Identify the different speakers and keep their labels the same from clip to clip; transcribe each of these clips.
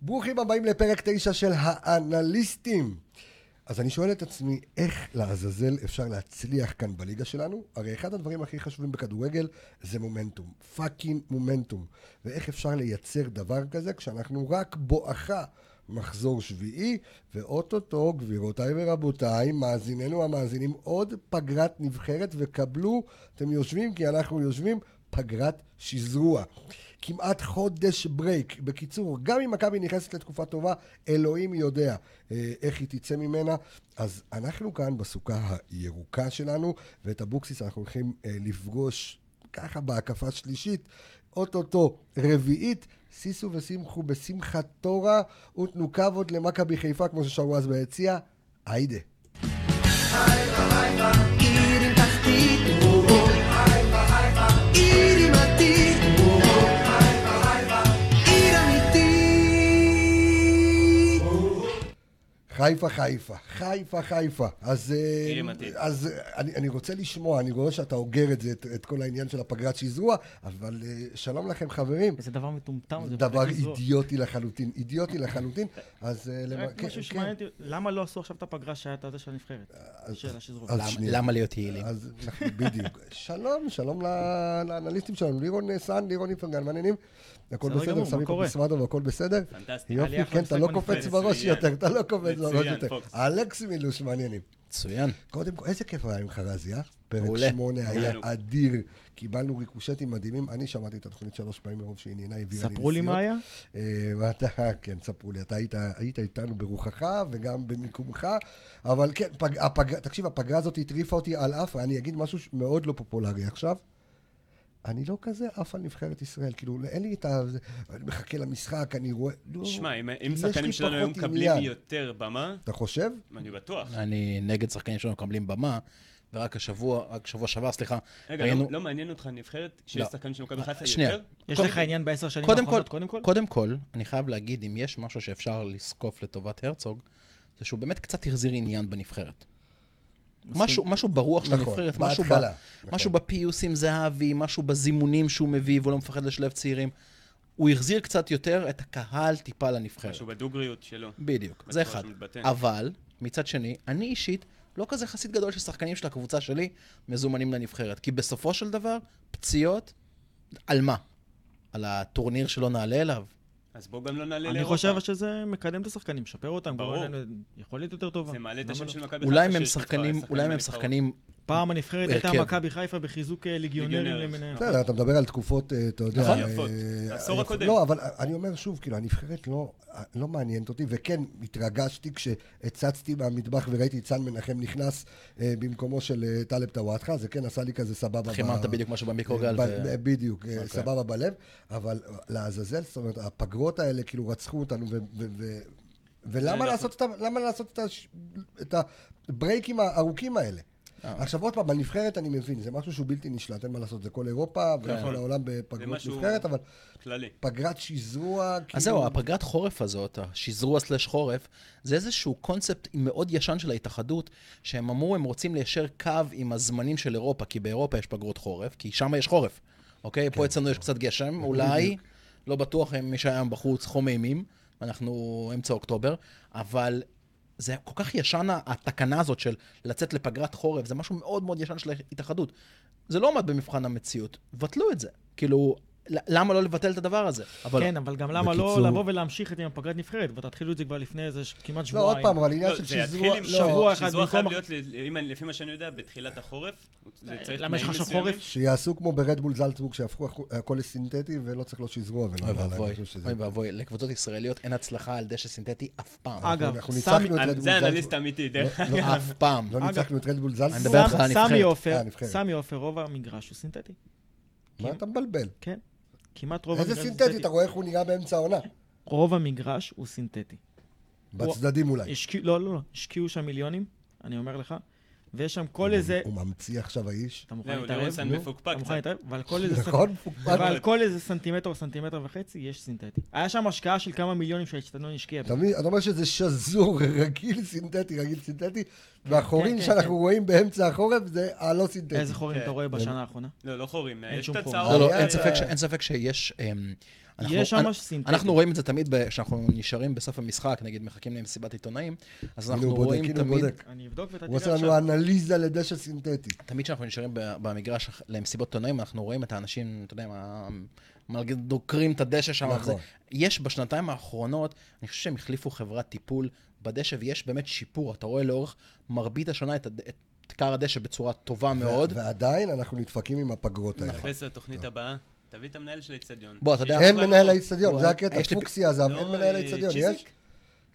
Speaker 1: ברוכים הבאים לפרק 9 של האנליסטים. אז אני שואל את עצמי, איך לעזאזל אפשר להצליח כאן בליגה שלנו? הרי אחד הדברים הכי חשובים בכדורגל זה מומנטום. פאקינג מומנטום. ואיך אפשר לייצר דבר כזה כשאנחנו רק בואכה מחזור שביעי, ואו-טו-טו, גבירותיי ורבותיי, מאזיננו המאזינים, עוד פגרת נבחרת, וקבלו, אתם יושבים כי אנחנו יושבים, פגרת שזרוע. כמעט חודש ברייק. בקיצור, גם אם מכבי נכנסת לתקופה טובה, אלוהים יודע אה, איך היא תצא ממנה. אז אנחנו כאן בסוכה הירוקה שלנו, ואת אבוקסיס אנחנו הולכים אה, לפגוש ככה בהקפה שלישית, אוטוטו רביעית. סיסו ושמחו בשמחת תורה, ותנו כבוד למכבי חיפה, כמו ששרו אז ביציע, היידה. חיפה, חיפה. חיפה, חיפה. אז, אה,
Speaker 2: עיר עם עתיד.
Speaker 1: אז אה, אני, אני רוצה לשמוע, אני רואה שאתה אוגר את זה, את, את כל העניין של הפגרת שזרוע, אבל אה, שלום לכם, חברים.
Speaker 3: איזה דבר מטומטם. זה
Speaker 1: דבר
Speaker 3: פגרת שזרוע.
Speaker 1: אידיוטי לחלוטין, אידיוטי לחלוטין. אז... אה, למ-
Speaker 3: רק
Speaker 1: כן,
Speaker 3: משהו
Speaker 1: כן.
Speaker 3: שמעניין אותי, למה לא עשו עכשיו את הפגרה שהייתה זה של הנבחרת? שאלה שזרוק.
Speaker 1: אז
Speaker 4: למה-
Speaker 1: שנייה.
Speaker 4: למה להיות יעילים?
Speaker 1: אז אנחנו בדיוק. שלום, שלום ל- לאנליסטים שלנו. לירון אה, סאן, לירון איפרגן, מעניינים. הכל
Speaker 3: בסדר
Speaker 1: בסדר,
Speaker 3: גמור,
Speaker 1: שמים
Speaker 3: מה
Speaker 1: פה
Speaker 3: קורה?
Speaker 1: בסמדו והכל בסדר.
Speaker 2: פנטסטי.
Speaker 1: יופי,
Speaker 3: היה
Speaker 1: כן,
Speaker 3: אחלה
Speaker 1: אתה לא
Speaker 3: משחק
Speaker 1: קופץ
Speaker 2: בנבחרת.
Speaker 1: בראש
Speaker 2: מצוין.
Speaker 1: יותר, אתה לא קופץ בראש
Speaker 2: מצוין,
Speaker 1: יותר.
Speaker 2: פוקס.
Speaker 1: אלכס מילוש, מעניינים.
Speaker 4: מצוין.
Speaker 1: קודם כל, איזה כיף היה עם חרזי, אה? פרק
Speaker 4: מעולה.
Speaker 1: 8 היה
Speaker 2: מעולה.
Speaker 1: אדיר. קיבלנו ריקושטים מדהימים. אני שמעתי את התוכנית שלוש פעמים מרוב שהיא נהנה, הביאה לי נסיעות.
Speaker 3: ספרו לי מה היה?
Speaker 1: אה, ואתה, כן, ספרו לי, אתה היית, היית איתנו ברוחך וגם במיקומך, אבל כן, פג, הפג, תקשיב, הפגרה הזאת הטריפה אותי על אף, אני אגיד משהו ש- מאוד לא פופולרי עכשיו. אני לא כזה עף על נבחרת ישראל, כאילו, אין לי את ה... זה- אני מחכה למשחק, אני רואה... לא,
Speaker 2: שמע, אם- אם
Speaker 1: יש לי
Speaker 2: שחקנים שלנו היו
Speaker 1: פחות
Speaker 2: מקבלים
Speaker 1: עניין.
Speaker 2: יותר במה,
Speaker 1: אתה חושב?
Speaker 2: אני בטוח.
Speaker 4: אני נגד שחקנים שלא מקבלים במה, ורק השבוע, רק שבוע שעבר, סליחה,
Speaker 2: רגע,
Speaker 4: ראינו...
Speaker 2: לא- לא מעניין אותך נבחרת שיש
Speaker 4: לא.
Speaker 2: שחקנים של מכבי חיפה
Speaker 4: שנייה.
Speaker 2: יותר?
Speaker 3: יש
Speaker 4: קודם-
Speaker 3: לך עניין בעשר שנים
Speaker 4: קודם כל,
Speaker 3: האחרונות, קודם כל?
Speaker 4: קודם כל, אני חייב להגיד, אם יש משהו שאפשר לזקוף לטובת הרצוג, זה שהוא באמת קצת החזיר עניין בנבחרת. משהו, משהו ברוח של
Speaker 1: נכון,
Speaker 4: הנבחרת, משהו, ב,
Speaker 1: בהתחלה, נכון.
Speaker 4: משהו בפיוס עם זהבי, משהו בזימונים שהוא מביא, והוא לא מפחד לשלב צעירים. הוא החזיר קצת יותר את הקהל טיפה לנבחרת.
Speaker 2: משהו בדוגריות שלו.
Speaker 4: בדיוק, זה
Speaker 2: בצורה
Speaker 4: אחד.
Speaker 2: שהוא מתבטא.
Speaker 4: אבל, מצד שני, אני אישית לא כזה חסיד גדול ששחקנים של הקבוצה שלי מזומנים לנבחרת. כי בסופו של דבר, פציעות, על מה? על הטורניר שלא נעלה אליו?
Speaker 2: אז בואו גם לא נעלה
Speaker 3: אני
Speaker 2: לאירופה.
Speaker 3: חושב שזה מקדם את השחקנים, משפר אותם,
Speaker 2: ברור.
Speaker 3: גורם להם יכולת יותר טובה.
Speaker 2: זה מעלה את
Speaker 3: למה
Speaker 2: השם
Speaker 3: לא?
Speaker 2: של מכבי
Speaker 4: אולי אם הם
Speaker 2: שיש לך
Speaker 4: שחקנים, אולי אם הם
Speaker 2: בנבחרות.
Speaker 4: שחקנים...
Speaker 3: פעם הנבחרת הייתה
Speaker 4: הרכב.
Speaker 3: מכבי חיפה בחיזוק אה, ליגיונרים
Speaker 2: ליגיונרים.
Speaker 3: למיניהם.
Speaker 1: בסדר, אתה מדבר על תקופות, אה, אתה יודע...
Speaker 2: כן. נכון.
Speaker 1: אה,
Speaker 2: יפות.
Speaker 1: אה,
Speaker 2: העשור
Speaker 1: יפות.
Speaker 2: הקודם.
Speaker 1: לא, אבל אה, אני אומר שוב, כאילו, הנבחרת לא- אה, לא מעניינת אותי, וכן, התרגשתי כשהצצתי מהמטבח וראיתי את סן מנחם נכנס אה, במקומו של אה, טלב טוואטחה, זה כן עשה לי כזה סבבה. ב-
Speaker 4: חיממת בדיוק משהו במיקרוגל
Speaker 1: ב-
Speaker 4: ו-
Speaker 1: ב- בדיוק, אה,
Speaker 4: אוקיי.
Speaker 1: סבבה בלב, אבל אה, לעזאזל, זאת אומרת, הפגרות האלה כאילו רצחו אותנו, ו- ו- ו- ולמה
Speaker 2: אנחנו-
Speaker 1: לעשות את ה- למה לעשות את הש- את הברייקים הארוכים האלה? עכשיו עוד פעם, הנבחרת אני מבין, זה משהו שהוא בלתי נשלט, אין מה לעשות, זה כל אירופה וכל העולם בפגרות
Speaker 2: משהו-
Speaker 1: נבחרת, אבל
Speaker 2: כללי.
Speaker 1: פגרת כאילו- שזרוע,
Speaker 4: אז זהו, הפגרת חורף הזאת, השזרוע סלש חורף, זה איזשהו קונספט מאוד ישן של ההתאחדות, שהם אמרו, הם רוצים ליישר קו עם הזמנים של אירופה, כי באירופה יש פגרות חורף, כי שם יש חורף, אוקיי? פה אצלנו יש קצת גשם, אולי, לא בטוח, הם- מי שהיה היום בחוץ חום אימים, אנחנו אמצע אוקטובר, אבל זה כל כך ישן התקנה הזאת של לצאת לפגרת חורף, זה משהו מאוד מאוד ישן של ההתאחדות. זה לא עומד במבחן המציאות, בטלו את זה. כאילו, למה לא לבטל את הדבר הזה? אבל
Speaker 3: כן, אבל גם למה לא
Speaker 4: בקיצור-
Speaker 3: לבוא ולהמשיך את עם הפגרת נבחרת, ותתחילו את זה כבר לפני איזה ש- כמעט
Speaker 1: לא, עוד
Speaker 3: שבועיים.
Speaker 1: פעם, אבל עניין
Speaker 2: לא,
Speaker 1: של
Speaker 2: זה יתחיל
Speaker 1: שזרוע,
Speaker 2: עם
Speaker 1: לא,
Speaker 3: שבוע.
Speaker 2: שבוע אחד.
Speaker 3: אחד
Speaker 2: שזרוע חייב
Speaker 3: במקום-
Speaker 2: להיות, ל- אם אני- לפי מה שאני יודע, בתחילת החורף. זה צריך
Speaker 3: למה יש לך
Speaker 2: תנאים
Speaker 3: עכשיו חורף?
Speaker 2: מסוימים.
Speaker 1: שיעשו כמו ברדבול זלצבורג, שיהפכו הכ- הכל לסינתטי ולא צריך לא שזרוע ולא
Speaker 4: אוי
Speaker 1: נעליים,
Speaker 4: ואבוי,
Speaker 1: אני חושב שזה-
Speaker 4: אוי ואבוי, לקבוצות ישראליות אין הצלחה על דשא סינתטי אף פעם.
Speaker 3: אגב,
Speaker 1: אנחנו
Speaker 3: סמי-
Speaker 1: ניצחנו את
Speaker 2: אה,
Speaker 1: רדבול
Speaker 2: זה אנליסט
Speaker 1: זלצבורג,
Speaker 2: אמיתי, דרך אגב.
Speaker 4: לא, אף פעם.
Speaker 1: לא
Speaker 3: אגב,
Speaker 1: ניצחנו את רדבול
Speaker 4: אני מדבר
Speaker 1: זלצבורג,
Speaker 4: איתך על הנבחרת.
Speaker 3: סמי עופר,
Speaker 1: אה, הנבחרת.
Speaker 3: סמי עופר, רוב המגרש הוא סינתטי.
Speaker 1: מה אתה מבלבל?
Speaker 3: כן. כמעט רוב
Speaker 1: איזה
Speaker 3: המגרש הוא
Speaker 1: סינתטי, אתה רואה איך הוא נראה באמצע העונה?
Speaker 3: רוב המגרש הוא סינתטי.
Speaker 1: בצדדים אולי.
Speaker 3: השקיעו, לא, לא, לא, השקיעו שם מיליונים, אני אומר לך, ויש שם כל איזה...
Speaker 1: הוא ממציא עכשיו האיש.
Speaker 3: אתה מוכן
Speaker 2: זהו, לירון
Speaker 3: להתערב?
Speaker 2: סן
Speaker 1: נו.
Speaker 2: מפוקפק
Speaker 3: אתה
Speaker 2: קצת.
Speaker 3: מוכן להתערב? ועל כל איזה סנט-
Speaker 1: נכון? פוקפק.
Speaker 3: ועל כל איזה סנטימטר או סנטימטר וחצי יש סינתטי. היה שם השקעה של כמה מיליונים שהאצטדיון השקיע. בה.
Speaker 1: אתה מבין? אתה אומר שזה שזור, רגיל סינתטי, רגיל סינתטי, והחורים
Speaker 3: כן,
Speaker 1: שאנחנו
Speaker 3: כן.
Speaker 1: רואים באמצע החורף זה הלא סינתטי.
Speaker 3: איזה חורים
Speaker 2: כן.
Speaker 3: אתה רואה בשנה האחרונה?
Speaker 2: לא, לא חורים,
Speaker 3: אין
Speaker 2: יש
Speaker 3: שום
Speaker 2: את
Speaker 3: חור.
Speaker 2: הצהוב.
Speaker 4: לא, לא,
Speaker 1: אה,
Speaker 4: אין
Speaker 1: אה,
Speaker 4: ספק ש-
Speaker 1: אה.
Speaker 4: אין ספק שיש... אמ, אנחנו-
Speaker 3: יש
Speaker 4: אנ-
Speaker 3: שם סינתטי.
Speaker 4: אנחנו רואים את זה תמיד ב- כשאנחנו נשארים בסוף המשחק, נגיד מחכים למסיבת עיתונאים, אז
Speaker 1: הנה
Speaker 4: אנחנו
Speaker 1: כאילו, הוא בודק,
Speaker 4: רואים
Speaker 1: הנה הוא
Speaker 4: תמיד...
Speaker 1: בודק.
Speaker 3: אני אבדוק ואתה
Speaker 1: הוא
Speaker 3: תראה
Speaker 1: עושה
Speaker 3: עכשיו.
Speaker 1: לנו אנליזה לדשא סינתטי.
Speaker 4: תמיד כשאנחנו נשארים ב- במגרש אח- למסיבות עיתונאים, אנחנו רואים את האנשים, אתה יודע, מה- מה- דוקרים את הדשא שם.
Speaker 1: נכון.
Speaker 4: זה- יש בשנתיים האחרונות, אני חושב שהם החליפו חברת טיפול בדשא, ויש באמת שיפור. אתה רואה לאורך מרבית השנה את הד- את כר הדשא בצורה טובה מאוד.
Speaker 1: ועדיין אנחנו נדפקים עם הפגרות האלה.
Speaker 3: נכון.
Speaker 2: אחרי זה התוכנית הבאה, תביא את המנהל של האיצטדיון.
Speaker 4: בוא, אתה יודע-
Speaker 1: אין מנהל
Speaker 2: האיצטדיון.
Speaker 1: האיצטדיון, זה הקטע,
Speaker 4: יש לי-
Speaker 1: פוקסי עזב,
Speaker 2: לא,
Speaker 1: אין מנהל
Speaker 2: אה,
Speaker 1: האיצטדיון,
Speaker 2: צ'יזיק?
Speaker 1: יש?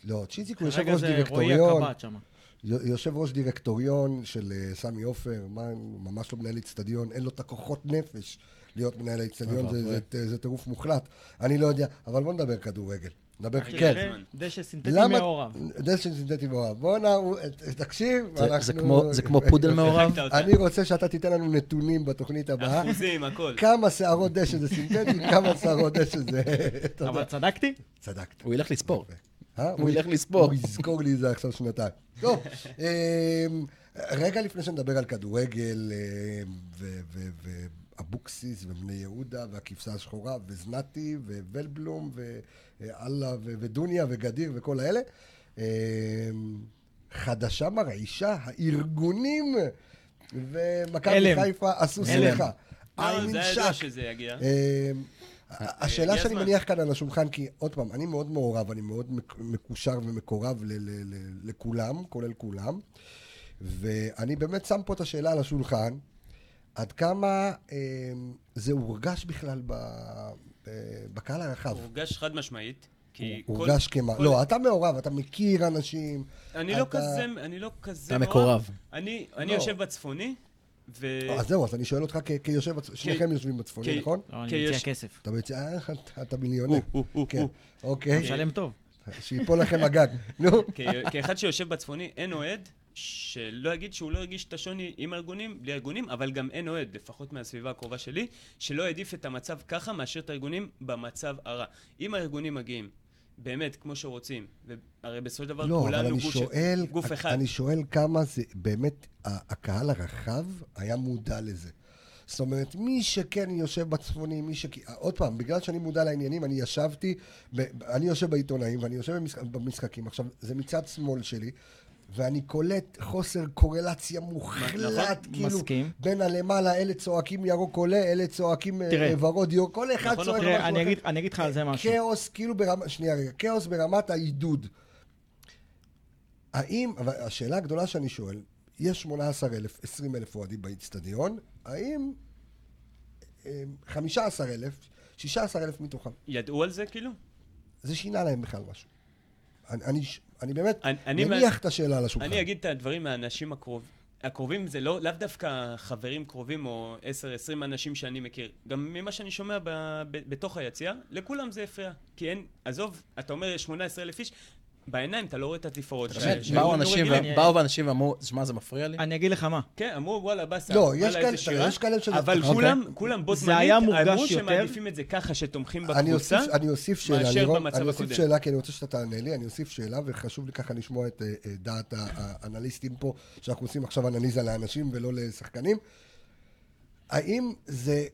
Speaker 1: לא, צ'יזיק הוא יושב
Speaker 3: כרגע
Speaker 1: ראש
Speaker 3: זה רועי
Speaker 1: דירקטוריון, כן.
Speaker 3: הקב"ט שם.
Speaker 1: י- יושב ראש דירקטוריון של אה, סמי עופר, מה, הוא ממש לא מנהל איצטדיון, אין לו את הכוחות נפש להיות מנהל האיצטדיון,
Speaker 4: אה,
Speaker 1: זה- זה- זה- זה טירוף מוחלט. אני לא יודע, אבל בוא נדבר כדורגל. נדבר,
Speaker 2: אחי,
Speaker 1: כן.
Speaker 2: זמן.
Speaker 3: דשא סינתטי
Speaker 1: למה...
Speaker 3: מעורב.
Speaker 1: דשן סינתטי מעורב. בואנה, הוא- אה, תקשיב,
Speaker 4: זה-
Speaker 1: אנחנו...
Speaker 4: זה כמו- זה כמו פודל מעורב.
Speaker 2: שיחקת אותה.
Speaker 1: אני רוצה שאתה תיתן לנו נתונים בתוכנית הבאה.
Speaker 2: אחוזים, הכל.
Speaker 1: כמה שערות דשא זה סינתטי, כמה שערות דשא זה... אתה יודע.
Speaker 3: אבל צדקתי? לא,
Speaker 1: צדקת.
Speaker 4: הוא ילך לספור.
Speaker 1: אה?
Speaker 4: הוא ילך לספור.
Speaker 1: הוא יזכור לי את זה עכשיו שנתיים. טוב, אמ, רגע לפני שנדבר על כדורגל אמ, ו- ו- ו- אבוקסיס ובני יהודה והכבשה השחורה וזנתי ובלבלום ואללה ו- ודוניה וגדיר וכל האלה, אמ, חדשה מרעישה, הארגונים ומכבי
Speaker 3: הלם.
Speaker 1: חיפה עשו
Speaker 3: הלם.
Speaker 1: סליחה.
Speaker 2: לא,
Speaker 1: עין
Speaker 2: זה היה ידוע
Speaker 1: נשק.
Speaker 2: שזה יגיע.
Speaker 1: אמ, השאלה
Speaker 2: אה, הגיע
Speaker 1: שאני
Speaker 2: הזמן.
Speaker 1: מניח כאן על השולחן, כי עוד פעם, אני מאוד מעורב, אני מאוד מק- מקושר ומקורב ל- ל- ל- לכולם, כולל כולם, ואני באמת שם פה את השאלה על השולחן, עד כמה אמ, זה הורגש בכלל ב- ב- בקהל הרחב.
Speaker 2: הורגש חד משמעית. כי כל-
Speaker 1: הורגש כמה...
Speaker 2: כל-
Speaker 1: לא, אתה מעורב, אתה מכיר אנשים.
Speaker 2: אני לא
Speaker 1: אתה-
Speaker 2: כזה, אני לא כזה...
Speaker 4: אתה
Speaker 2: מעורב.
Speaker 4: מקורב.
Speaker 2: אני אני
Speaker 1: לא.
Speaker 2: יושב בצפוני, ו...
Speaker 1: אה, אז זהו, אז אני שואל אותך כ- כיושב... הצ- שניכם יושבים בצפוני,
Speaker 2: כי-
Speaker 1: נכון?
Speaker 3: לא, אני
Speaker 2: כי
Speaker 3: מציע
Speaker 2: כן, יש-
Speaker 3: כסף.
Speaker 1: אתה בעצם... אה, אתה- אתה מיליונר.
Speaker 2: הוא, הוא,
Speaker 1: כן,
Speaker 2: הוא.
Speaker 3: אתה
Speaker 1: אוקיי.
Speaker 3: משלם טוב.
Speaker 1: שיפול לכם הגג. נו.
Speaker 2: כ- כאחד שיושב בצפוני, אין אוהד שלא יגיד שהוא לא הרגיש את השוני עם הארגונים, בלי הארגונים, אבל גם אין אוהד, לפחות מהסביבה הקרובה שלי, שלא העדיף את המצב ככה מאשר את הארגונים במצב הרע. אם הארגונים מגיעים, באמת, כמו שרוצים, הרי בסופו של דבר
Speaker 1: לא, אבל
Speaker 2: כולנו
Speaker 1: אני
Speaker 2: גוש-
Speaker 1: שואל,
Speaker 2: גוף אחד.
Speaker 1: אני שואל כמה זה, באמת, ה- הקהל הרחב היה מודע לזה. זאת אומרת, מי שכן יושב בצפוני, מי ש... עוד פעם, בגלל שאני מודע לעניינים, אני ישבתי, ב... אני יושב בעיתונאים ואני יושב במשחק, במשחקים. עכשיו, זה מצד שמאל שלי, ואני קולט חוסר קורלציה
Speaker 2: נכון,
Speaker 1: מוחלט, כאילו,
Speaker 3: מסכים.
Speaker 1: בין הלמעלה, אלה צועקים ירוק עולה, אלה צועקים אה,
Speaker 3: תראה.
Speaker 1: ורוד יור, כל אחד
Speaker 2: נכון,
Speaker 1: צועק
Speaker 2: נכון.
Speaker 1: משהו
Speaker 3: תראה, אני
Speaker 1: אחר.
Speaker 3: אגיד- אני אגיד לך על זה משהו.
Speaker 1: כאוס, כאילו ברמה, שנייה רגע, כאוס ברמת העידוד. האם, אבל השאלה הגדולה שאני שואל, יש 18,000, 20,000 אוהדים באיצטדיון, האם אה, 15,000, 16,000 מתוכם,
Speaker 2: ידעו על זה, כאילו?
Speaker 1: זה שינה להם בכלל משהו? אני, אני, ש- אני באמת
Speaker 2: אני- אני
Speaker 1: מניח
Speaker 2: מה-
Speaker 1: את השאלה על השולחן.
Speaker 2: אני אגיד את הדברים מהאנשים הקרוב... הקרובים זה לא, לאו דווקא חברים קרובים או 10-20 אנשים שאני מכיר. גם ממה שאני שומע ב, ב, בתוך היציאה, לכולם זה הפריע. כי אין, עזוב, אתה אומר 18,000 איש, בעיניים אתה לא רואה את התפאורות
Speaker 4: באמת,
Speaker 2: ש-
Speaker 4: באו
Speaker 2: שהיו
Speaker 4: אנשים
Speaker 2: רגילים.
Speaker 4: ו- באו אנשים ואמרו, שמע, זה מפריע לי.
Speaker 3: אני אגיד לך מה.
Speaker 2: כן, אמרו וואלה באסה,
Speaker 1: לא,
Speaker 2: וואלה,
Speaker 1: יש
Speaker 2: איזה
Speaker 1: כאלה-
Speaker 2: שירה",
Speaker 1: יש כאלה שזה-
Speaker 2: אבל
Speaker 1: אוקיי.
Speaker 2: כולם, כולם בו
Speaker 3: זה
Speaker 2: זמנית,
Speaker 3: היה מורגש
Speaker 2: אמרו
Speaker 3: יותר.
Speaker 2: שמעדיפים את זה ככה, שתומכים
Speaker 1: אני אוסיף,
Speaker 2: בקבוצה,
Speaker 1: אני אוסיף שאלה,
Speaker 2: מאשר
Speaker 1: לירון,
Speaker 2: במצב
Speaker 1: אני אוסיף
Speaker 2: הקודם.
Speaker 1: שאלה, כי אני רוצה שאתה תענה לי, אני אוסיף שאלה, וחשוב לי ככה לשמוע את אה, אה, דעת ה- האנליסטים פה, שאנחנו עושים עכשיו אנליזה לאנשים ולא לשחקנים. האם זה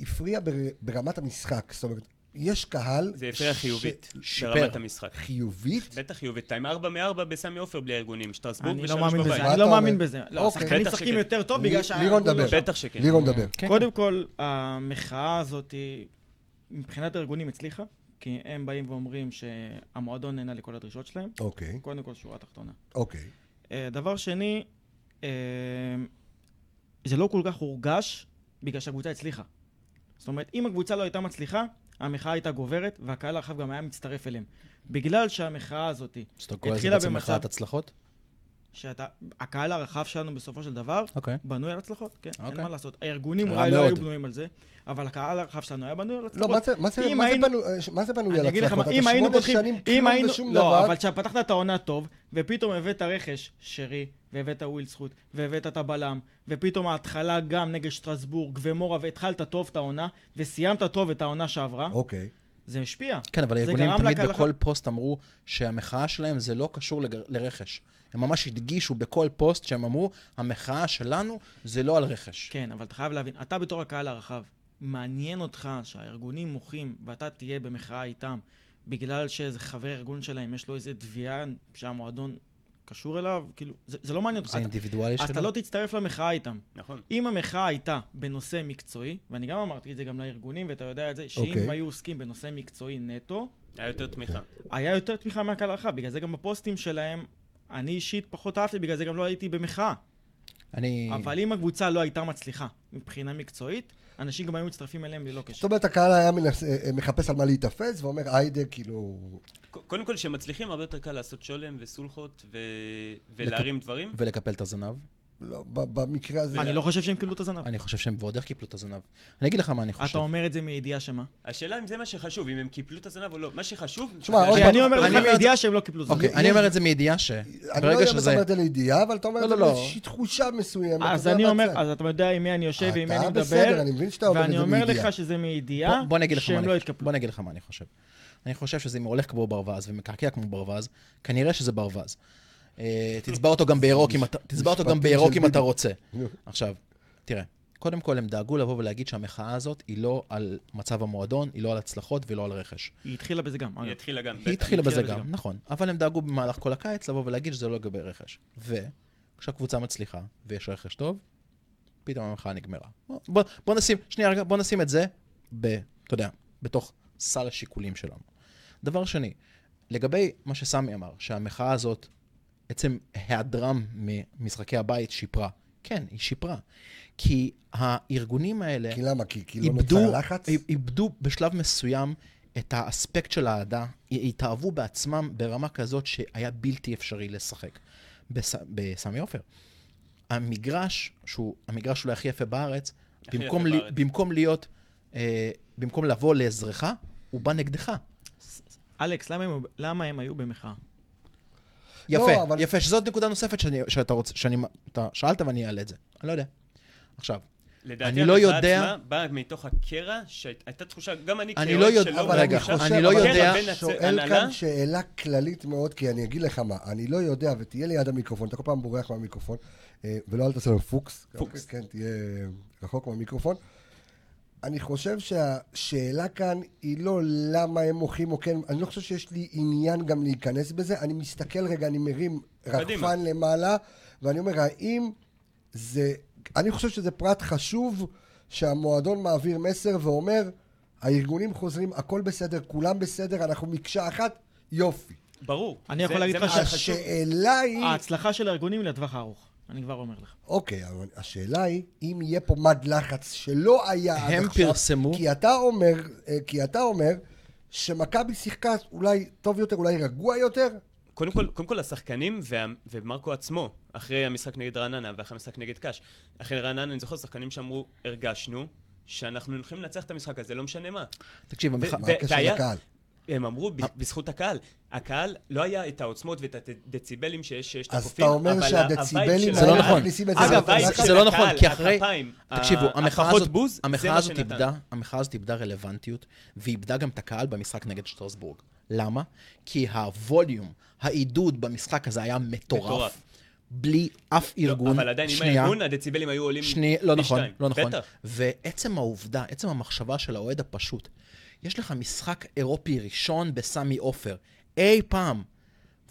Speaker 1: הפריע בר, ברמת המשחק? זאת אומרת, יש קהל...
Speaker 2: זה הפריע
Speaker 1: ש-
Speaker 2: חיובית,
Speaker 4: שיפר.
Speaker 2: ברמת המשחק.
Speaker 1: חיובית?
Speaker 2: בטח חיובית, אתה עם 4 מ-4 בסמי עופר בלי הארגונים, שטרסבורג
Speaker 3: אני
Speaker 2: ושלוש
Speaker 3: לא
Speaker 2: בבית.
Speaker 3: מאמין בזה.
Speaker 1: מה
Speaker 3: אני
Speaker 1: אתה
Speaker 3: לא מאמין
Speaker 1: אומר?
Speaker 3: בזה. לא,
Speaker 1: אוקיי.
Speaker 3: שחקנים
Speaker 2: בטח
Speaker 3: משחקים
Speaker 2: שכן.
Speaker 3: יותר טוב
Speaker 1: לי-
Speaker 3: בגלל
Speaker 1: לירון
Speaker 3: שהארגון
Speaker 1: דבר.
Speaker 3: לא שם.
Speaker 2: בטח שכן.
Speaker 1: לירון, דבר.
Speaker 4: כן.
Speaker 3: קודם כל, המחאה הזאת, היא- מבחינת הארגונים הצליחה, כי הם באים ואומרים שהמועדון נהנה לכל הדרישות שלהם.
Speaker 1: אוקיי,
Speaker 3: קודם כל, שורה תחתונה.
Speaker 1: אוקיי.
Speaker 3: אה, דבר שני, אה, זה לא כל כך הורגש בגלל שהקבוצה הצליחה. זאת אומרת, אם הקבוצה לא הייתה מצליחה, המחאה הייתה גוברת, והקהל הרחב גם היה מצטרף אליהם. בגלל שהמחאה הזאת,
Speaker 4: אז אתה קורא לזה
Speaker 3: התחילה
Speaker 4: בעצם
Speaker 3: במצב-
Speaker 4: מחאת הצלחות?
Speaker 3: שהקהל הרחב שלנו בסופו של דבר,
Speaker 4: אוקיי.
Speaker 3: בנוי על הצלחות, כן, אין
Speaker 4: אוקיי.
Speaker 3: מה לעשות. הארגונים
Speaker 4: רע
Speaker 3: אולי לא
Speaker 4: מאוד.
Speaker 3: היו בנויים על זה, אבל הקהל הרחב שלנו היה בנוי על
Speaker 1: לא,
Speaker 3: הצלחות.
Speaker 1: מה זה- מה זה-
Speaker 3: אם
Speaker 1: מה זה
Speaker 3: היינו-
Speaker 1: בנו- אה, ש- מה זה בנוי על
Speaker 3: אני אגיד לך
Speaker 1: הצלחות?
Speaker 3: מה,
Speaker 1: אתה
Speaker 3: אם היינו
Speaker 1: שמונה
Speaker 3: פותחים,
Speaker 1: שנים
Speaker 3: אם
Speaker 1: כלום
Speaker 3: היינו,
Speaker 1: ושום
Speaker 3: לא,
Speaker 1: דבר.
Speaker 3: אבל כשפתחת את העונה טוב, ופתאום הבאת רכש, שרי, והבאת ווילדסחוט, והבאת את הבלם, ופתאום ההתחלה גם נגד שטרסבורג ומורה, והתחלת טוב את העונה, וסיימת טוב את העונה שעברה,
Speaker 1: אוקיי.
Speaker 3: זה השפיע.
Speaker 4: כן, אבל
Speaker 3: זה
Speaker 4: הארגונים
Speaker 3: גרם
Speaker 4: תמיד
Speaker 3: לקהל
Speaker 4: בכל
Speaker 3: לח-
Speaker 4: פוסט אמרו שהמחאה שלהם זה לא קשור לג- לרכש. הם ממש הדגישו בכל פוסט שהם אמרו, המחאה שלנו זה לא על רכש.
Speaker 3: כן, אבל אתה חייב להבין, אתה בתור הקהל הרחב, מעניין אותך שהארגונים מוחים ואתה תהיה במחאה איתם, בגלל שאיזה חבר ארגון שלהם, יש לו איזה תביעה שהמועדון קשור אליו, כאילו, זה, זה לא מעניין אותך.
Speaker 4: זה
Speaker 3: אתה-
Speaker 4: אינדיבידואלי שלו.
Speaker 3: אז אתה לא תצטרף למחאה איתם.
Speaker 2: נכון.
Speaker 3: אם המחאה הייתה בנושא מקצועי, ואני גם אמרתי את זה גם לארגונים, ואתה יודע את זה, שאם
Speaker 1: אוקיי.
Speaker 3: היו עוסקים בנושא מקצועי נטו,
Speaker 2: היה יותר תמיכה.
Speaker 3: היה יותר תמיכה מהקהל הרחב, בגלל זה גם בפוסטים שלהם, אני אישית פחות אהבתי, בגלל זה גם לא הייתי במחאה.
Speaker 4: אני...
Speaker 3: אבל אם הקבוצה לא הייתה מצליחה מבחינה מקצועית, אנשים גם היו מצטרפים אליהם ללא
Speaker 1: זאת
Speaker 3: קשר.
Speaker 1: אומרת, הקהל היה מנס- אה, אה, מחפש על מה להיתפס, ואומר, היידה, כאילו...
Speaker 2: ק- קודם כל, כשמצליחים, הרבה יותר קל לעשות שולם וסולחות ו... ולהרים דברים.
Speaker 4: ולקפל את הזנב.
Speaker 1: לא, ב- במקרה הזה...
Speaker 3: אני לא חושב שהם קיבלו את הזנב.
Speaker 4: אני חושב שהם ועוד איך קיפלו את הזנב. אני אגיד לך מה אני חושב.
Speaker 3: אתה אומר את זה מידיעה שמה?
Speaker 2: השאלה אם זה מה שחשוב, אם הם קיפלו את הזנב או לא. מה שחשוב...
Speaker 1: תשמע, עוד
Speaker 4: אוקיי.
Speaker 3: כי
Speaker 1: פעם,
Speaker 3: אני
Speaker 4: אני
Speaker 3: אומר לך
Speaker 4: אומר את
Speaker 3: מידיעה שהם לא קיבלו את
Speaker 4: אוקיי,
Speaker 3: הזנב.
Speaker 4: אני אומר את זה מידיעה ש...
Speaker 1: אני לא
Speaker 4: ברגע
Speaker 1: יודע אם אתה
Speaker 4: שזה...
Speaker 1: אומר את זה לידיעה, אבל אתה אומר
Speaker 4: לא,
Speaker 1: את זה
Speaker 4: לא, לא.
Speaker 1: באיזושהי תחושה מסוימת.
Speaker 3: אז
Speaker 1: אתה יודע,
Speaker 3: אני אומר,
Speaker 1: מהצד.
Speaker 3: אז אתה יודע עם מי אני יושב ועם מי אני
Speaker 1: אתה
Speaker 3: מדבר.
Speaker 1: בסדר, אני מבין שאתה אומר את
Speaker 3: ואני
Speaker 1: זה
Speaker 3: אומר
Speaker 1: מידיעה.
Speaker 3: לך שזה מידיעה,
Speaker 4: בוא- בוא אני אגיד לך מה
Speaker 3: שהם
Speaker 4: אני
Speaker 3: לא
Speaker 4: חושב.
Speaker 3: התקפלו.
Speaker 4: בוא אני אגיד לך מה אני חושב. אני חושב שזה אם הולך כמו ברווז ומקעקע כמו ברווז, כנראה שזה ברווז. אה, תצבע אותו גם בירוק אם אתה- תצבע אותו גם
Speaker 1: משפטים
Speaker 4: בירוק
Speaker 1: של
Speaker 4: אם אתה
Speaker 1: ביבי.
Speaker 4: רוצה.
Speaker 1: נו.
Speaker 4: עכשיו, תראה, קודם כל הם דאגו לבוא ולהגיד שהמחאה הזאת היא לא על מצב המועדון, היא לא על הצלחות ולא על רכש.
Speaker 3: היא התחילה בזה גם. אגב.
Speaker 2: היא התחילה גם.
Speaker 4: היא
Speaker 2: בטח.
Speaker 4: התחילה בזה
Speaker 3: בזה
Speaker 4: גם,
Speaker 3: גם.
Speaker 4: נכון. אבל הם דאגו במהלך כל הקיץ לבוא ולהגיד שזה לא לגבי רכש. וכשהקבוצה מצליחה ויש רכש טוב, פתאום המחאה נגמרה. בוא, בוא, בוא נשים, שנייה רגע, בוא נשים את זה, ב, אתה יודע, בתוך סל השיקולים שלנו. דבר שני, לגבי מה שסמי אמר, שהמחאה הזאת, עצם היעדרם ממשחקי הבית שיפרה. כן, היא שיפרה. כי הארגונים האלה...
Speaker 1: כי למה? כי כי לא
Speaker 4: איבדו,
Speaker 1: נוצר לחץ?
Speaker 4: איב- איבדו בשלב מסוים את האספקט של האהדה, ה- התאהבו בעצמם ברמה כזאת שהיה בלתי אפשרי לשחק. בס- בסמי עופר. המגרש, שהוא המגרש אולי הכי יפה בארץ,
Speaker 2: הכי
Speaker 4: במקום,
Speaker 2: יפה
Speaker 4: לי,
Speaker 2: בארץ.
Speaker 4: במקום להיות, אה, במקום לבוא לעזרך, הוא בא נגדך.
Speaker 3: אלכס, למה הם- למה הם היו במחאה?
Speaker 1: לא,
Speaker 4: יפה,
Speaker 1: אבל-
Speaker 4: יפה, שזאת נקודה נוספת שאני, שאתה רוצה, שאני, אתה שאלת ואני אעלה את זה. אני לא יודע. עכשיו,
Speaker 2: לדעתי,
Speaker 4: אני לא
Speaker 2: המחאה
Speaker 4: יודע-
Speaker 2: עצמה באה מתוך הקרע, שהייתה תחושה, גם אני
Speaker 4: אני
Speaker 2: כאוהד
Speaker 4: לא יודע-
Speaker 2: שלא
Speaker 1: אבל
Speaker 4: רגע,
Speaker 1: אני
Speaker 2: מרגיש-
Speaker 1: חושב-
Speaker 4: אני לא
Speaker 1: אבל
Speaker 4: יודע-
Speaker 1: אתה
Speaker 2: בין הצ-
Speaker 1: שואל
Speaker 2: כן, הנהלה-
Speaker 1: כאן שאלה כללית מאוד, כי אני אגיד לך מה, אני לא יודע, ותהיה ליד המיקרופון, אתה כל פעם בורח מהמיקרופון, אה, ולא אל תעשה לנו פוקס.
Speaker 2: פוקס.
Speaker 1: כן, תהיה רחוק מהמיקרופון. אני חושב שהשאלה כאן היא לא למה הם מוחים או כן, אני לא חושב שיש לי עניין גם להיכנס בזה, אני מסתכל רגע, אני מרים
Speaker 2: קדימה.
Speaker 1: רחפן למעלה, ואני אומר, האם זה... אני חושב שזה פרט חשוב שהמועדון מעביר מסר ואומר, הארגונים חוזרים, הכל בסדר, כולם בסדר, אנחנו מקשה אחת, יופי.
Speaker 2: ברור.
Speaker 3: אני
Speaker 2: זה-
Speaker 3: יכול להגיד
Speaker 2: זה
Speaker 3: לך
Speaker 2: מה שחשוב. אה,
Speaker 1: השאלה היא...
Speaker 3: ההצלחה של הארגונים היא לטווח הארוך. אני כבר אומר לך.
Speaker 1: אוקיי, אבל השאלה היא, אם יהיה פה מד לחץ שלא היה עד
Speaker 4: הם
Speaker 1: עכשיו,
Speaker 4: פרסמו-
Speaker 1: כי אתה אומר, אה, כי אתה אומר שמכבי שיחקה אולי טוב יותר, אולי רגוע יותר,
Speaker 2: קודם כל, קודם כל השחקנים וה, ומרקו עצמו, אחרי המשחק נגד רעננה ואחרי המשחק נגד קאש. אחרי רעננה, אני זוכר שחקנים שאמרו, הרגשנו שאנחנו הולכים לנצח את המשחק הזה, לא משנה מה.
Speaker 4: תקשיב, המח...
Speaker 1: מה
Speaker 2: זה-
Speaker 1: הקשר
Speaker 2: זה היה-
Speaker 1: לקהל?
Speaker 2: הם אמרו
Speaker 4: אה.
Speaker 2: "ב- בזכות הקהל. הקהל, לא היה את העוצמות ואת הדציבלים שיש, שיש את
Speaker 1: אז
Speaker 2: הקופים,
Speaker 1: אתה אומר
Speaker 2: אבל הווייב
Speaker 1: שהדציבלים
Speaker 2: של
Speaker 4: זה לא
Speaker 1: האלה
Speaker 4: נכון.
Speaker 2: הקהל-
Speaker 1: מכניסים את זה
Speaker 4: אגב,
Speaker 1: לתודעה
Speaker 2: הווייב
Speaker 1: של-
Speaker 4: זה לא נכון,
Speaker 2: הקהל,
Speaker 4: כי אחרי...
Speaker 2: הכפיים,
Speaker 4: תקשיבו,
Speaker 2: ה-
Speaker 4: המחאה
Speaker 2: אה, הפחות
Speaker 4: הזאת,
Speaker 2: בוז, זה
Speaker 4: המחאה
Speaker 2: מה
Speaker 4: הזאת
Speaker 2: שנתן.
Speaker 4: איבדה, המחאה הזאת איבדה רלוונטיות, ואיבדה גם את הקהל במשחק נגד שטרסבורג. למה? כי הווליום, העידוד במשחק הזה היה מטורף.
Speaker 2: מטורף.
Speaker 4: בלי אף
Speaker 2: לא,
Speaker 4: ארגון.
Speaker 2: אבל עדיין עם
Speaker 4: שנייה.
Speaker 2: הארגון, הדציבלים היו עולים
Speaker 4: שני, לא
Speaker 2: פי
Speaker 4: נכון,
Speaker 2: שתיים.
Speaker 4: לא נכון.
Speaker 2: בטח.
Speaker 4: ועצם העובדה, עצם המחשבה של האוהד הפשוט, יש לך משחק אירופי ראשון בסמי עופר, אי פעם,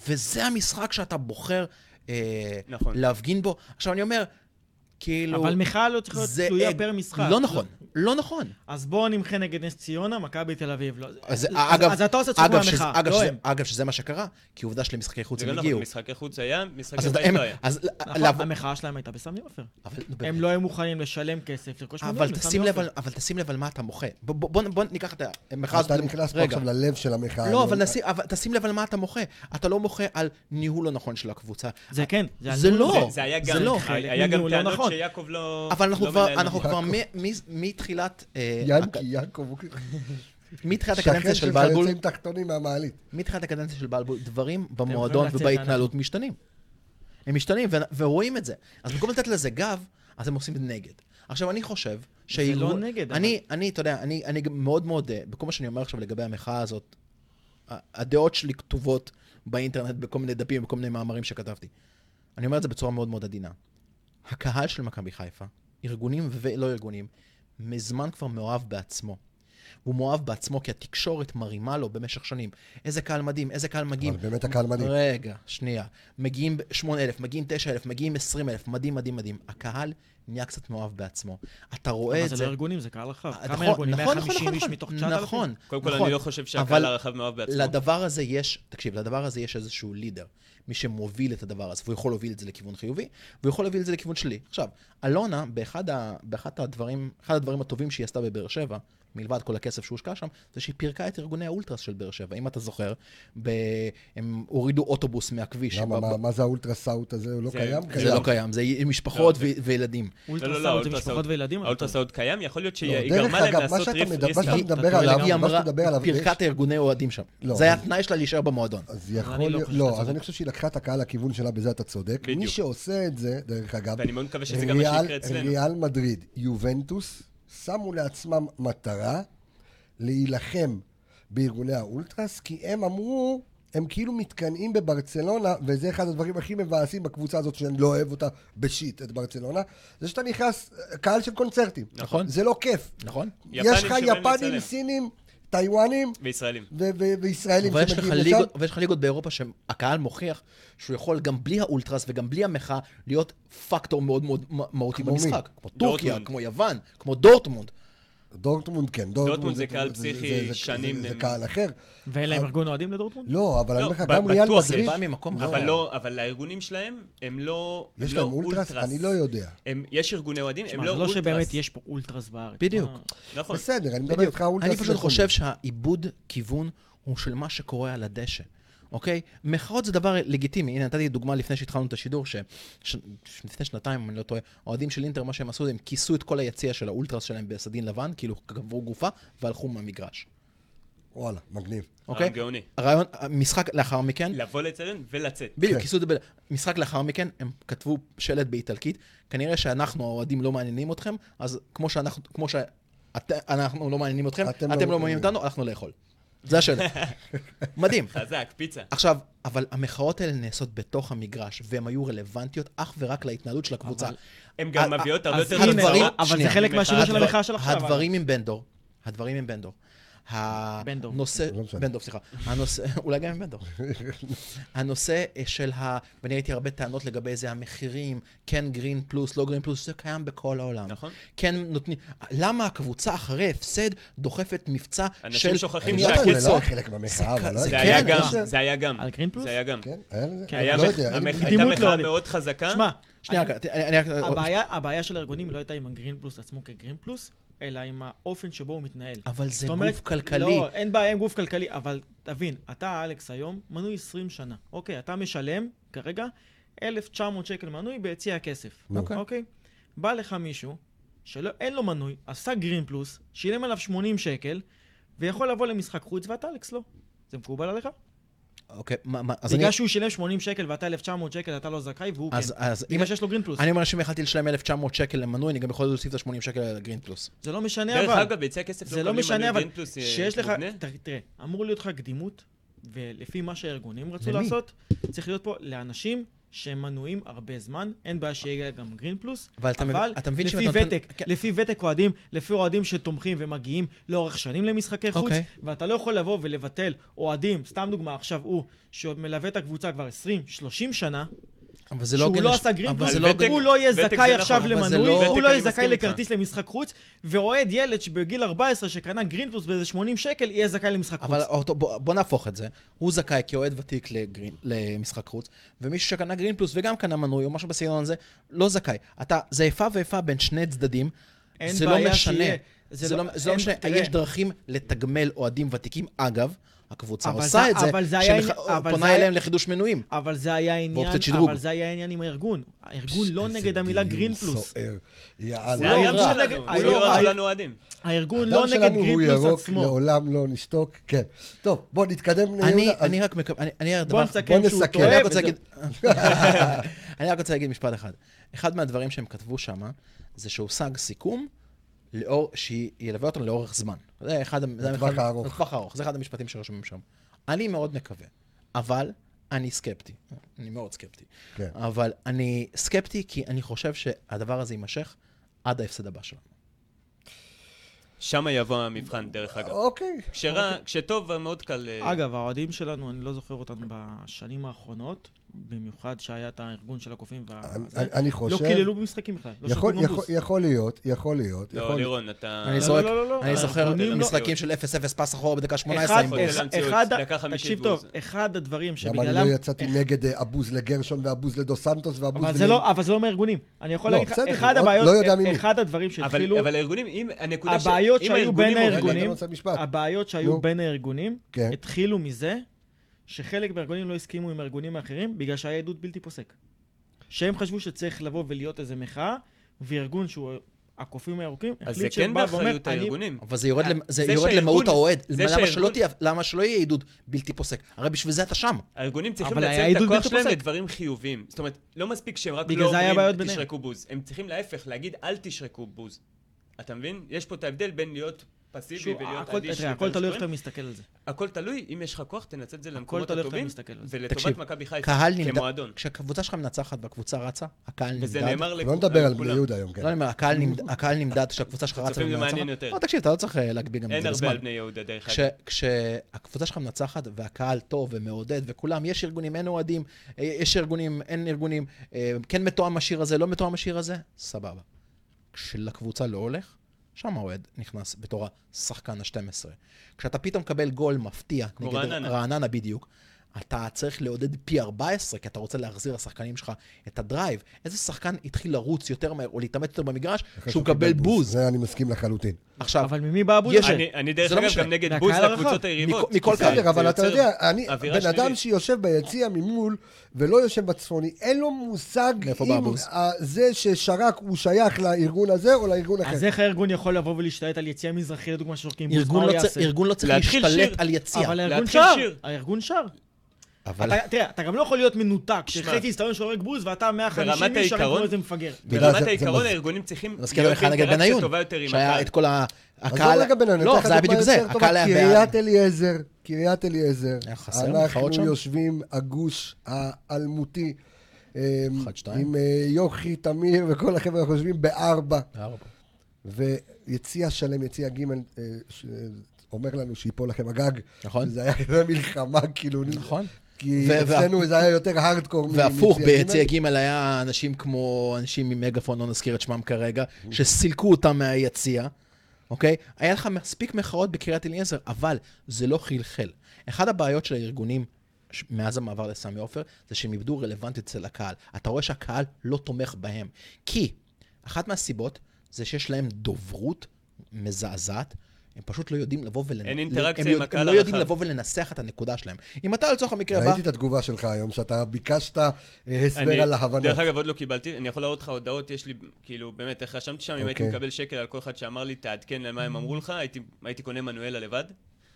Speaker 4: וזה המשחק שאתה בוחר אה,
Speaker 2: נכון.
Speaker 4: להפגין בו. עכשיו אני אומר, כאילו...
Speaker 3: אבל מחאה לא צריכה להיות
Speaker 4: זה
Speaker 3: תלויה
Speaker 4: אג-
Speaker 3: פר משחק.
Speaker 4: לא נכון, לא נכון.
Speaker 3: אז בואו נמחה נגד נס ציונה, מכבי תל אביב. לא-
Speaker 4: אז,
Speaker 3: אז-
Speaker 4: אגב,
Speaker 3: אז אתה עושה צחוק
Speaker 4: אגב, שזה,
Speaker 3: מהמחאה,
Speaker 4: אגב,
Speaker 3: לא
Speaker 4: שזה,
Speaker 3: הם.
Speaker 4: אגב, שזה מה שקרה, כי עובדה שלמשחקי חוץ
Speaker 2: זה
Speaker 4: הם
Speaker 2: גם נכון,
Speaker 4: הגיעו.
Speaker 2: משחקי חוץ היה, משחקי
Speaker 4: אז אתה-
Speaker 2: בית
Speaker 4: הם...
Speaker 2: לא היה.
Speaker 4: אז...
Speaker 3: נכון,
Speaker 4: לבוא-
Speaker 3: המחאה שלהם הייתה בסמי עופר.
Speaker 4: אבל-
Speaker 3: הם לא היו מוכנים לשלם כסף, לרכוש
Speaker 4: אבל
Speaker 3: מנויים בסמי
Speaker 4: תשים לב
Speaker 3: עופר.
Speaker 4: על- אבל תשים לב על מה אתה מוחה. בוא- בוא בוא- בוא ניקח את המחאה הזאת.
Speaker 1: אתה נכנס פה
Speaker 4: רגע.
Speaker 1: עכשיו ללב של המחאה.
Speaker 4: לא,
Speaker 1: אני-
Speaker 4: אבל, נשים, אבל תשים לב על מה אתה מוחה. אתה לא מוחה על ניהול לא נכון של הקבוצה.
Speaker 3: זה כן. זה
Speaker 4: זה
Speaker 3: הניהול.
Speaker 4: לא.
Speaker 2: זה- זה היה
Speaker 4: זה
Speaker 2: גם,
Speaker 4: לא.
Speaker 2: היה היה גם
Speaker 3: לא
Speaker 2: טענות
Speaker 3: נכון.
Speaker 2: שיעקב לא...
Speaker 4: אבל אנחנו
Speaker 2: לא
Speaker 4: כבר,
Speaker 2: מנהל
Speaker 4: אנחנו
Speaker 2: נכון.
Speaker 4: כבר מ- מ- מתחילת... אה,
Speaker 1: ינקי,
Speaker 4: הק-
Speaker 1: ינקו,
Speaker 4: מתחילת
Speaker 1: שכן
Speaker 4: הקדנציה של
Speaker 1: שלך
Speaker 4: בלבול,
Speaker 1: יוצאים תחתונים מהמעלית.
Speaker 4: מתחילת הקדנציה של בלבול, דברים במועדון
Speaker 3: יכולים לצאת
Speaker 4: ובהתנהלות משתנים. הם משתנים, ו- ורואים את זה. אז במקום לתת לזה גב, אז הם עושים נגד. עכשיו, אני חושב
Speaker 3: זה לא נגד,
Speaker 4: אני, אני, אתה יודע, אני, אני גם מאוד מאוד, אה, בכל מה שאני אומר עכשיו לגבי המחאה הזאת, ה- הדעות שלי כתובות באינטרנט בכל מיני דפים, בכל מיני מאמרים שכתבתי. אני אומר את זה בצורה מאוד מאוד עדינה. הקהל של מכבי חיפה, ארגונים ולא ארגונים, מזמן כבר מאוהב בעצמו. הוא מאוהב בעצמו כי התקשורת מרימה לו במשך שנים. איזה קהל מדהים, איזה קהל מגיעים.
Speaker 1: אבל באמת הקהל מדהים.
Speaker 4: רגע, שנייה. מגיעים 8,000, מגיעים 9,000, מגיעים 20,000, מדהים, מדהים, מדהים. הקהל נהיה קצת מאוהב בעצמו. אתה רואה
Speaker 3: אבל
Speaker 4: את
Speaker 3: זה לא
Speaker 4: אה, זה.
Speaker 3: ארגונים, זה קהל רחב.
Speaker 4: אה,
Speaker 3: כמה
Speaker 4: נכון,
Speaker 3: ארגונים?
Speaker 4: נכון,
Speaker 3: 150
Speaker 4: נכון,
Speaker 3: איש
Speaker 4: נכון,
Speaker 3: מתוך 9,000?
Speaker 4: נכון,
Speaker 2: קודם כל,
Speaker 4: נכון.
Speaker 2: אני לא חושב
Speaker 4: אבל
Speaker 2: שהקהל הרחב מאוהב בעצמו.
Speaker 4: לדבר הזה יש, תקשיב, לדבר הזה יש איזשהו לידר, מי שמוביל את הדבר הזה, והוא יכול להוביל את זה לכיוון חיובי, והוא יכול להוביל את זה לכיוון שלי. עכשיו, אלונה, באחד, ה, באחד הדברים, אחד הדברים הטובים שהיא עשתה בבאר שבע, מלבד כל הכסף שהושקע שם, זה שהיא פירקה את ארגוני האולטרס של באר שבע. אם אתה זוכר, ב... הם הורידו אוטובוס מהכביש.
Speaker 1: למה,
Speaker 4: ב-
Speaker 1: מה-
Speaker 4: ב-
Speaker 1: מה זה האולטרסאוט הזה? הוא לא
Speaker 2: זה-
Speaker 1: קיים?
Speaker 2: זה
Speaker 1: קיים.
Speaker 4: זה לא קיים, זה עם משפחות
Speaker 2: לא,
Speaker 4: ו- וילדים.
Speaker 2: לא, לא,
Speaker 3: אולטרסאוט זה
Speaker 2: האולטרסאוט-
Speaker 3: משפחות וילדים.
Speaker 2: האולטרסאונד קיים, יכול להיות
Speaker 1: לא,
Speaker 2: שהיא
Speaker 1: דרך
Speaker 2: גרמה להם
Speaker 1: אגב, מה
Speaker 2: לעשות
Speaker 1: שאתה
Speaker 2: ריף
Speaker 1: מדבר- מה
Speaker 2: ריסטארט.
Speaker 1: שאתה מדבר
Speaker 3: אתה
Speaker 1: עליו,
Speaker 4: היא
Speaker 1: מה
Speaker 4: אמרה,
Speaker 1: שאתה מדבר עליו, ויש-
Speaker 4: פירקת ארגוני אוהדים שם.
Speaker 1: לא,
Speaker 4: זה היה
Speaker 1: אבל-
Speaker 4: התנאי שלה להישאר במועדון.
Speaker 1: אז
Speaker 3: אני
Speaker 1: יכול
Speaker 3: לא
Speaker 1: להיות,
Speaker 3: חושב שאתה
Speaker 1: לא, אז
Speaker 3: צודק.
Speaker 1: אני חושב שהיא לקחה את הקהל לכיוון שלה, בזה אתה צודק. מי
Speaker 2: בדיוק.
Speaker 1: שעושה את זה, דרך אגב,
Speaker 2: ואני מאוד מקווה שזה גם מה
Speaker 1: ריאל-
Speaker 2: שיקרה אצלנו.
Speaker 1: ריאל מדריד, יובנטוס, שמו לעצמם מטרה להילחם בארגוני האולטרס, כי הם אמרו, הם כאילו מתקנאים בברצלונה, וזה אחד הדברים הכי מבאסים בקבוצה הזאת, שאני לא אוהב אותה בשיט, את ברצלונה, זה שאתה נכנס, קהל של קונצרטים.
Speaker 4: נכון.
Speaker 1: זה לא כיף.
Speaker 4: נכון?
Speaker 2: יפנים
Speaker 1: יש לך
Speaker 2: שבאים
Speaker 1: יפנים,
Speaker 2: לצלם.
Speaker 1: סינים, טיוואנים
Speaker 2: וישראלים.
Speaker 1: ו- ו- וישראלים
Speaker 4: אבל יש לך
Speaker 1: שמגיעים לשם.
Speaker 4: ליגות- אבל יש לך ליגות באירופה שהקהל מוכיח שהוא יכול גם בלי האולטרס וגם בלי המחאה להיות פקטור מאוד מאוד מ- מהותי
Speaker 1: כמו מי?
Speaker 4: במשחק. כמו
Speaker 2: דורטמונד.
Speaker 4: טורקיה, כמו יוון, כמו דורטמונד.
Speaker 1: דורטמונד כן,
Speaker 2: דורטמונד זה קהל פסיכי
Speaker 1: זה- זה-
Speaker 2: שנים
Speaker 1: זה- זה
Speaker 2: הם-
Speaker 1: קהל אחר.
Speaker 3: ואין
Speaker 2: אה,
Speaker 3: להם ארגון אוהדים לדורטמונד?
Speaker 1: לא, אבל אני
Speaker 2: לא,
Speaker 1: אומר לך,
Speaker 2: ב-
Speaker 1: גם ריאל
Speaker 2: בטוח
Speaker 4: זה
Speaker 1: מדריד,
Speaker 4: בא ממקום
Speaker 1: לא.
Speaker 2: אבל לא, אבל הארגונים שלהם, הם לא
Speaker 1: יש
Speaker 2: הם לא
Speaker 1: להם אולטרס? אני לא יודע.
Speaker 2: הם- יש ארגוני אוהדים, הם
Speaker 3: שמע,
Speaker 2: לא
Speaker 3: זה לא
Speaker 2: אולטרס.
Speaker 3: שבאמת יש פה אולטרס בארץ. אה,
Speaker 4: בדיוק.
Speaker 3: מה-
Speaker 2: נכון.
Speaker 1: בסדר, אני מדבר
Speaker 4: בדיוק.
Speaker 1: איתך אולטרס.
Speaker 4: אני פשוט
Speaker 1: מקומי.
Speaker 4: חושב שהעיבוד כיוון הוא של מה שקורה על הדשא. אוקיי? מחאות זה דבר לגיטימי. הנה, נתתי דוגמה לפני שהתחלנו את השידור, ש... ש... ש- לפני שנתיים, אם אני לא טועה, האוהדים של אינטר, מה שהם עשו, זה הם כיסו את כל היציע של האולטרס שלהם בסדין לבן, כאילו קברו גופה, והלכו מהמגרש.
Speaker 1: וואלה, מגניב.
Speaker 4: אוקיי?
Speaker 2: רעיון גאוני.
Speaker 4: הרעיון, המשחק לאחר מכן,
Speaker 2: לבוא לצלם ולצאת.
Speaker 4: בדיוק,
Speaker 1: כן.
Speaker 4: כיסו את זה ב... משחק לאחר מכן, הם כתבו שלט באיטלקית, כנראה שאנחנו האוהדים לא מעניינים אתכם, אז כמו שאנחנו, כמו שאנחנו לא מעניינים אתכם,
Speaker 1: אתם
Speaker 4: אתם,
Speaker 1: לא
Speaker 4: לא מעניינים
Speaker 1: מעניינים.
Speaker 4: אותנו, הלכנו לאכול. זה השלט. מדהים.
Speaker 2: חזק, פיצה.
Speaker 4: עכשיו, אבל המחאות האלה נעשות בתוך המגרש, והן היו רלוונטיות אך ורק להתנהלות של הקבוצה.
Speaker 3: אבל-
Speaker 2: הם גם
Speaker 4: ה-
Speaker 1: אה,
Speaker 4: ה-
Speaker 2: מביאות הרבה
Speaker 4: אז
Speaker 2: יותר...
Speaker 4: הנה,
Speaker 2: תוצאות.
Speaker 4: אבל-
Speaker 3: אבל זה
Speaker 4: שנייה.
Speaker 3: חלק מהשינוי של
Speaker 4: הדבר-
Speaker 3: המחאה של עכשיו. אבל-
Speaker 4: הדברים עם בנדור, הדברים עם בנדור.
Speaker 3: בן דור.
Speaker 4: הנושא,
Speaker 1: לא משנה.
Speaker 4: בנדור, סליחה, הנושא, אולי גם עם בנדור. הנושא אה, של ה... ואני ראיתי הרבה טענות לגבי זה, המחירים, כן גרין פלוס, לא גרין פלוס, זה קיים בכל העולם.
Speaker 2: נכון.
Speaker 4: כן נותנים... למה הקבוצה אחרי הפסד דוחפת מבצע של...
Speaker 2: אנשים שוכחים
Speaker 1: אני
Speaker 4: קניית
Speaker 1: לא יודע, אולי לא
Speaker 4: קבוצות?
Speaker 1: היה חלק מהמחאה,
Speaker 4: זה-
Speaker 1: אבל לא
Speaker 4: זה
Speaker 2: זה
Speaker 1: יודע.
Speaker 2: היה
Speaker 4: כן,
Speaker 2: גם,
Speaker 4: יש
Speaker 1: זה-
Speaker 2: זה היה גם.
Speaker 3: על גרין פלוס?
Speaker 2: זה היה גם.
Speaker 1: כן, היה לזה?
Speaker 2: היה
Speaker 1: לא
Speaker 2: מח-
Speaker 1: יודע, אני-
Speaker 2: המח- הייתה
Speaker 3: קדימות לא
Speaker 2: מחאה
Speaker 3: עולים.
Speaker 2: מאוד חזקה.
Speaker 3: שמע,
Speaker 4: שנייה, רגע, אני- אני רק...
Speaker 3: הבעיה, הבעיה של הארגונים לא הייתה עם הגרין פלוס עצמו כגרין פלוס, אלא עם האופן שבו הוא מתנהל.
Speaker 4: אבל זה
Speaker 3: זאת אומרת,
Speaker 4: גוף כלכלי.
Speaker 3: לא, אין בעיה עם גוף כלכלי, אבל תבין, אתה, אלכס, היום מנוי 20 שנה. אוקיי, אתה משלם כרגע 1,900 שקל מנוי ביציע הכסף.
Speaker 1: נו.
Speaker 3: אוקיי. אוקיי? בא לך מישהו שאין לו מנוי, עשה גרין פלוס, שילם עליו 80 שקל, ויכול לבוא למשחק חוץ, ואתה, אלכס, לא. זה מקובל עליך?
Speaker 4: אוקיי, מה, מה, אז אני...
Speaker 3: בגלל שהוא שילם 80 שקל ואתה 1,900 שקל, אתה לא זכאי, והוא
Speaker 4: אז,
Speaker 3: כן.
Speaker 4: אז אם
Speaker 3: בגלל שיש לו גרין פלוס.
Speaker 4: אני אומר שאם יכלתי לשלם 1,900 שקל למנוי, אני גם יכול להוסיף את ה-80 שקל על הגרין פלוס.
Speaker 3: זה לא משנה,
Speaker 2: דרך
Speaker 3: אבל...
Speaker 2: אגב, ביצי הכסף
Speaker 3: זה לא
Speaker 2: מקבלים
Speaker 3: משנה,
Speaker 2: מנוי
Speaker 3: אבל
Speaker 2: גרין פלוס, אה,
Speaker 3: שיש לך, לא,
Speaker 2: מובנה.
Speaker 3: ת- תראה, אמור להיות לך קדימות, ולפי מה שהארגונים רצו
Speaker 4: למי?
Speaker 3: לעשות, צריך להיות פה לאנשים שהם מנויים הרבה זמן, אין בעיה שיהיה גם גרין פלוס,
Speaker 4: אבל אתה מבין-
Speaker 3: אבל
Speaker 4: אתה מבין שאם
Speaker 3: לפי
Speaker 4: אתה נותן-
Speaker 3: ותק,
Speaker 4: כן.
Speaker 3: לפי ותק אוהדים, לפי אוהדים שתומכים ומגיעים לאורך שנים למשחקי חוץ,
Speaker 4: אוקיי.
Speaker 3: ואתה לא יכול לבוא ולבטל אוהדים, סתם דוגמה עכשיו הוא, שמלווה את הקבוצה כבר 20-30 שנה,
Speaker 4: אבל זה לא...
Speaker 3: שהוא
Speaker 4: הוגן
Speaker 3: לא
Speaker 4: לש-
Speaker 3: עשה גרין
Speaker 4: אבל
Speaker 3: פלוס,
Speaker 4: זה לא הוגן.
Speaker 3: הוא לא יהיה
Speaker 2: ותק זה
Speaker 3: זכאי
Speaker 2: נכון,
Speaker 3: עכשיו
Speaker 4: אבל זה
Speaker 3: למנוי,
Speaker 4: לא-
Speaker 3: הוא לא יהיה
Speaker 2: ותק אני
Speaker 3: זכאי
Speaker 2: מסכים איתך.
Speaker 3: לכרטיס למשחק חוץ, ואוהד ילד שבגיל 14 שקנה גרין פלוס באיזה 80 שקל, יהיה זכאי למשחק חוץ.
Speaker 4: אבל אותו, בוא, בוא נהפוך את זה. הוא זכאי כאוהד ותיק לגרין, למשחק חוץ, ומישהו שקנה גרין פלוס וגם קנה מנוי או משהו בסגנון הזה, לא זכאי. אתה, זה איפה ואיפה בין שני צדדים.
Speaker 3: אין
Speaker 4: זה לא
Speaker 3: בעיה
Speaker 4: משנה.
Speaker 3: שיהיה.
Speaker 4: זה, לא, זה לא
Speaker 3: אין-
Speaker 4: משנה.
Speaker 3: תראה.
Speaker 4: יש דרכים לתגמל אוהדים ותיקים. אגב, הקבוצה
Speaker 3: אבל
Speaker 4: עושה
Speaker 3: זה-
Speaker 4: את זה,
Speaker 3: אבל זה היה
Speaker 4: שהיא
Speaker 3: עניין-
Speaker 4: מח-
Speaker 3: אבל זה
Speaker 4: פונה
Speaker 3: היה-
Speaker 4: אליהם לחידוש מנויים.
Speaker 3: אבל זה היה העניין,
Speaker 4: ואופציית שדרוג.
Speaker 3: אבל זה היה העניין עם הארגון. הארגון לא
Speaker 1: איזה
Speaker 3: נגד המילה
Speaker 1: דיון
Speaker 3: גרין פלוס.
Speaker 1: סוער.
Speaker 2: זה
Speaker 1: יאללה.
Speaker 2: הים
Speaker 3: הוא לא
Speaker 2: שלנו,
Speaker 3: רע.
Speaker 2: זה
Speaker 3: הוא לא
Speaker 2: הים
Speaker 3: רע.
Speaker 2: שלנו אוהדים.
Speaker 3: הארגון
Speaker 1: הדם
Speaker 3: לא נגד
Speaker 1: שלנו
Speaker 3: גרין
Speaker 1: הוא
Speaker 3: פלוס
Speaker 1: ירוק,
Speaker 3: עצמו.
Speaker 1: לעולם לא נשתוק. כן. טוב, בוא נתקדם.
Speaker 4: אני,
Speaker 1: ליהודה.
Speaker 4: אני רק מקווה, כן, אני, אני, הדבר-
Speaker 3: בוא נסכם שהוא
Speaker 1: נסכם.
Speaker 3: טועה.
Speaker 4: אני רק
Speaker 3: וזה-
Speaker 4: רוצה להגיד, אני רק רוצה להגיד משפט אחד. אחד מהדברים שהם כתבו שם, זה שהושג סיכום לאור, שילווה אותנו לאורך זמן. זה אחד... זה
Speaker 1: לטווח
Speaker 4: אחד-
Speaker 1: הארוך.
Speaker 4: לטווח הארוך, זה אחד המשפטים שרשומים שם. אני מאוד מקווה, אבל אני סקפטי. אני מאוד סקפטי.
Speaker 1: כן.
Speaker 4: אבל אני סקפטי כי אני חושב שהדבר הזה יימשך עד ההפסד הבא שלנו.
Speaker 2: שם יבוא המבחן, דרך אגב.
Speaker 1: אוקיי.
Speaker 2: כשרע, כשטוב, מאוד קל... אה,
Speaker 3: אגב, האוהדים שלנו, אני לא זוכר אותנו בשנים האחרונות, במיוחד שהיה את הארגון של הקופים וה...
Speaker 1: אני-
Speaker 3: זה,
Speaker 1: אני
Speaker 3: לא
Speaker 1: חושב...
Speaker 3: קיללו במשחקים בכלל. לא
Speaker 1: יכול-
Speaker 3: שלחו
Speaker 1: יכול-
Speaker 3: בוז.
Speaker 1: יכול להיות, יכול להיות. יכול
Speaker 2: לא,
Speaker 1: להיות.
Speaker 2: לירון, אתה...
Speaker 4: אני
Speaker 3: לא,
Speaker 4: זוכר-
Speaker 3: לא, לא, לא,
Speaker 4: אני
Speaker 3: לא,
Speaker 4: זוכר
Speaker 3: הנתונים לא-
Speaker 4: משחקים של 0-0 פס אחורה בדקה 18
Speaker 3: אחד-
Speaker 4: עם
Speaker 2: בוז.
Speaker 3: אחד-
Speaker 2: כולל המציאות,
Speaker 3: אחד-
Speaker 2: דקה חמישית
Speaker 3: תקשיב
Speaker 2: בוז.
Speaker 3: טוב, אחד הדברים
Speaker 1: למה אני לא
Speaker 3: שבגללם...
Speaker 1: יצאתי נגד אה, הבוז לגרשון והבוז לדו סנטוס והבוז...
Speaker 3: אבל זה
Speaker 1: למי?
Speaker 3: לא- אבל זה לא מהארגונים. אני יכול
Speaker 1: לא,
Speaker 3: להגיד לך,
Speaker 1: בסדר,
Speaker 3: אחד
Speaker 1: לא-
Speaker 3: הבעיות,
Speaker 1: לא יודע ממי.
Speaker 3: אחד הדברים שהתחילו,
Speaker 2: אבל, אבל הארגונים, אם הנקודה
Speaker 3: הבעיות
Speaker 2: אם
Speaker 3: שהיו בין
Speaker 2: הורידו-
Speaker 1: רגע,
Speaker 3: הארגונים-
Speaker 1: אתה רוצה משפט?
Speaker 3: הבעיות
Speaker 1: נו.
Speaker 3: שהיו בין הארגונים,
Speaker 1: כן.
Speaker 3: התחילו מזה שחלק מהארגונים לא הסכימו עם הארגונים האחרים בגלל שהיה עדות בלתי פוסק. שהם חשבו שצריך לבוא ולהיות איזה מחאה, וארגון שהוא הקופים הירוקים,
Speaker 2: אז זה
Speaker 3: החליט
Speaker 2: כן
Speaker 3: שבא ואומר,
Speaker 2: באחריות
Speaker 3: אני...
Speaker 2: הארגונים.
Speaker 4: אבל זה יורד, למ... זה
Speaker 2: אה, זה
Speaker 4: יורד
Speaker 2: שהארגון-
Speaker 4: למהות האוהד.
Speaker 2: זה
Speaker 4: למה, שלא
Speaker 2: שהארגון-
Speaker 4: תהיה, למה שלא יהיה עידוד בלתי פוסק? הרי בשביל זה אתה שם.
Speaker 2: הארגונים צריכים
Speaker 3: אבל
Speaker 2: לנצל
Speaker 3: היה
Speaker 2: את
Speaker 3: עידוד
Speaker 2: הכוח
Speaker 3: בלתי
Speaker 2: שלהם
Speaker 3: פוסק.
Speaker 2: לדברים חיוביים. זאת אומרת, לא מספיק שהם רק
Speaker 3: בגלל
Speaker 2: לא
Speaker 3: זה היה בעיות
Speaker 2: אומרים
Speaker 3: ביניהם.
Speaker 2: תשרקו בוז. הם צריכים להפך, להגיד אל תשרקו בוז. אתה מבין? יש פה את ההבדל בין להיות פסיבי
Speaker 3: שוב,
Speaker 2: ולהיות
Speaker 3: הכל-
Speaker 2: אדיש.
Speaker 3: תראה, הכל
Speaker 2: לדברים
Speaker 3: תלוי איך אתה
Speaker 2: שקורים.
Speaker 3: מסתכל על זה.
Speaker 2: הכל תלוי, אם יש לך כוח, תנצל את זה למקומות
Speaker 3: תלוי איך אתה
Speaker 2: הטובים,
Speaker 3: מסתכל על זה.
Speaker 2: ולטובת
Speaker 4: תקשיב,
Speaker 2: מכבי חיפה,
Speaker 4: קהל נמדד,
Speaker 2: כמועדון.
Speaker 4: כשהקבוצה שלך מנצחת והקבוצה רצה, הקהל נמדד.
Speaker 2: וזה נאמר לכ-
Speaker 1: לא נדבר על
Speaker 2: לכולם.
Speaker 1: בני יהודה היום, כן.
Speaker 4: לא, אני אומר, הקהל נמד- הקהל נמדד כשהקבוצה שלך רצה
Speaker 2: הצופים זה מעניין יותר.
Speaker 4: לא, תקשיב, אתה לא צריך אה, להגביל גם את
Speaker 2: אין
Speaker 4: זה
Speaker 2: הרבה
Speaker 4: בזמן.
Speaker 2: על בני יהודה, דרך
Speaker 4: כש-
Speaker 2: אגב.
Speaker 4: כשהקבוצה שלך מנצחת והקהל טוב ומעודד וכולם, יש ארגונים, אין אוהדים, אה, יש ארגונים, אין ארגונים, אה, כן מתואם השיר הזה, לא מתואם השיר הזה, סבבה. כשלקבוצה לא הולך, שם האוהד נכנס בתור השחקן ה-12. כשאתה פתאום מקבל גול מפתיע
Speaker 2: כמו
Speaker 4: נגד
Speaker 2: רעננה.
Speaker 4: רעננה בדיוק, אתה צריך לעודד פי 14, כי אתה רוצה להחזיר לשחקנים שלך את הדרייב. איזה שחקן התחיל לרוץ יותר מהר או להתאמץ יותר במגרש
Speaker 1: אחרי
Speaker 4: כשהוא
Speaker 1: שהוא קיבל
Speaker 4: מקבל בוז?
Speaker 1: זה אני מסכים לחלוטין.
Speaker 4: עכשיו,
Speaker 3: אבל ממי בא הבוז?
Speaker 4: יש-
Speaker 3: הזה?
Speaker 2: אני- אני דרך
Speaker 4: זה לא
Speaker 2: אגב
Speaker 4: משנה.
Speaker 2: גם נגד
Speaker 3: מהקהל
Speaker 2: בוז
Speaker 3: הרחב.
Speaker 2: לקבוצות היריבות.
Speaker 4: מכ- מכל
Speaker 2: כי זה-
Speaker 4: קהל.
Speaker 1: בסדר, אבל
Speaker 2: זה
Speaker 1: אתה
Speaker 2: יוצר
Speaker 1: יודע, אני,
Speaker 2: אווירה
Speaker 1: בן אדם
Speaker 2: שלילית.
Speaker 1: שיושב ביציע ממול ולא יושב בצפוני, אין לו מושג
Speaker 4: מאיפה בא
Speaker 1: אם
Speaker 4: הבוז?
Speaker 1: ה- זה ששרק הוא שייך לארגון הזה או לארגון אחר.
Speaker 3: אז איך הארגון יכול לבוא ולהשתלט על יציע מזרחי לדוגמה שזורקים בוז?
Speaker 4: ארגון
Speaker 3: מה הוא
Speaker 4: לא צ-
Speaker 3: יעשה?
Speaker 4: ארגון לא צריך
Speaker 2: להתחיל שיר.
Speaker 4: להשתלט על יציע.
Speaker 3: אבל הארגון
Speaker 2: להתחיל
Speaker 3: שר,
Speaker 2: שיר.
Speaker 3: הארגון שר.
Speaker 4: אבל...
Speaker 3: אתה- תראה, אתה גם לא יכול להיות מנותק,
Speaker 2: תשמע.
Speaker 3: שחצי הסתובב שורק בוז ואתה 150
Speaker 2: ברמת
Speaker 3: איש שרק
Speaker 2: העיקרון-
Speaker 3: כמו איזה מפגר.
Speaker 1: בגלל זה-
Speaker 2: ברמת
Speaker 1: זה מז-
Speaker 2: העיקרון הארגונים צריכים
Speaker 4: מזכיר לך נגד בניון,
Speaker 2: טובה יותר עם
Speaker 4: שהיה
Speaker 2: הקהל.
Speaker 4: את כל ה-
Speaker 1: עזוב
Speaker 4: הקהל...
Speaker 1: רגע בינינו,
Speaker 4: לא, זה היה בדיוק זה, הקהל היה בעד.
Speaker 1: קריית אליעזר, קריית אליעזר.
Speaker 4: היה חסר לך
Speaker 1: אנחנו
Speaker 4: עוד שם?
Speaker 1: יושבים, הגוש האלמותי. אמ,
Speaker 4: אחד, שתיים.
Speaker 1: עם אה, יוכי, תמיר וכל החבר'ה, אנחנו יושבים בארבע.
Speaker 4: ארבע.
Speaker 1: ויציע שלם, יציע ג' אה, ש- אומר לנו שיפול לכם הגג.
Speaker 4: נכון.
Speaker 1: זה היה כזה מלחמה, כאילו.
Speaker 4: נכון.
Speaker 1: כי
Speaker 4: ו-
Speaker 1: אצלנו זה היה יותר הארדקור. מ-
Speaker 4: והפוך,
Speaker 1: מיציע
Speaker 4: ביציע
Speaker 1: ג'.
Speaker 4: ג' היה אנשים כמו אנשים עם מגפון, לא נזכיר את שמם כרגע, שסילקו אותם מהיציע, אוקיי? היה לך מספיק מחאות בקריית אליעזר, אבל זה לא חלחל. אחד הבעיות של הארגונים ש- מאז המעבר לסמי עופר, זה שהם איבדו רלוונטיות אצל הקהל. אתה רואה שהקהל לא תומך בהם. כי אחת מהסיבות זה שיש להם דוברות מזעזעת. הם פשוט לא יודעים לבוא ולנ...
Speaker 2: אין אינטראקציה
Speaker 4: הם
Speaker 2: עם
Speaker 4: יודע-
Speaker 2: הקהל
Speaker 4: הם לא יודעים
Speaker 2: הרחב.
Speaker 4: לבוא ולנסח את הנקודה שלהם. אם אתה לצורך המקרה הבא...
Speaker 1: ראיתי את התגובה שלך היום, שאתה ביקשת אה,
Speaker 2: אני-
Speaker 1: הסבר על ההבנות.
Speaker 2: דרך אגב, עוד לא קיבלתי, אני יכול להראות לך הודעות, יש לי, כאילו, באמת, איך רשמתי שם, אם הייתי
Speaker 1: אוקיי. Mm.
Speaker 2: מקבל שקל על כל אחד שאמר לי, תעדכן למה הם אמרו לך, הייתי- הייתי קונה מנואלה לבד.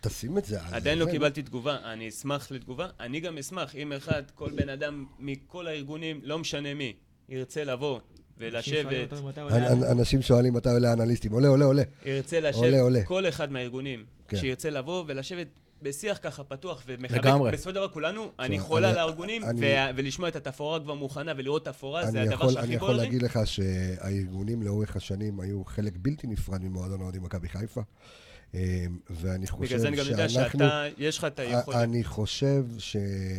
Speaker 1: תשים את זה. אז
Speaker 2: עדיין לא
Speaker 1: זה-
Speaker 2: קיבלתי תגובה, אני אשמח לתגובה. אני גם אשמח, אם אחד, כל בן אדם מכל הארגונים, לא משנה מי, ירצה לבוא ולשבת,
Speaker 1: אנ- אנ- אנשים שואלים מתי עולה אנליסטים. עולה, עולה, עולה.
Speaker 2: ירצה
Speaker 1: עולה,
Speaker 2: לשבת,
Speaker 1: עולה.
Speaker 2: כל אחד מהארגונים,
Speaker 1: כן.
Speaker 2: שירצה לבוא ולשבת בשיח ככה פתוח ומחבק.
Speaker 4: לגמרי.
Speaker 2: בסופו של דבר כולנו, אני
Speaker 1: תשמע,
Speaker 2: חולה
Speaker 1: כן, אני-
Speaker 2: על הארגונים,
Speaker 1: אני-
Speaker 2: ו- ולשמוע את התפאורה כבר מוכנה ולראות תפאורה, אה, זה
Speaker 1: אני
Speaker 2: הדבר
Speaker 1: יכול, אני
Speaker 2: שהכי
Speaker 1: יכול
Speaker 2: בוער לי.
Speaker 1: להגיד לך שהארגונים לאורך השנים היו חלק בלתי נפרד ממועדון האוהדים מכבי חיפה. אה, ואני חושב
Speaker 2: בגלל זה אני גם יודע
Speaker 1: שאנחנו- אה,
Speaker 2: שאתה, יש לך את היכולת.
Speaker 1: אני חושב ש...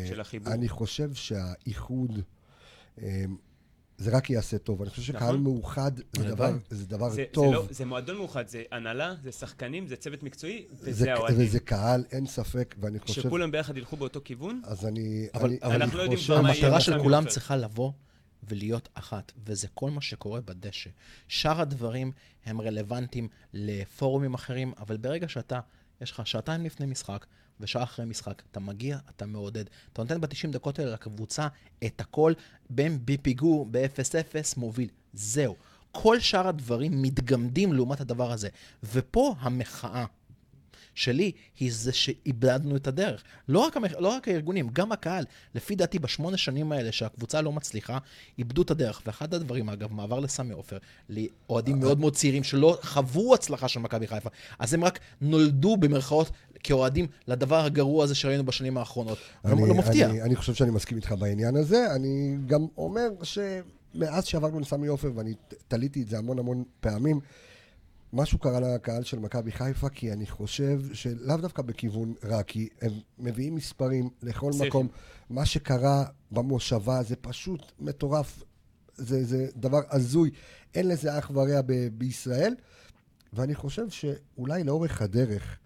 Speaker 2: של החיבור.
Speaker 1: אני חושב שהאיחוד, אמ, זה רק יעשה טוב. אני חושב שקהל
Speaker 2: נכון.
Speaker 1: מאוחד זה
Speaker 4: הלוואי.
Speaker 1: דבר- זה דבר
Speaker 2: זה- זה לא-
Speaker 1: טוב.
Speaker 2: זה מועדון מאוחד, זה הנהלה, זה שחקנים, זה צוות מקצועי,
Speaker 1: זה-
Speaker 2: וזה האוהדים.
Speaker 1: וזה קהל, אין ספק, ואני חושב...
Speaker 2: שכולם ביחד ילכו באותו כיוון,
Speaker 1: אז אני...
Speaker 4: אבל-
Speaker 1: אני-
Speaker 4: אבל
Speaker 1: אני
Speaker 2: אנחנו לא יודעים
Speaker 1: חושב-
Speaker 2: מה יהיה
Speaker 4: המטרה
Speaker 2: בסמי
Speaker 4: של כולם
Speaker 2: עופר.
Speaker 4: צריכה לבוא ולהיות אחת, וזה כל מה שקורה בדשא. שאר הדברים הם רלוונטיים לפורומים אחרים, אבל ברגע שאתה, יש לך שעתיים לפני משחק ושעה אחרי משחק, אתה מגיע, אתה מעודד. אתה נותן ב-90 דקות האלה לקבוצה את הכל, בין בפיגור, ב-0-0, מוביל. זהו. כל שאר הדברים מתגמדים לעומת הדבר הזה. ופה המחאה שלי היא זה שאיבדנו את הדרך. לא רק, המח... לא רק הארגונים, גם הקהל. לפי דעתי, בשמונה שנים האלה שהקבוצה לא מצליחה, איבדו את הדרך. ואחד הדברים, אגב, מעבר לסמי עופר, לאוהדים מאוד מאוד צעירים שלא חוו הצלחה של מכבי חיפה, אז הם רק נולדו במרכאות כאוהדים לדבר הגרוע הזה שראינו בשנים האחרונות. לא,
Speaker 1: אני-
Speaker 4: לא מפתיע.
Speaker 1: אני, אני חושב שאני מסכים איתך בעניין הזה. אני גם אומר שמאז שעברנו לסמי עופר, ואני ת- תליתי את זה המון המון פעמים, משהו קרה לקהל של מכבי חיפה, כי אני חושב שלאו דווקא בכיוון רע, כי הם מביאים מספרים לכל
Speaker 2: פסיכיים.
Speaker 1: מקום. מה שקרה במושבה זה פשוט מטורף. זה, זה דבר הזוי. אין לזה אח ורע ב- בישראל. ואני חושב שאולי לאורך הדרך,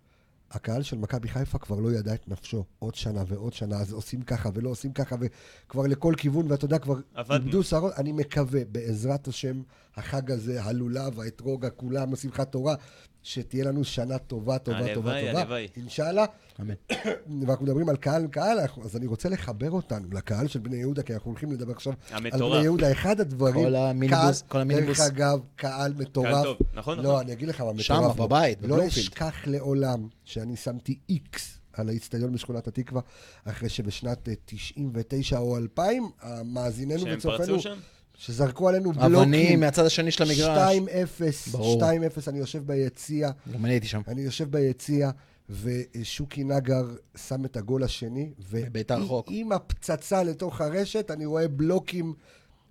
Speaker 1: הקהל של מכבי חיפה כבר לא ידע את נפשו עוד שנה ועוד שנה, אז עושים ככה ולא עושים ככה, וכבר לכל כיוון, ואתה יודע, כבר
Speaker 2: עבדנו.
Speaker 1: איבדו שערות. אני מקווה, בעזרת השם, החג הזה, הלולב, האתרוג, הכולם, שמחת תורה, שתהיה לנו שנה טובה, טובה,
Speaker 2: הלוואי,
Speaker 1: טובה, טובה.
Speaker 2: הלוואי.
Speaker 1: אינשאללה.
Speaker 4: אמן.
Speaker 1: ואנחנו מדברים על קהל, קהל, אנחנו- אז אני רוצה לחבר אותנו לקהל של בני יהודה, כי אנחנו הולכים לדבר עכשיו על
Speaker 2: המטורף.
Speaker 1: בני יהודה. אחד הדברים,
Speaker 4: כל המיניבוס,
Speaker 1: קהל,
Speaker 4: כל המיניבוס.
Speaker 1: דרך אגב, קהל מטורף.
Speaker 2: קהל טוב, נכון,
Speaker 1: לא,
Speaker 2: נכון.
Speaker 1: אני אגיד לך מה מטורף.
Speaker 4: שמה,
Speaker 1: בו.
Speaker 4: בבית,
Speaker 1: לא
Speaker 4: בבלומפילד.
Speaker 1: אשכח לעולם שאני שמתי איקס על האיצטדיון בשכונת התקווה, אחרי שבשנת אה, 99 או 2000, המאזיננו
Speaker 2: שהם
Speaker 1: וצופינו,
Speaker 2: פרצו שם?
Speaker 1: שזרקו עלינו
Speaker 4: אבנים
Speaker 1: בלוקים.
Speaker 4: מהצד השני של המגרש.
Speaker 1: 2-0,
Speaker 4: ברור.
Speaker 1: 2-0, אני יושב ביציע.
Speaker 4: גם אני הייתי שם.
Speaker 1: אני יושב ביציע, ושוקי נגר שם את הגול השני. ו-
Speaker 4: בביתר
Speaker 1: עם-
Speaker 4: רחוק.
Speaker 1: עם הפצצה לתוך הרשת, אני רואה בלוקים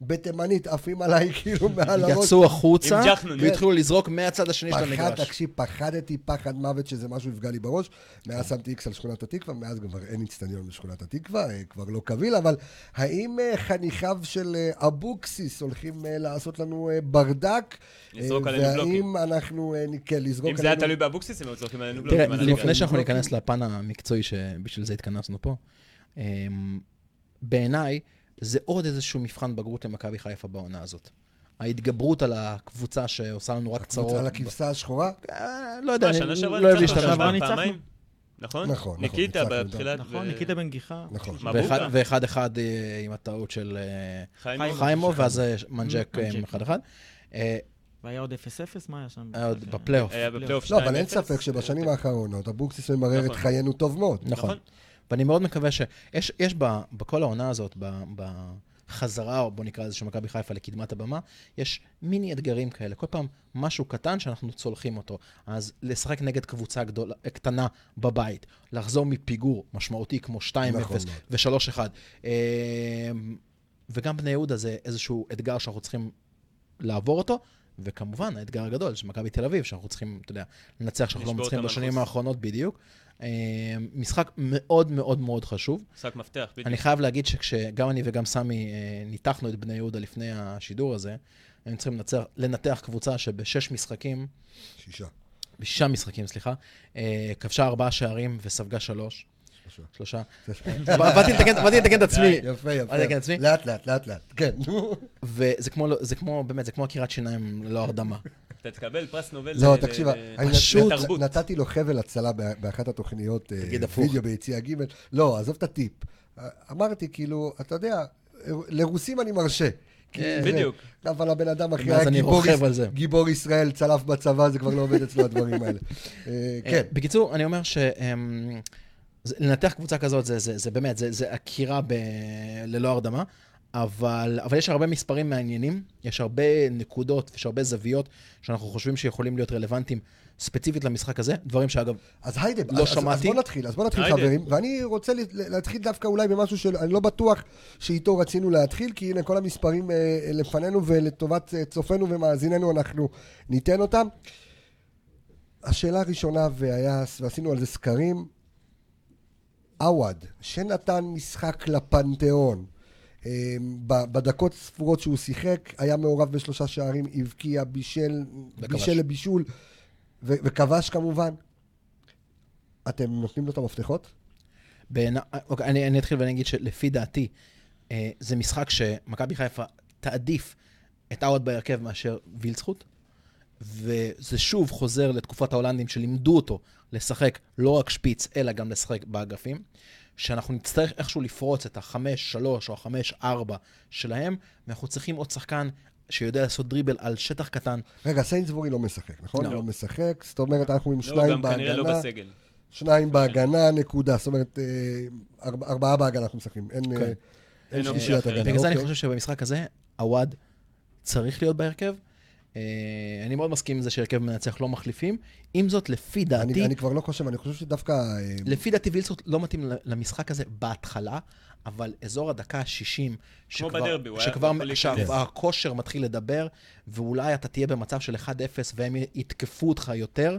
Speaker 1: בתימנית עפים עליי כאילו מעל הראש.
Speaker 4: יצאו החוצה,
Speaker 2: עם כן. ג'חנון,
Speaker 4: והתחילו לזרוק מהצד השני של
Speaker 1: פחד,
Speaker 4: המגרש.
Speaker 1: תקשיב, פחדתי פחד מוות שזה משהו יפגע לי בראש. מאז שמתי איקס על שכונת התקווה, מאז כבר אין איצטדיון בשכונת התקווה, אה, כבר לא קביל, אבל האם אה, חניכיו של אה, אבוקסיס הולכים אה, לעשות לנו אה, ברדק?
Speaker 2: לזרוק
Speaker 1: אה,
Speaker 2: עלינו בלוקים.
Speaker 1: והאם אנחנו, אה, נ- כן, לזרוק
Speaker 2: אם
Speaker 1: עלינו...
Speaker 2: זה היה תלוי באבוקסיס, הם היו צורכים עלינו
Speaker 4: תראה,
Speaker 2: בלוקים. על הליגה.
Speaker 4: לפני שאנחנו ניכנס לפן המקצועי שבשביל זה התכנסנו פה, אמ, בעיניי זה עוד איזשהו מבחן בגרות למכבי חיפה בעונה הזאת. ההתגברות על הקבוצה שעושה לנו רק צרות.
Speaker 1: על הכבשה השחורה?
Speaker 4: אה, לא יודע,
Speaker 2: מה,
Speaker 4: אני
Speaker 2: שנה שעברה
Speaker 4: לא אוהב
Speaker 2: ניצחנו
Speaker 4: להשתמש בה.
Speaker 2: אותם
Speaker 3: שעברה ניצחנו.
Speaker 2: פעמיים? נכון?
Speaker 1: נכון, נכון,
Speaker 2: ניקיטה
Speaker 1: ניצחנו אותם.
Speaker 2: בתחילת...
Speaker 3: נכון,
Speaker 2: ו-
Speaker 3: ניקית בן גיחה.
Speaker 1: נכון.
Speaker 2: מבוקה.
Speaker 4: ואחד- ואחד אחד אה, עם הטעות של אה,
Speaker 2: חיימוב.
Speaker 4: חיימו, ואז אה, מנג'ק
Speaker 3: מנג'ק.
Speaker 4: אה, עם אחד אחד. אה,
Speaker 3: והיה עוד 0-0, מה היה שם? אה,
Speaker 4: עוד בפלייאוף.
Speaker 2: היה בפלייאוף 2-0.
Speaker 1: לא, אבל אין ספק שבשנים האחרונות אבוקסיס ממרר את
Speaker 2: נכון.
Speaker 1: חיינו טוב מאוד.
Speaker 4: כן. נכון.
Speaker 2: נכון.
Speaker 4: ואני מאוד מקווה ש... יש, יש ב, בכל העונה הזאת, ב, בחזרה, או בוא נקרא לזה, של מכבי חיפה לקדמת הבמה, יש מיני אתגרים כאלה. כל פעם משהו קטן שאנחנו צולחים אותו. אז לשחק נגד קבוצה גדול, קטנה בבית, לחזור מפיגור משמעותי כמו 2-0
Speaker 1: נכון
Speaker 4: ו-3-1. אה, וגם בני יהודה זה איזשהו אתגר שאנחנו צריכים לעבור אותו. וכמובן, האתגר הגדול של מכבי תל אביב, שאנחנו צריכים, אתה יודע, לנצח שאנחנו לא
Speaker 2: לשבור את
Speaker 4: מצליחים בשנים
Speaker 2: המנחוס.
Speaker 4: האחרונות בדיוק. אה, משחק מאוד מאוד מאוד חשוב.
Speaker 2: משחק מפתח, בדיוק.
Speaker 4: אני חייב להגיד שכשגם אני וגם סמי אה, ניתחנו את בני יהודה לפני השידור הזה, היינו צריכים לנצח, לנתח קבוצה שבשש משחקים,
Speaker 1: שישה.
Speaker 4: בשישה משחקים, סליחה, אה, כבשה ארבעה שערים וספגה שלוש,
Speaker 1: שלושה.
Speaker 4: שלושה. באתי לתקן- באתי לתקן את עצמי.
Speaker 1: יפה, יפה.
Speaker 4: אני אגיד לעצמי.
Speaker 1: לאט, לאט, לאט, לאט. כן, נו.
Speaker 4: וזה כמו, לא- זה כמו, באמת, זה כמו עקירת שיניים ללא הרדמה.
Speaker 2: אתה תקבל פרס נובל.
Speaker 1: לא,
Speaker 2: ל-
Speaker 1: תקשיב,
Speaker 2: ל- לא,
Speaker 1: אני
Speaker 4: אה, פשוט-
Speaker 1: נת-
Speaker 2: לתרבות.
Speaker 1: נתתי לו חבל הצלה בא- באחת התוכניות, אה,
Speaker 4: תגיד הפוך.
Speaker 1: וידאו ביציע ג', לא, עזוב את הטיפ. אה, אמרתי, כאילו, אתה יודע, לרוסים אני מרשה. כי
Speaker 4: כן,
Speaker 1: זה-
Speaker 2: בדיוק.
Speaker 1: אבל הבן אדם אחי
Speaker 4: ואז
Speaker 1: היה
Speaker 4: אני
Speaker 1: גיבור
Speaker 4: רוכב
Speaker 1: יש-
Speaker 4: על זה.
Speaker 1: גיבור ישראל, צלף בצבא, זה כבר לא עובד אצלו הדברים האלה. אה,
Speaker 4: אה,
Speaker 1: כן.
Speaker 4: בקיצור, אני אומר ש... אמ, זה- לנתח קבוצה כזאת זה, זה, זה באמת, זה, זה עקירה ב... ללא הרדמה, אבל, אבל יש הרבה מספרים מעניינים, יש הרבה נקודות, יש הרבה זוויות שאנחנו חושבים שיכולים להיות רלוונטיים ספציפית למשחק הזה, דברים שאגב,
Speaker 1: אז היידה,
Speaker 4: לא
Speaker 1: אז, אז
Speaker 4: שמעתי.
Speaker 1: בוא נתחיל, אז בוא נתחיל
Speaker 2: היידה.
Speaker 1: חברים, ואני רוצה ל- להתחיל דווקא אולי במשהו שאני לא בטוח שאיתו רצינו להתחיל, כי הנה כל המספרים אה, לפנינו ולטובת אה, צופינו ומאזיננו אנחנו ניתן אותם. השאלה הראשונה, והיה, ועשינו על זה סקרים, עווד, שנתן משחק לפנתיאון, אה, ב- בדקות ספורות שהוא שיחק, היה מעורב בשלושה שערים, הבקיע, בישל,
Speaker 4: וכבש.
Speaker 1: בישל לבישול, ו- וכבש כמובן. אתם נותנים לו את המפתחות?
Speaker 4: בעיני... אוקיי, אני, אני אתחיל ואני אגיד שלפי דעתי, אה, זה משחק שמכבי חיפה תעדיף את אאוט בהרכב מאשר וילצחוט, וזה שוב חוזר לתקופת ההולנדים שלימדו אותו לשחק לא רק שפיץ, אלא גם לשחק באגפים, שאנחנו נצטרך איכשהו לפרוץ את החמש, שלוש או החמש, ארבע שלהם, ואנחנו צריכים עוד שחקן שיודע לעשות דריבל על שטח קטן.
Speaker 1: רגע, סיינסבורי לא משחק, נכון?
Speaker 4: לא.
Speaker 1: לא משחק, זאת אומרת, אנחנו עם
Speaker 2: לא,
Speaker 1: שניים
Speaker 2: גם כנראה לא
Speaker 1: בהגנה.
Speaker 2: בסגל.
Speaker 1: שניים בהגנה, נקודה. זאת אומרת, אה, ארבע- ארבעה בהגנה אנחנו משחקים. אין אה, אין
Speaker 4: כן.
Speaker 2: אוקיי. אין
Speaker 1: שלישיית
Speaker 2: אופציה
Speaker 1: הגנה.
Speaker 2: אחרת.
Speaker 4: בגלל זה אני
Speaker 1: אוקיי.
Speaker 4: חושב שבמשחק הזה, עווד צריך להיות בהרכב. אה, אני מאוד מסכים עם זה שהרכב מנצח לא מחליפים. עם זאת, לפי
Speaker 1: אני,
Speaker 4: דעתי,
Speaker 1: אני כבר לא חושב, אני חושב שדווקא... אה,
Speaker 4: לפי דעתי וילסוט לא מתאים ל- למשחק הזה בהתחלה, אבל אזור הדקה ה-60,
Speaker 2: כמו בדרבי, הוא היה
Speaker 4: שכבר
Speaker 2: יכול
Speaker 4: עכשיו
Speaker 1: כן.
Speaker 2: להיכנס.
Speaker 4: הכושר מתחיל לדבר, ואולי אתה תהיה במצב של 1-0 והם יתקפו אותך יותר,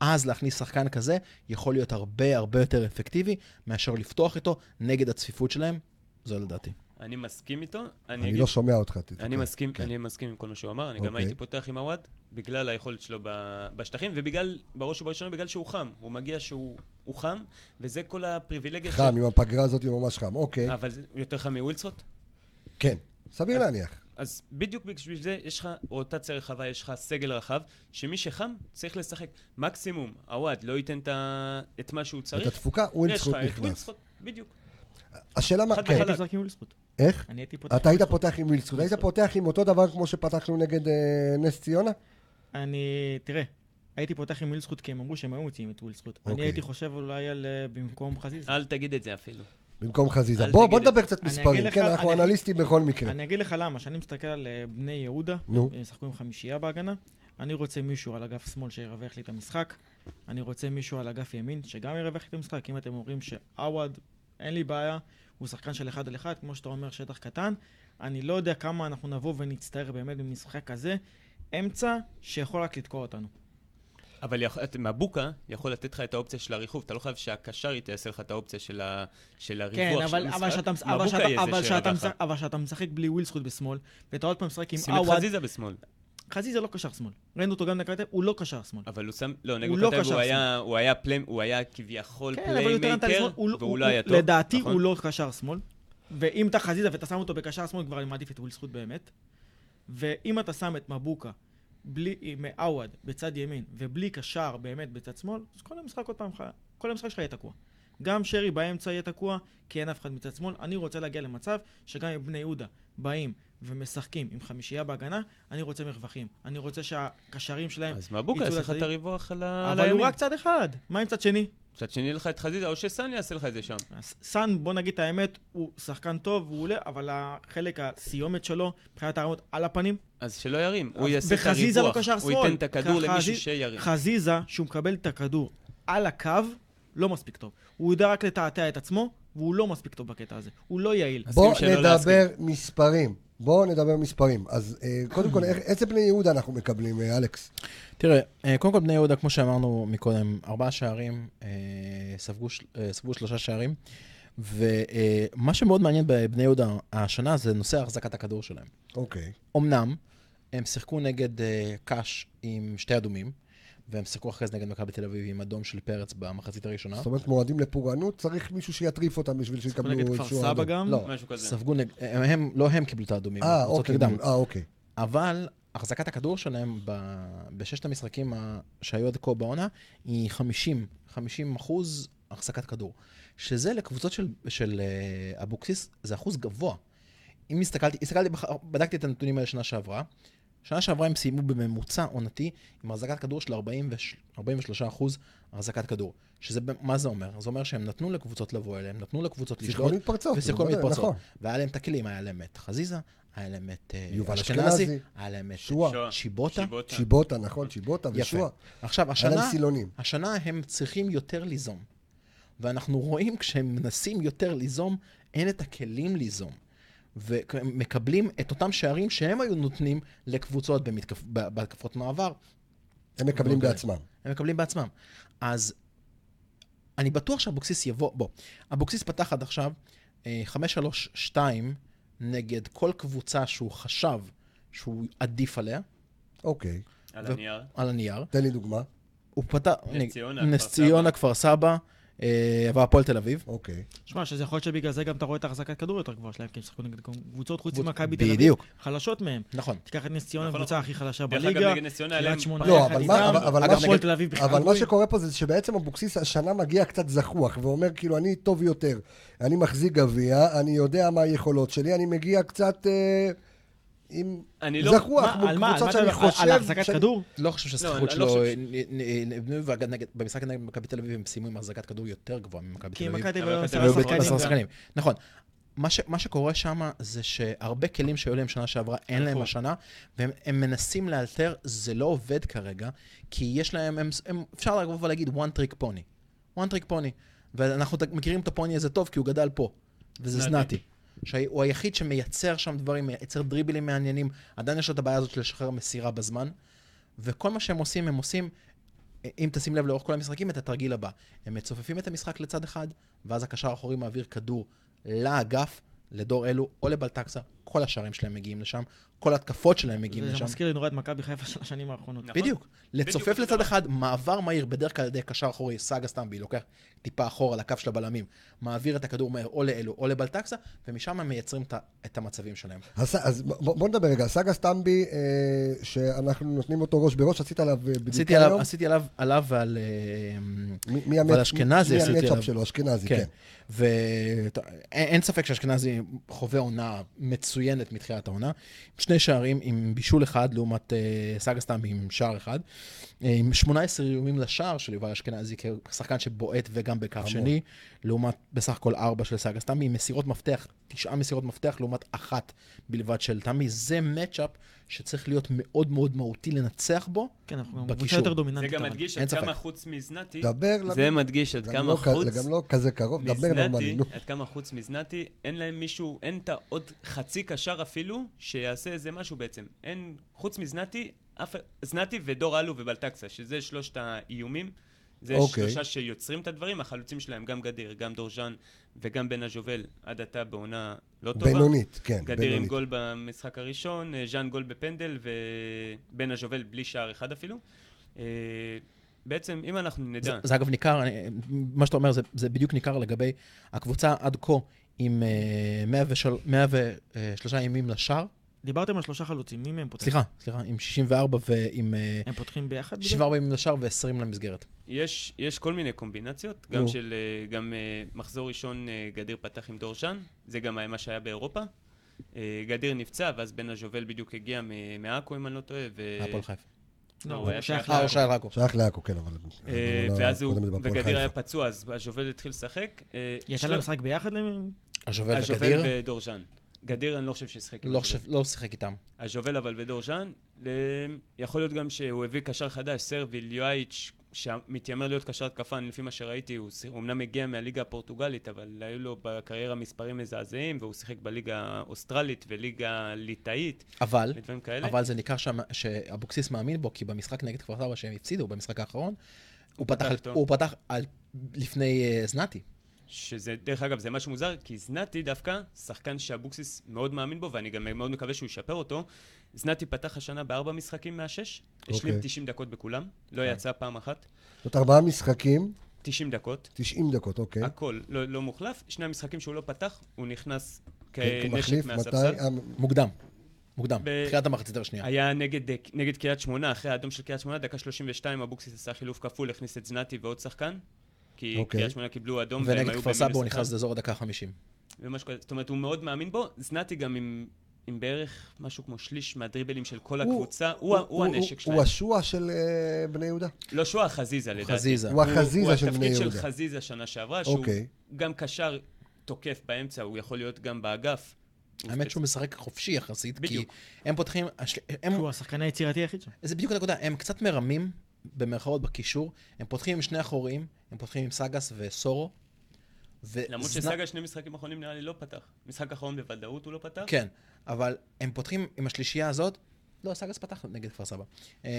Speaker 4: אז להכניס שחקן כזה יכול להיות הרבה הרבה יותר אפקטיבי מאשר לפתוח איתו נגד הצפיפות שלהם, זו לדעתי.
Speaker 2: אני מסכים איתו. אני
Speaker 1: אני
Speaker 2: אגיד
Speaker 1: לא שומע אותך, תתקדם.
Speaker 2: אני מסכים,
Speaker 4: כן.
Speaker 2: אני מסכים עם כל מה שהוא אמר, אני גם
Speaker 1: אוקיי.
Speaker 2: הייתי פותח עם עווד, בגלל היכולת שלו ב- בשטחים, ובגלל, בראש ובראשונה, בגלל שהוא חם. הוא מגיע שהוא הוא חם, וזה כל הפריבילגיה
Speaker 1: חם, עם הפגרה הזאת הוא ממש חם. אוקיי,
Speaker 2: אבל זה יותר חם מווילסוט?
Speaker 1: כן. סביר להניח.
Speaker 2: אז בדיוק בשביל זה יש לך רוטציה רחבה, יש לך סגל רחב, שמי שחם צריך לשחק. מקסימום, עווד לא ייתן את ה- את מה שהוא
Speaker 1: את
Speaker 2: צריך.
Speaker 1: התפוקה,
Speaker 2: יש לך
Speaker 1: ווילסקוט
Speaker 2: את
Speaker 1: נכנס.
Speaker 2: ווילסוט, בדיוק.
Speaker 1: השאלה מה...
Speaker 2: חד
Speaker 1: כן.
Speaker 3: הייתי
Speaker 2: וחלק.
Speaker 3: משחק עם וילסקוט.
Speaker 1: איך?
Speaker 3: אני הייתי פותח.
Speaker 1: אתה היית פותח עם וילסקוט, היית פותח עם אותו דבר כמו שפתחנו נגד אה, נס ציונה?
Speaker 3: אני, תראה, הייתי פותח עם וילסקוט כי הם אמרו שהם היו מוציאים את וילסקוט. אני
Speaker 1: אוקיי.
Speaker 3: הייתי חושב אולי על אה, במקום חזיזה.
Speaker 2: אל תגיד את זה אפילו.
Speaker 1: במקום חזיזה.
Speaker 2: אל
Speaker 1: בוא,
Speaker 2: תגיד
Speaker 1: בוא
Speaker 2: את זה.
Speaker 1: נדבר קצת
Speaker 3: אני אגיד
Speaker 1: מספרים,
Speaker 3: לך-
Speaker 1: כן, אנחנו
Speaker 3: אני-
Speaker 1: אנליסטים בכל מקרה.
Speaker 3: אני אגיד לך למה, כשאני מסתכל על אה, בני יהודה,
Speaker 1: נו.
Speaker 3: הם ישחקו עם חמישייה בהגנה, אני רוצה מישהו על אגף שמאל שירווח לי את המשחק, אני רוצה מישהו על אגף ימין שגם ירווח לי את המשחק, אם אתם אומרים שעווד, אין לי בעיה, הוא שחקן של אחד על אחד, כמו שאתה אומר, שטח קטן, אני לא יודע כמה אנחנו נבוא ונצטער באמת במשחק כזה, אמצע שיכול רק לתקוע אותנו.
Speaker 2: אבל יכול- את- מבוקה יכול לתת לך את האופציה של הריחוף, אתה לא חייב שהקשרית יעשה לך את האופציה של ה- של
Speaker 3: כן,
Speaker 2: הריווח של
Speaker 3: אבל- אבל
Speaker 2: המשחק.
Speaker 3: שאתה- אבל
Speaker 2: מבוקה
Speaker 3: שאתה-
Speaker 2: יהיה זה
Speaker 3: אבל שאתה
Speaker 2: שירוויח לך.
Speaker 3: משחק- אבל שאתה משחק בלי ווילסקוט בשמאל, ואתה עוד פעם משחק עם
Speaker 2: שים את
Speaker 3: עווד,
Speaker 2: חזיזה בשמאל.
Speaker 3: חזיזה לא קשר שמאל, ראינו אותו גם נגד קטע, הוא לא קשר שמאל.
Speaker 2: אבל הוא שם, לא, נגד
Speaker 3: הוא לא
Speaker 2: מכבי
Speaker 3: קשר
Speaker 2: הוא היה, הוא היה פלם, הוא היה כביכול
Speaker 3: כן, אבל הוא טרנט
Speaker 2: פליימייקר, והוא לא היה טוב.
Speaker 3: לדעתי
Speaker 2: נכון?
Speaker 3: הוא לא קשר שמאל. ואם אתה חזיזה ואתה שם אותו בקשר שמאל, כבר אני מעדיף את ווילסקוט באמת. ואם אתה שם את מבוקה בלי, עם עווד בצד ימין, ובלי קשר באמת בצד שמאל, אז כל המשחק עוד פעם, ח- כל המשחק שלך יהיה תקוע. גם שרי באמצע יהיה תקוע, כי אין אף אחד מצד שמאל. אני רוצה להגיע למצב שגם אם בני יהודה באים ומשחקים עם חמישייה בהגנה, אני רוצה מרווחים. אני רוצה שהקשרים שלהם...
Speaker 2: אז מבוקה
Speaker 3: יצאו
Speaker 2: יעשה לך את
Speaker 3: לצדדים.
Speaker 2: הריווח על ה- על
Speaker 3: אבל
Speaker 2: הימין.
Speaker 3: הוא רק צד אחד, מה עם צד שני?
Speaker 2: מצד שני יהיה לך את חזיזה, או שסאן יעשה לך את זה שם.
Speaker 3: אז סאן, בוא נגיד את האמת, הוא שחקן טוב, הוא עולה, אבל החלק, הסיומת שלו, מבחינת הרמות על הפנים,
Speaker 2: אז שלא ירים, הוא יעשה את
Speaker 3: וחזיזה לא
Speaker 2: הריווח,
Speaker 3: קשר
Speaker 2: הוא
Speaker 3: שמאל.
Speaker 2: ייתן את הכדור
Speaker 3: ככה
Speaker 2: למישהו
Speaker 3: חזיז-
Speaker 1: כן.
Speaker 2: שירים.
Speaker 3: חזיזה, שהוא מקבל את הכדור על הקו, לא מספיק טוב. הוא יודע רק לתעתע את עצמו, והוא לא מספיק טוב בקטע הזה. הוא לא יעיל.
Speaker 2: אז
Speaker 1: בוא
Speaker 2: מסכים שלא
Speaker 1: נדבר מספרים. בוא נדבר מספרים. אז אה, קודם כל, איך- איזה בני יהודה אנחנו מקבלים, אה, אלכס?
Speaker 4: תראה, אה, קודם כל בני יהודה, כמו שאמרנו מקודם, ארבעה שערים, אה, ספגו, של- אה, ספגו שלושה שערים, ומה שמאוד מעניין בבני יהודה השנה זה נושא החזקת הכדור שלהם.
Speaker 1: אוקיי.
Speaker 4: אמנם, הם שיחקו נגד אה, קאש עם שתי אדומים, והם שיחקו אחרי זה נגד מכבי תל אביב עם אדום של פרץ במחצית הראשונה.
Speaker 1: זאת אומרת, מועדים לפורענות, צריך מישהו שיטריף אותם בשביל שיקבלו
Speaker 3: נגד כפר
Speaker 1: איזשהו
Speaker 3: סבא
Speaker 1: אדום.
Speaker 3: גם.
Speaker 4: לא,
Speaker 2: משהו כזה.
Speaker 4: ספגו נגד, הם, הם, לא הם קיבלו את האדומים,
Speaker 1: אה,
Speaker 4: הקבוצות
Speaker 1: אוקיי.
Speaker 4: נגדם.
Speaker 1: אה, אוקיי.
Speaker 4: אבל החזקת הכדור שלהם ב... בששת המשחקים ה... שהיו עד כה בעונה היא 50, 50 אחוז החזקת כדור. שזה לקבוצות של, של אה, אבוקסיס, זה אחוז גבוה. אם הסתכלתי, הסתכלתי, בח- בדקתי את הנתונים האלה שנה שעברה. שנה שעברה הם סיימו בממוצע עונתי עם החזקת כדור של 40 וש- 43 אחוז החזקת כדור. שזה, ב- מה זה אומר? זה אומר שהם נתנו לקבוצות לבוא אליהם, נתנו לקבוצות לשלוט,
Speaker 1: שיחקו מתפרצות.
Speaker 4: ושיחקו
Speaker 1: בוודאי,
Speaker 4: מתפרצות.
Speaker 1: נכון.
Speaker 4: והיה להם את הכלים, היה להם את חזיזה, היה להם את אה,
Speaker 1: יובל אשכנזי,
Speaker 4: אשכנזי, היה להם את
Speaker 1: שועה,
Speaker 2: שועה,
Speaker 4: שיבוטה.
Speaker 3: כן.
Speaker 2: שיבוטה.
Speaker 1: שיבוטה, נכון, שיבוטה
Speaker 4: יפה.
Speaker 1: ושועה.
Speaker 4: עכשיו,
Speaker 1: היה להם
Speaker 4: השנה,
Speaker 1: סילונים.
Speaker 4: השנה הם צריכים יותר ליזום. ואנחנו רואים כשהם מנסים יותר ליזום, אין את הכלים ליזום. ומקבלים את אותם שערים שהם היו נותנים לקבוצות במתקפ... ב- בהתקפות מעבר,
Speaker 1: הם מקבלים
Speaker 4: אוקיי.
Speaker 1: בעצמם.
Speaker 4: הם מקבלים בעצמם. אז אני בטוח שאבוקסיס יבוא, בוא, אבוקסיס פתח עד עכשיו אה, 5-3-2 נגד כל קבוצה שהוא חשב שהוא עדיף עליה,
Speaker 1: אוקיי.
Speaker 2: על
Speaker 4: ו-
Speaker 2: הנייר.
Speaker 4: על הנייר.
Speaker 1: תן לי דוגמה.
Speaker 4: הוא פתח...
Speaker 2: נס ציונה,
Speaker 4: נס
Speaker 2: כפר
Speaker 4: ציונה, כפר סבא, אה, והפועל תל אביב.
Speaker 1: אוקיי.
Speaker 3: שמע, שזה יכול להיות שבגלל זה גם אתה רואה את החזקת כדור יותר גבוהה שלהם, כי הם שיחקו נגד קבוצות חוץ ממכבי תל אביב,
Speaker 4: בדיוק,
Speaker 3: חלשות מהם.
Speaker 4: נכון.
Speaker 3: תיקח את נס ציונה,
Speaker 2: נכון,
Speaker 3: הקבוצה הכי חלשה
Speaker 2: דרך אגב,
Speaker 3: בליגה,
Speaker 2: נגד נס ציונה היה
Speaker 3: קריית
Speaker 2: להם
Speaker 3: שמונה,
Speaker 1: לא,
Speaker 3: יחד
Speaker 1: אבל מה-
Speaker 3: איתם.
Speaker 1: אבל- אבל
Speaker 4: אגב,
Speaker 1: מה ש-
Speaker 3: הפועל תל אביב
Speaker 1: אבל מה
Speaker 3: בחגורים.
Speaker 1: שקורה פה זה שבעצם אבוקסיס השנה מגיע קצת זחוח, ואומר כאילו, אני טוב יותר, אני מחזיק גביע, אני יודע מה היכולות שלי, אני מגיע קצת אה, עם
Speaker 2: אני לא-
Speaker 1: זחוח,
Speaker 3: מה,
Speaker 1: מול
Speaker 3: על מה? על
Speaker 1: קבוצות
Speaker 3: מה
Speaker 1: שאני
Speaker 3: אתה- על-
Speaker 1: חושב...
Speaker 3: על החזקת
Speaker 1: שאני-
Speaker 3: כדור?
Speaker 4: לא חושב שהסחיחות
Speaker 2: לא, אני לא
Speaker 4: שלו...
Speaker 2: חושב ש-
Speaker 4: נ- נ- נ- נ- ואגב, נגד- במשחק נגד מכבי תל אביב הם סיימו עם החזקת כדור יותר גבוהה ממכבי תל
Speaker 3: כי
Speaker 4: אביב.
Speaker 3: מכבי
Speaker 2: אבל
Speaker 3: היו
Speaker 2: מכבי
Speaker 3: עשרה
Speaker 2: היו
Speaker 4: ובית-
Speaker 2: לא שחקנים
Speaker 4: עשרה
Speaker 3: שחקנים.
Speaker 4: לא שחקנים. נכון. מה, ש, מה שקורה שם זה שהרבה כלים שהיו להם שנה שעברה, אין להם
Speaker 2: נכון.
Speaker 4: השנה, והם הם מנסים לאלתר, זה לא עובד כרגע, כי יש להם, הם, הם, אפשר לבוא ולהגיד one trick pony. one trick pony. ואנחנו ת- מכירים את הפוני הזה טוב, כי הוא גדל פה, וזה
Speaker 2: זנתי.
Speaker 4: זנתי. שהוא היחיד שמייצר שם דברים, מייצר דריבלים מעניינים, עדיין יש לו את הבעיה הזאת של לשחרר מסירה בזמן, וכל מה שהם עושים, הם עושים אם תשים לב לאורך כל המשחקים, את התרגיל הבא. הם מצופפים את המשחק לצד אחד, ואז הקשר האחורי מעביר כדור לאגף, לדור אלו או לבלטקסה, כל השערים שלהם מגיעים לשם, כל התקפות שלהם
Speaker 2: כאילו,
Speaker 4: מגיעים
Speaker 3: זה
Speaker 4: לשם.
Speaker 3: מזכיר לי נורא את מכבי חיפה של השנים האחרונות.
Speaker 2: נכון.
Speaker 4: בדיוק. לצופף
Speaker 2: אותו
Speaker 4: לצד
Speaker 2: דבר.
Speaker 4: אחד, מעבר מהיר, בדרך כלל על ידי קשר אחורי, סאגה סטמבי, לוקח טיפה אחורה לקו של הבלמים, מעביר את הכדור מהר או לאלו או לבלטקסה, ומשם הם מייצרים את ה- את המצבים שלהם.
Speaker 1: אז, אז ב- בוא, בוא נדבר רגע, סאגה סטמבי, אה, שאנחנו נותנים אותו ראש בראש, עשית עליו אה, בדיקה
Speaker 4: עשיתי עליו-
Speaker 1: היום?
Speaker 4: עשיתי עליו עליו ועל... אה,
Speaker 1: מ- מי
Speaker 4: אבל
Speaker 1: המת-
Speaker 4: אשכנזי
Speaker 1: מי
Speaker 4: עשיתי
Speaker 1: המצ'אפ
Speaker 4: עליו.
Speaker 1: שלו, אשכנזי,
Speaker 4: כן.
Speaker 1: כן.
Speaker 4: ואין ספק שאשכנזי חווה עונה מצוינת מתחילת העונה. עם שני שערים עם בישול אחד לעומת אה, סאגה סטמבי עם שער אחד. אה, עם 18 איומים לשער של יובל אשכנזי כשחקן שבועט וגם בקו
Speaker 1: המון.
Speaker 4: שני, לעומת בסך הכל ארבע של סאגה סטמבי. עם מסירות מפתח, תשעה מסירות מפתח לעומת אחת בלבד של תמי. זה מצ'אפ שצריך להיות מאוד מאוד מהותי לנצח בו.
Speaker 3: כן, אנחנו גם
Speaker 4: בקישור.
Speaker 3: קבוצה יותר
Speaker 2: זה
Speaker 3: דומיננטית.
Speaker 2: גם
Speaker 3: אבל.
Speaker 2: מדגיש
Speaker 4: אין
Speaker 2: עד כמה
Speaker 4: ספק.
Speaker 2: חוץ מזנתי,
Speaker 1: דבר לב-
Speaker 2: זה מדגיש עד
Speaker 1: גם
Speaker 2: כמה
Speaker 1: לא כ-
Speaker 2: חוץ
Speaker 1: גם לא כזה קרוב, דבר נורמלי,
Speaker 2: מזנתי,
Speaker 1: נו.
Speaker 2: עד כמה חוץ מזנתי, אין להם מישהו, אין את העוד חצי קשר אפילו, שיעשה איזה משהו בעצם. אין, חוץ מזנתי, אף, זנתי ודור אלו ובלטקסה, שזה שלושת האיומים. זה
Speaker 1: אוקיי.
Speaker 2: אוקיי. שלושה שיוצרים את הדברים, החלוצים שלהם גם גדיר, גם דורז'אן וגם בן הג'ובל, עד עתה בעונה לא טובה.
Speaker 1: בינונית, כן,
Speaker 2: גדיר עם
Speaker 1: בינונית.
Speaker 2: גול במשחק הראשון, אה, ז'אן גול בפנדל ובן הז'ובל בלי שער אחד אפילו. אה, בעצם, אם אנחנו
Speaker 4: זה,
Speaker 2: נדע...
Speaker 4: זה אגב ניכר, אני- מה שאתה אומר זה, זה בדיוק ניכר לגבי הקבוצה עד כה עם אה, 103 103 ימים לשער,
Speaker 3: דיברתם על שלושה חלוצים, מי מהם פותח?
Speaker 4: סליחה, סליחה, עם 64 ועם אה,
Speaker 3: הם פותחים ביחד? בדיוק?
Speaker 4: 64 ימים לשער ו-20 למסגרת.
Speaker 2: יש, יש כל מיני קומבינציות,
Speaker 1: נו.
Speaker 2: גם של, אה, גם אה, מחזור ראשון אה, גדיר פתח עם דורשן, זה גם היה מה שהיה באירופה. אה, גדיר נפצע, ואז בן הז'ובל בדיוק הגיע מ- מעכו, אם אני לא טועה, ו...
Speaker 4: הפועל חיפה.
Speaker 3: לא,
Speaker 2: הוא
Speaker 3: הוא
Speaker 2: היה
Speaker 3: שייך
Speaker 2: שייך
Speaker 4: אה,
Speaker 3: ל-
Speaker 4: או שי רקו.
Speaker 1: שייך לעכו, כן, אבל...
Speaker 2: אה,
Speaker 1: אבל
Speaker 2: ואז הוא,
Speaker 1: קודם זה בהפועל
Speaker 2: וגדיר היה
Speaker 1: חיפה.
Speaker 2: פצוע, אז הז'ובל התחיל לשחק. אה,
Speaker 3: יצא
Speaker 2: שלו-
Speaker 3: להם משחק ביחד? למי?
Speaker 4: השובל
Speaker 2: הז'ובל
Speaker 4: וגדיר,
Speaker 2: ודורשן. גדיר, אני לא חושב ששיחק. עם
Speaker 4: לא
Speaker 2: הז'ובל.
Speaker 4: חושב- לא שיחק איתם.
Speaker 2: הז'ובל אבל בדורז'אן, ל- יכול להיות גם שהוא הביא קשר חדש, סרבי ליואיץ', שמתיימר להיות קשר התקפה, אני לפי מה שראיתי, הוא ש- הוא אמנם הגיע מהליגה הפורטוגלית, אבל היו לו בקריירה מספרים מזעזעים, והוא שיחק בליגה האוסטרלית וליגה ליטאית,
Speaker 4: אבל,
Speaker 2: ודברים כאלה.
Speaker 4: אבל זה ניכר שם- שאבוקסיס מאמין בו, כי במשחק נגד כפר סבא שהם הפסידו, במשחק האחרון, הוא פתח
Speaker 2: פתח
Speaker 4: על-
Speaker 2: איתו.
Speaker 4: הוא פתח על- לפני אה, זנתי.
Speaker 2: שזה, דרך אגב, זה משהו מוזר, כי זנתי דווקא, שחקן שאבוקסיס מאוד מאמין בו, ואני גם מאוד מקווה שהוא ישפר אותו, זנתי פתח השנה בארבע משחקים מהשש, השלים
Speaker 1: אוקיי.
Speaker 2: 90 דקות בכולם, לא יצא פעם אחת,
Speaker 1: זאת ארבעה משחקים,
Speaker 2: 90 דקות.
Speaker 1: 90 דקות, אוקיי.
Speaker 2: הכל, לא, לא מוחלף. שני המשחקים שהוא לא פתח, הוא נכנס
Speaker 1: כמחליף,
Speaker 2: כנשק
Speaker 1: מתי?
Speaker 2: מהספסל.
Speaker 1: אה,
Speaker 4: מוקדם. מוקדם.
Speaker 2: ב-
Speaker 4: תחילת המחצית השנייה.
Speaker 2: היה נגד, אה, נגד קריית שמונה, אחרי האדום של קריית שמונה, דקה 32, אבוקסיס עשה חילוף כפול, הכניס את זנתי ועוד שחקן. כי
Speaker 1: אוקיי.
Speaker 2: קריית שמונה קיבלו אדום, והם היו
Speaker 4: ונגד כפר
Speaker 2: במינוס
Speaker 4: סבא הוא
Speaker 2: אחד.
Speaker 4: נכנס לאזור הדקה ה-50.
Speaker 2: ומשהו כזה. זאת אומרת, הוא מאוד מאמין בו. זנתי גם עם, עם בערך משהו כמו שליש מהדריבלים של כל
Speaker 1: הוא-
Speaker 2: הקבוצה. הוא, הוא, הוא הנשק שלהם.
Speaker 1: הוא השוע של אה, בני יהודה.
Speaker 2: לא שועה, חזיזה לדעתי.
Speaker 4: חזיזה.
Speaker 1: הוא החזיזה של בני
Speaker 2: הוא התפקיד
Speaker 1: יהודה.
Speaker 2: של חזיזה שנה שעברה, שהוא
Speaker 1: אוקיי.
Speaker 2: גם קשר תוקף באמצע, הוא יכול להיות גם באגף.
Speaker 4: האמת שהוא משחק חופשי יחסית, כי
Speaker 2: בדיוק.
Speaker 4: הם פותחים, השל- הם,
Speaker 3: הוא השחקן היצירתי היחיד שם.
Speaker 4: זה בדיוק הנקודה, הם קצת מרמים, במרכאות בקישור, הם פותחים עם שני אחוריים, הם פותחים עם סאגס וסורו. ו-
Speaker 2: למרות
Speaker 4: זנ-
Speaker 2: שסאגה שני משחקים אחרונים נראה לי לא פתח. משחק אחרון בוודאות הוא לא פתח.
Speaker 4: כן, אבל הם פותחים עם השלישייה הזאת, לא, סאגס פתח נגד כפר סבא. אה,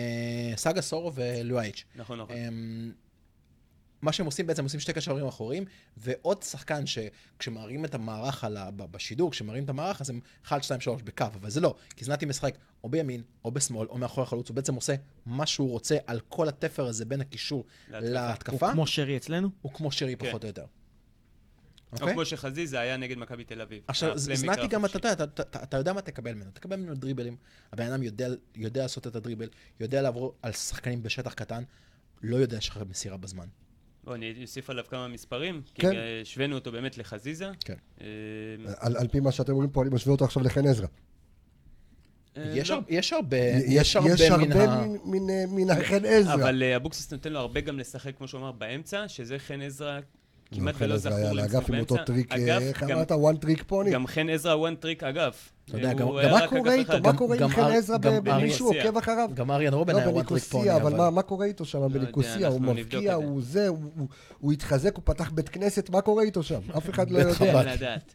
Speaker 4: סאגס, סורו ולואיץ'.
Speaker 2: נכון, נכון.
Speaker 4: אמ, מה שהם עושים בעצם, הם עושים שתי קשרים אחוריים, ועוד שחקן שכשמראים את המערך על ה... ב- בשידור, כשמראים את המערך, אז הם 1, 2, 3 בקו, אבל זה לא, כי זנתי משחק או בימין, או בשמאל, או מאחורי החלוץ, הוא בעצם עושה מה שהוא רוצה על כל התפר הזה בין הקישור
Speaker 2: להתקפה.
Speaker 4: להתקפה,
Speaker 3: הוא כמו שרי אצלנו.
Speaker 4: הוא כמו שרי
Speaker 2: כן.
Speaker 4: פחות או יותר.
Speaker 2: או
Speaker 4: אוקיי?
Speaker 2: כמו אה, שחזיזה היה נגד מכבי תל אביב.
Speaker 4: עכשיו,
Speaker 2: הפליימקר
Speaker 4: זנתי גם, אתה
Speaker 2: החופשי.
Speaker 4: יודע, אתה- אתה- אתה יודע מה תקבל ממנו. תקבל ממנו דריבלים, הבן אדם יודע- יודע לעשות את הדריבל, יודע לעבור על שחקנים בשטח קטן, לא יודע לשחרר מסירה בזמן.
Speaker 2: בוא, אני אוסיף עליו כמה מספרים, כי
Speaker 1: כן.
Speaker 2: השווינו אותו באמת לחזיזה.
Speaker 4: כן.
Speaker 2: אה,
Speaker 1: על על פי מה שאתם אומרים פה, אני משווה אותו עכשיו לחן עזרא.
Speaker 2: אה,
Speaker 4: יש
Speaker 2: לא.
Speaker 4: הר- יש הרבה,
Speaker 1: יש יש
Speaker 4: יש הרבה מן
Speaker 1: הרבה
Speaker 4: ה...
Speaker 1: מן- מן, אה, מן החן עזרא.
Speaker 2: אבל אה, אבוקסיס נותן לו הרבה גם לשחק, כמו שהוא אמר, באמצע, שזה חן עזרא כמעט
Speaker 1: חן
Speaker 2: ולא
Speaker 1: עזרא היה
Speaker 2: זכור
Speaker 1: לאגף עם אותו טריק, אה,
Speaker 2: אגב,
Speaker 1: איך
Speaker 2: גם-
Speaker 1: אמרת? וואן טריק פוני.
Speaker 2: גם חן עזרא הוא one טריק אגף.
Speaker 4: אתה יודע, גם-
Speaker 2: הוא
Speaker 4: גם
Speaker 2: היה
Speaker 1: מה
Speaker 2: רק
Speaker 1: קורה
Speaker 2: אגף
Speaker 1: איתו?
Speaker 2: אחד.
Speaker 1: מה קורה עם
Speaker 4: גם
Speaker 1: חן
Speaker 4: אר-
Speaker 1: עזרא
Speaker 4: גם
Speaker 1: ב- במי
Speaker 2: אריה-
Speaker 1: שהוא עוקב אחריו?
Speaker 4: גם אריאן רובן
Speaker 1: לא,
Speaker 4: היה וואטריק פוני,
Speaker 1: בניקוסיה, אבל מה- מה קורה איתו שם
Speaker 2: לא יודע,
Speaker 1: בניקוסיה? הוא
Speaker 2: אנחנו נבדוק
Speaker 1: מבקיע,
Speaker 2: את זה.
Speaker 1: הוא זה, הוא- הוא- הוא התחזק, הוא פתח בית כנסת, מה קורה איתו שם? אף אחד לא
Speaker 4: בית
Speaker 1: יודע.
Speaker 4: חב"ד.
Speaker 2: כן, אין לדעת.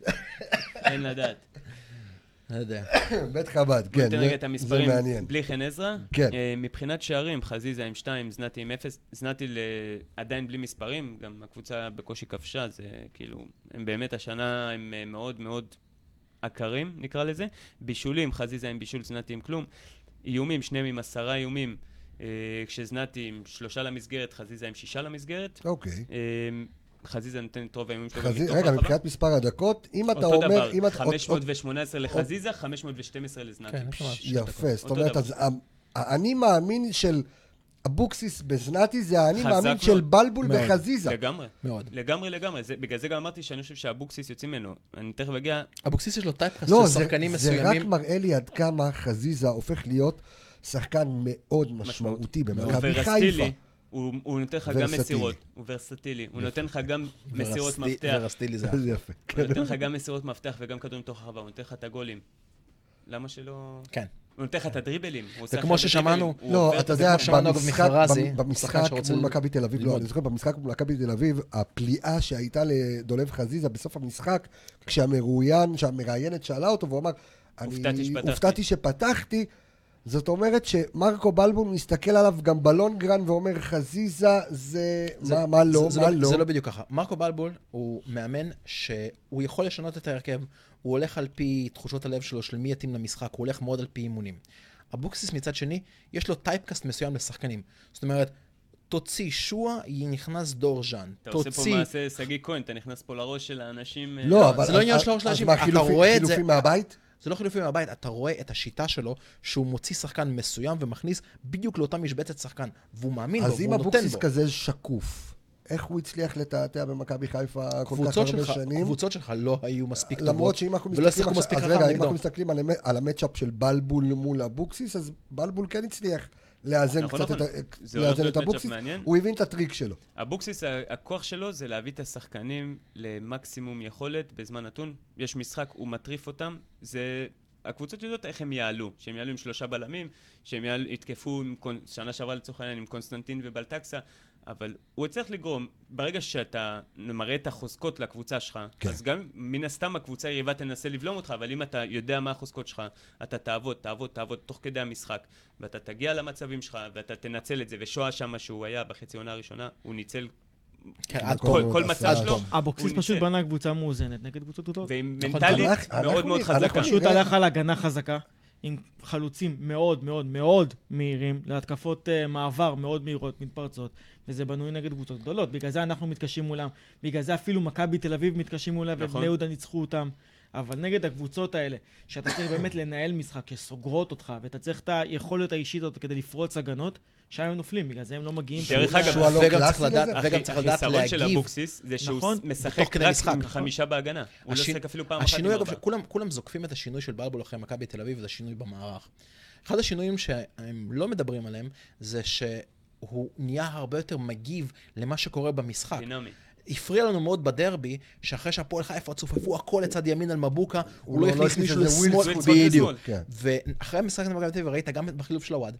Speaker 2: אין לדעת.
Speaker 4: לא יודע.
Speaker 1: בית חב"ד, כן.
Speaker 2: ניתן
Speaker 1: זה-
Speaker 2: רגע את המספרים
Speaker 1: זה מעניין.
Speaker 2: בלי חן עזרא.
Speaker 1: כן.
Speaker 2: אה, מבחינת שערים, חזיזה עם 2, זנתי עם 0. זנתי ל- עדיין בלי מספרים, גם הקבוצה בקושי כבשה, זה כאילו, הם באמת השנה הם אה, מאוד מאוד עקרים, נקרא לזה. בישולים, חזיזה עם בישול, זנתי עם כלום. איומים, שניהם עם עשרה איומים, אה, כשזנתי עם שלושה למסגרת, חזיזה עם שישה למסגרת.
Speaker 1: אוקיי.
Speaker 2: אה, חזיזה נותן את רוב האיומים שלו. גם
Speaker 1: חזי-
Speaker 2: מתוך
Speaker 1: רגע,
Speaker 2: הרחבה.
Speaker 1: מבחינת מספר הדקות, אם אתה
Speaker 2: אותו דבר,
Speaker 1: אומר... אם אתה- עוד- עוד-
Speaker 2: 518 לחזיזה, 512 לזנתי.
Speaker 4: כן,
Speaker 2: פש,
Speaker 4: ממש.
Speaker 1: יפה, זאת
Speaker 2: אותו
Speaker 1: אומרת,
Speaker 2: דבר.
Speaker 1: אז ה- האני מאמין של אבוקסיס בזנתי זה האני
Speaker 2: חזק
Speaker 1: מאמין
Speaker 2: מאוד.
Speaker 1: של בלבול
Speaker 4: מאוד.
Speaker 1: בחזיזה.
Speaker 2: לגמרי.
Speaker 4: מאוד.
Speaker 2: לגמרי, לגמרי. זה, בגלל זה גם אמרתי שאני חושב שאבוקסיס יוצאים ממנו. אני תכף אגיע,
Speaker 4: אבוקסיס יש לו טייפקאסט
Speaker 1: לא,
Speaker 4: של
Speaker 1: זה-
Speaker 4: שחקנים
Speaker 1: זה רק
Speaker 4: מסוימים.
Speaker 1: מראה לי עד כמה חזיזה הופך להיות שחקן מאוד משמעותי
Speaker 2: הוא
Speaker 1: במכבי כן, חיפה.
Speaker 2: ורסטילי. הוא, הוא נותן לך גם
Speaker 1: ורסטילי.
Speaker 2: מסירות, הוא ורסטילי, הוא נותן לך גם מסירות
Speaker 4: ורסטי-
Speaker 2: מפתח,
Speaker 4: ורסטילי זה...
Speaker 1: זה יפה. כן.
Speaker 2: הוא נותן לך גם מסירות מפתח וגם כדורים תוך הרחבה, הוא נותן לך את הגולים. למה שלא...
Speaker 4: כן.
Speaker 2: הוא נותן לך את הדריבלים. הוא עושה
Speaker 4: זה כמו
Speaker 2: לך את
Speaker 4: ששמענו,
Speaker 2: הדריבלים, הוא עובר
Speaker 1: לא,
Speaker 2: את
Speaker 1: אתה
Speaker 2: הדריבלים.
Speaker 1: יודע,
Speaker 4: כמו שאמרנו, אגב,
Speaker 1: במשחק-
Speaker 4: מחרזי,
Speaker 1: במ- במשחק
Speaker 4: שחקן שרוצה
Speaker 1: מול מכבי תל אביב, לא,
Speaker 4: ללמוד.
Speaker 1: אני זוכר, במשחק מול מכבי תל אביב, הפליאה שהייתה לדולב חזיזה בסוף המשחק,
Speaker 4: כן.
Speaker 1: כשהמרואיין, שהמראיינת שאלה אותו, והוא אמר, אני
Speaker 2: הופתעתי שפתחתי."
Speaker 1: הופתעתי שפתחתי, זאת אומרת שמרקו בלבול מסתכל עליו גם בלונגרן ואומר, חזיזה זה,
Speaker 4: זה-
Speaker 1: מה- מה לא,
Speaker 4: זה- זה
Speaker 1: מה לא.
Speaker 4: זה לא בדיוק ככה. מרקו בלבול הוא מאמן שהוא יכול לשנות את ההרכב, הוא הולך על פי תחושות הלב שלו של מי יתאים למשחק, הוא הולך מאוד על פי אימונים. אבוקסיס מצד שני, יש לו טייפקאסט מסוים לשחקנים. זאת אומרת, תוציא שואה, נכנס דור ז'אן.
Speaker 2: אתה עושה פה
Speaker 4: תוציא...
Speaker 2: מעשה שגיא כהן, אתה נכנס פה לראש של האנשים... אה,
Speaker 1: לא, אבל...
Speaker 4: זה לא עניין
Speaker 1: אז-
Speaker 4: של הראש של
Speaker 1: אז
Speaker 4: האנשים,
Speaker 1: מה,
Speaker 4: אתה
Speaker 1: חילופים-
Speaker 4: רואה את זה-
Speaker 1: חילופים מהבית?
Speaker 4: זה לא חילופים מהבית, אתה רואה את השיטה שלו, שהוא מוציא שחקן מסוים ומכניס בדיוק לאותה משבצת שחקן, והוא מאמין בו,
Speaker 1: אז אם
Speaker 4: והוא נותן
Speaker 1: אבוקסיס
Speaker 4: בו.
Speaker 1: כזה שקוף, איך הוא הצליח לתעתע במכבי חיפה כל כך
Speaker 4: קבוצות
Speaker 1: הרבה
Speaker 4: שלך,
Speaker 1: שנים?
Speaker 4: קבוצות שלך לא היו מספיק טובות,
Speaker 1: למרות שאם אנחנו
Speaker 4: ולא
Speaker 1: מסתכלים
Speaker 4: שיחקו מספיק
Speaker 1: עכשיו, אז רגע,
Speaker 4: חכם
Speaker 1: אם
Speaker 4: נגדו.
Speaker 1: אנחנו מסתכלים על המ- על המצ'אפ של בלבול מול אבוקסיס, אז בלבול כן הצליח לאזן
Speaker 2: נכון,
Speaker 1: קצת
Speaker 2: נכון.
Speaker 1: את ה-
Speaker 2: זה הולך
Speaker 1: לאזן
Speaker 2: להיות
Speaker 1: את
Speaker 2: מצ'אפ
Speaker 1: אבוקסיס,
Speaker 2: מעניין.
Speaker 1: הוא הבין את הטריק שלו.
Speaker 2: אבוקסיס, ה- הכוח שלו זה להביא את השחקנים למקסימום יכולת בזמן נתון. יש משחק, הוא מטריף אותם. זה... הקבוצות יודעות איך הם יעלו, שהם יעלו עם שלושה בלמים, שהם יעל... יתקפו עם קונ... שנה שעברה לצורך העניין עם קונסטנטין ובלטקסה, אבל הוא הצליח לגרום, ברגע שאתה מראה את החוזקות לקבוצה שלך,
Speaker 1: כן.
Speaker 2: כן. אז גם מן הסתם הקבוצה היריבה תנסה לבלום אותך, אבל אם אתה יודע מה החוזקות שלך, אתה תעבוד, תעבוד, תעבוד תוך כדי המשחק, ואתה תגיע למצבים שלך, ואתה תנצל את זה, ושואה שמה שהוא היה בחצי עונה הראשונה, הוא ניצל
Speaker 4: כן, עד
Speaker 1: כל-
Speaker 4: כל...
Speaker 2: כל, כל
Speaker 1: עשה
Speaker 2: מצב שלו,
Speaker 1: אדום.
Speaker 3: אבוקסיס
Speaker 2: הוא
Speaker 3: פשוט
Speaker 2: ניצל.
Speaker 3: בנה קבוצה מאוזנת נגד קבוצות גדולות.
Speaker 2: ועם
Speaker 4: נכון,
Speaker 2: מנטלית
Speaker 1: אנחנו-
Speaker 2: מאוד מאוד
Speaker 1: אנחנו-
Speaker 2: חזקה.
Speaker 1: אנחנו-
Speaker 3: פשוט
Speaker 1: נראה-
Speaker 3: הלך על הגנה חזקה, עם חלוצים מאוד מאוד מאוד מהירים, להתקפות אה, מעבר מאוד מהירות, מתפרצות, וזה בנוי נגד קבוצות גדולות. בגלל זה אנחנו מתקשים מולם, בגלל זה אפילו מכבי תל אביב מתקשים מולם,
Speaker 2: נכון.
Speaker 3: ובני יהודה ניצחו אותם. אבל נגד הקבוצות האלה, שאתה צריך באמת לנהל משחק, שסוגרות אותך, ואתה צריך את היכולת האישית הזאת כדי לפרוץ הגנות, שם הם נופלים, בגלל זה הם לא מגיעים.
Speaker 2: דרך
Speaker 3: שהוא-
Speaker 2: אגב,
Speaker 1: שהוא הלא
Speaker 4: וגם צריך
Speaker 1: קלאסי
Speaker 4: לדעת-
Speaker 1: כזה?
Speaker 2: הכי-
Speaker 4: וגם צריך לדעת
Speaker 2: החיסרון של
Speaker 4: להגיב.
Speaker 2: אבוקסיס זה שהוא
Speaker 3: נכון,
Speaker 4: ותוך
Speaker 2: משחק
Speaker 4: כדי
Speaker 2: רק
Speaker 4: משחק,
Speaker 2: עם
Speaker 4: נכון.
Speaker 2: חמישה בהגנה. הוא לא
Speaker 4: השין-
Speaker 2: שיחק אפילו פעם אחת עם
Speaker 4: השינוי, אגב,
Speaker 2: ארבע.
Speaker 4: שכולם כולם זוקפים את השינוי של בלבול אחרי מכבי תל אביב, זה שינוי במערך. אחד השינויים שהם לא מדברים עליהם, זה שהוא נהיה הרבה יותר מגיב למה שקורה במשחק.
Speaker 2: דינמי.
Speaker 4: הפריע לנו מאוד בדרבי, שאחרי שהפועל חיפה צופפו הכל לצד ימין על מבוקה,
Speaker 1: הוא
Speaker 4: הוא לא
Speaker 1: לא
Speaker 4: הכניס
Speaker 1: הכניס
Speaker 4: מישהו
Speaker 1: איזה
Speaker 4: לשמאל,
Speaker 2: ווילסון לשמאל.
Speaker 4: בדיוק.
Speaker 1: כן.
Speaker 4: ואחרי המשחק נגד מכבי תל אביב ראית גם את בחילוף של הוואד,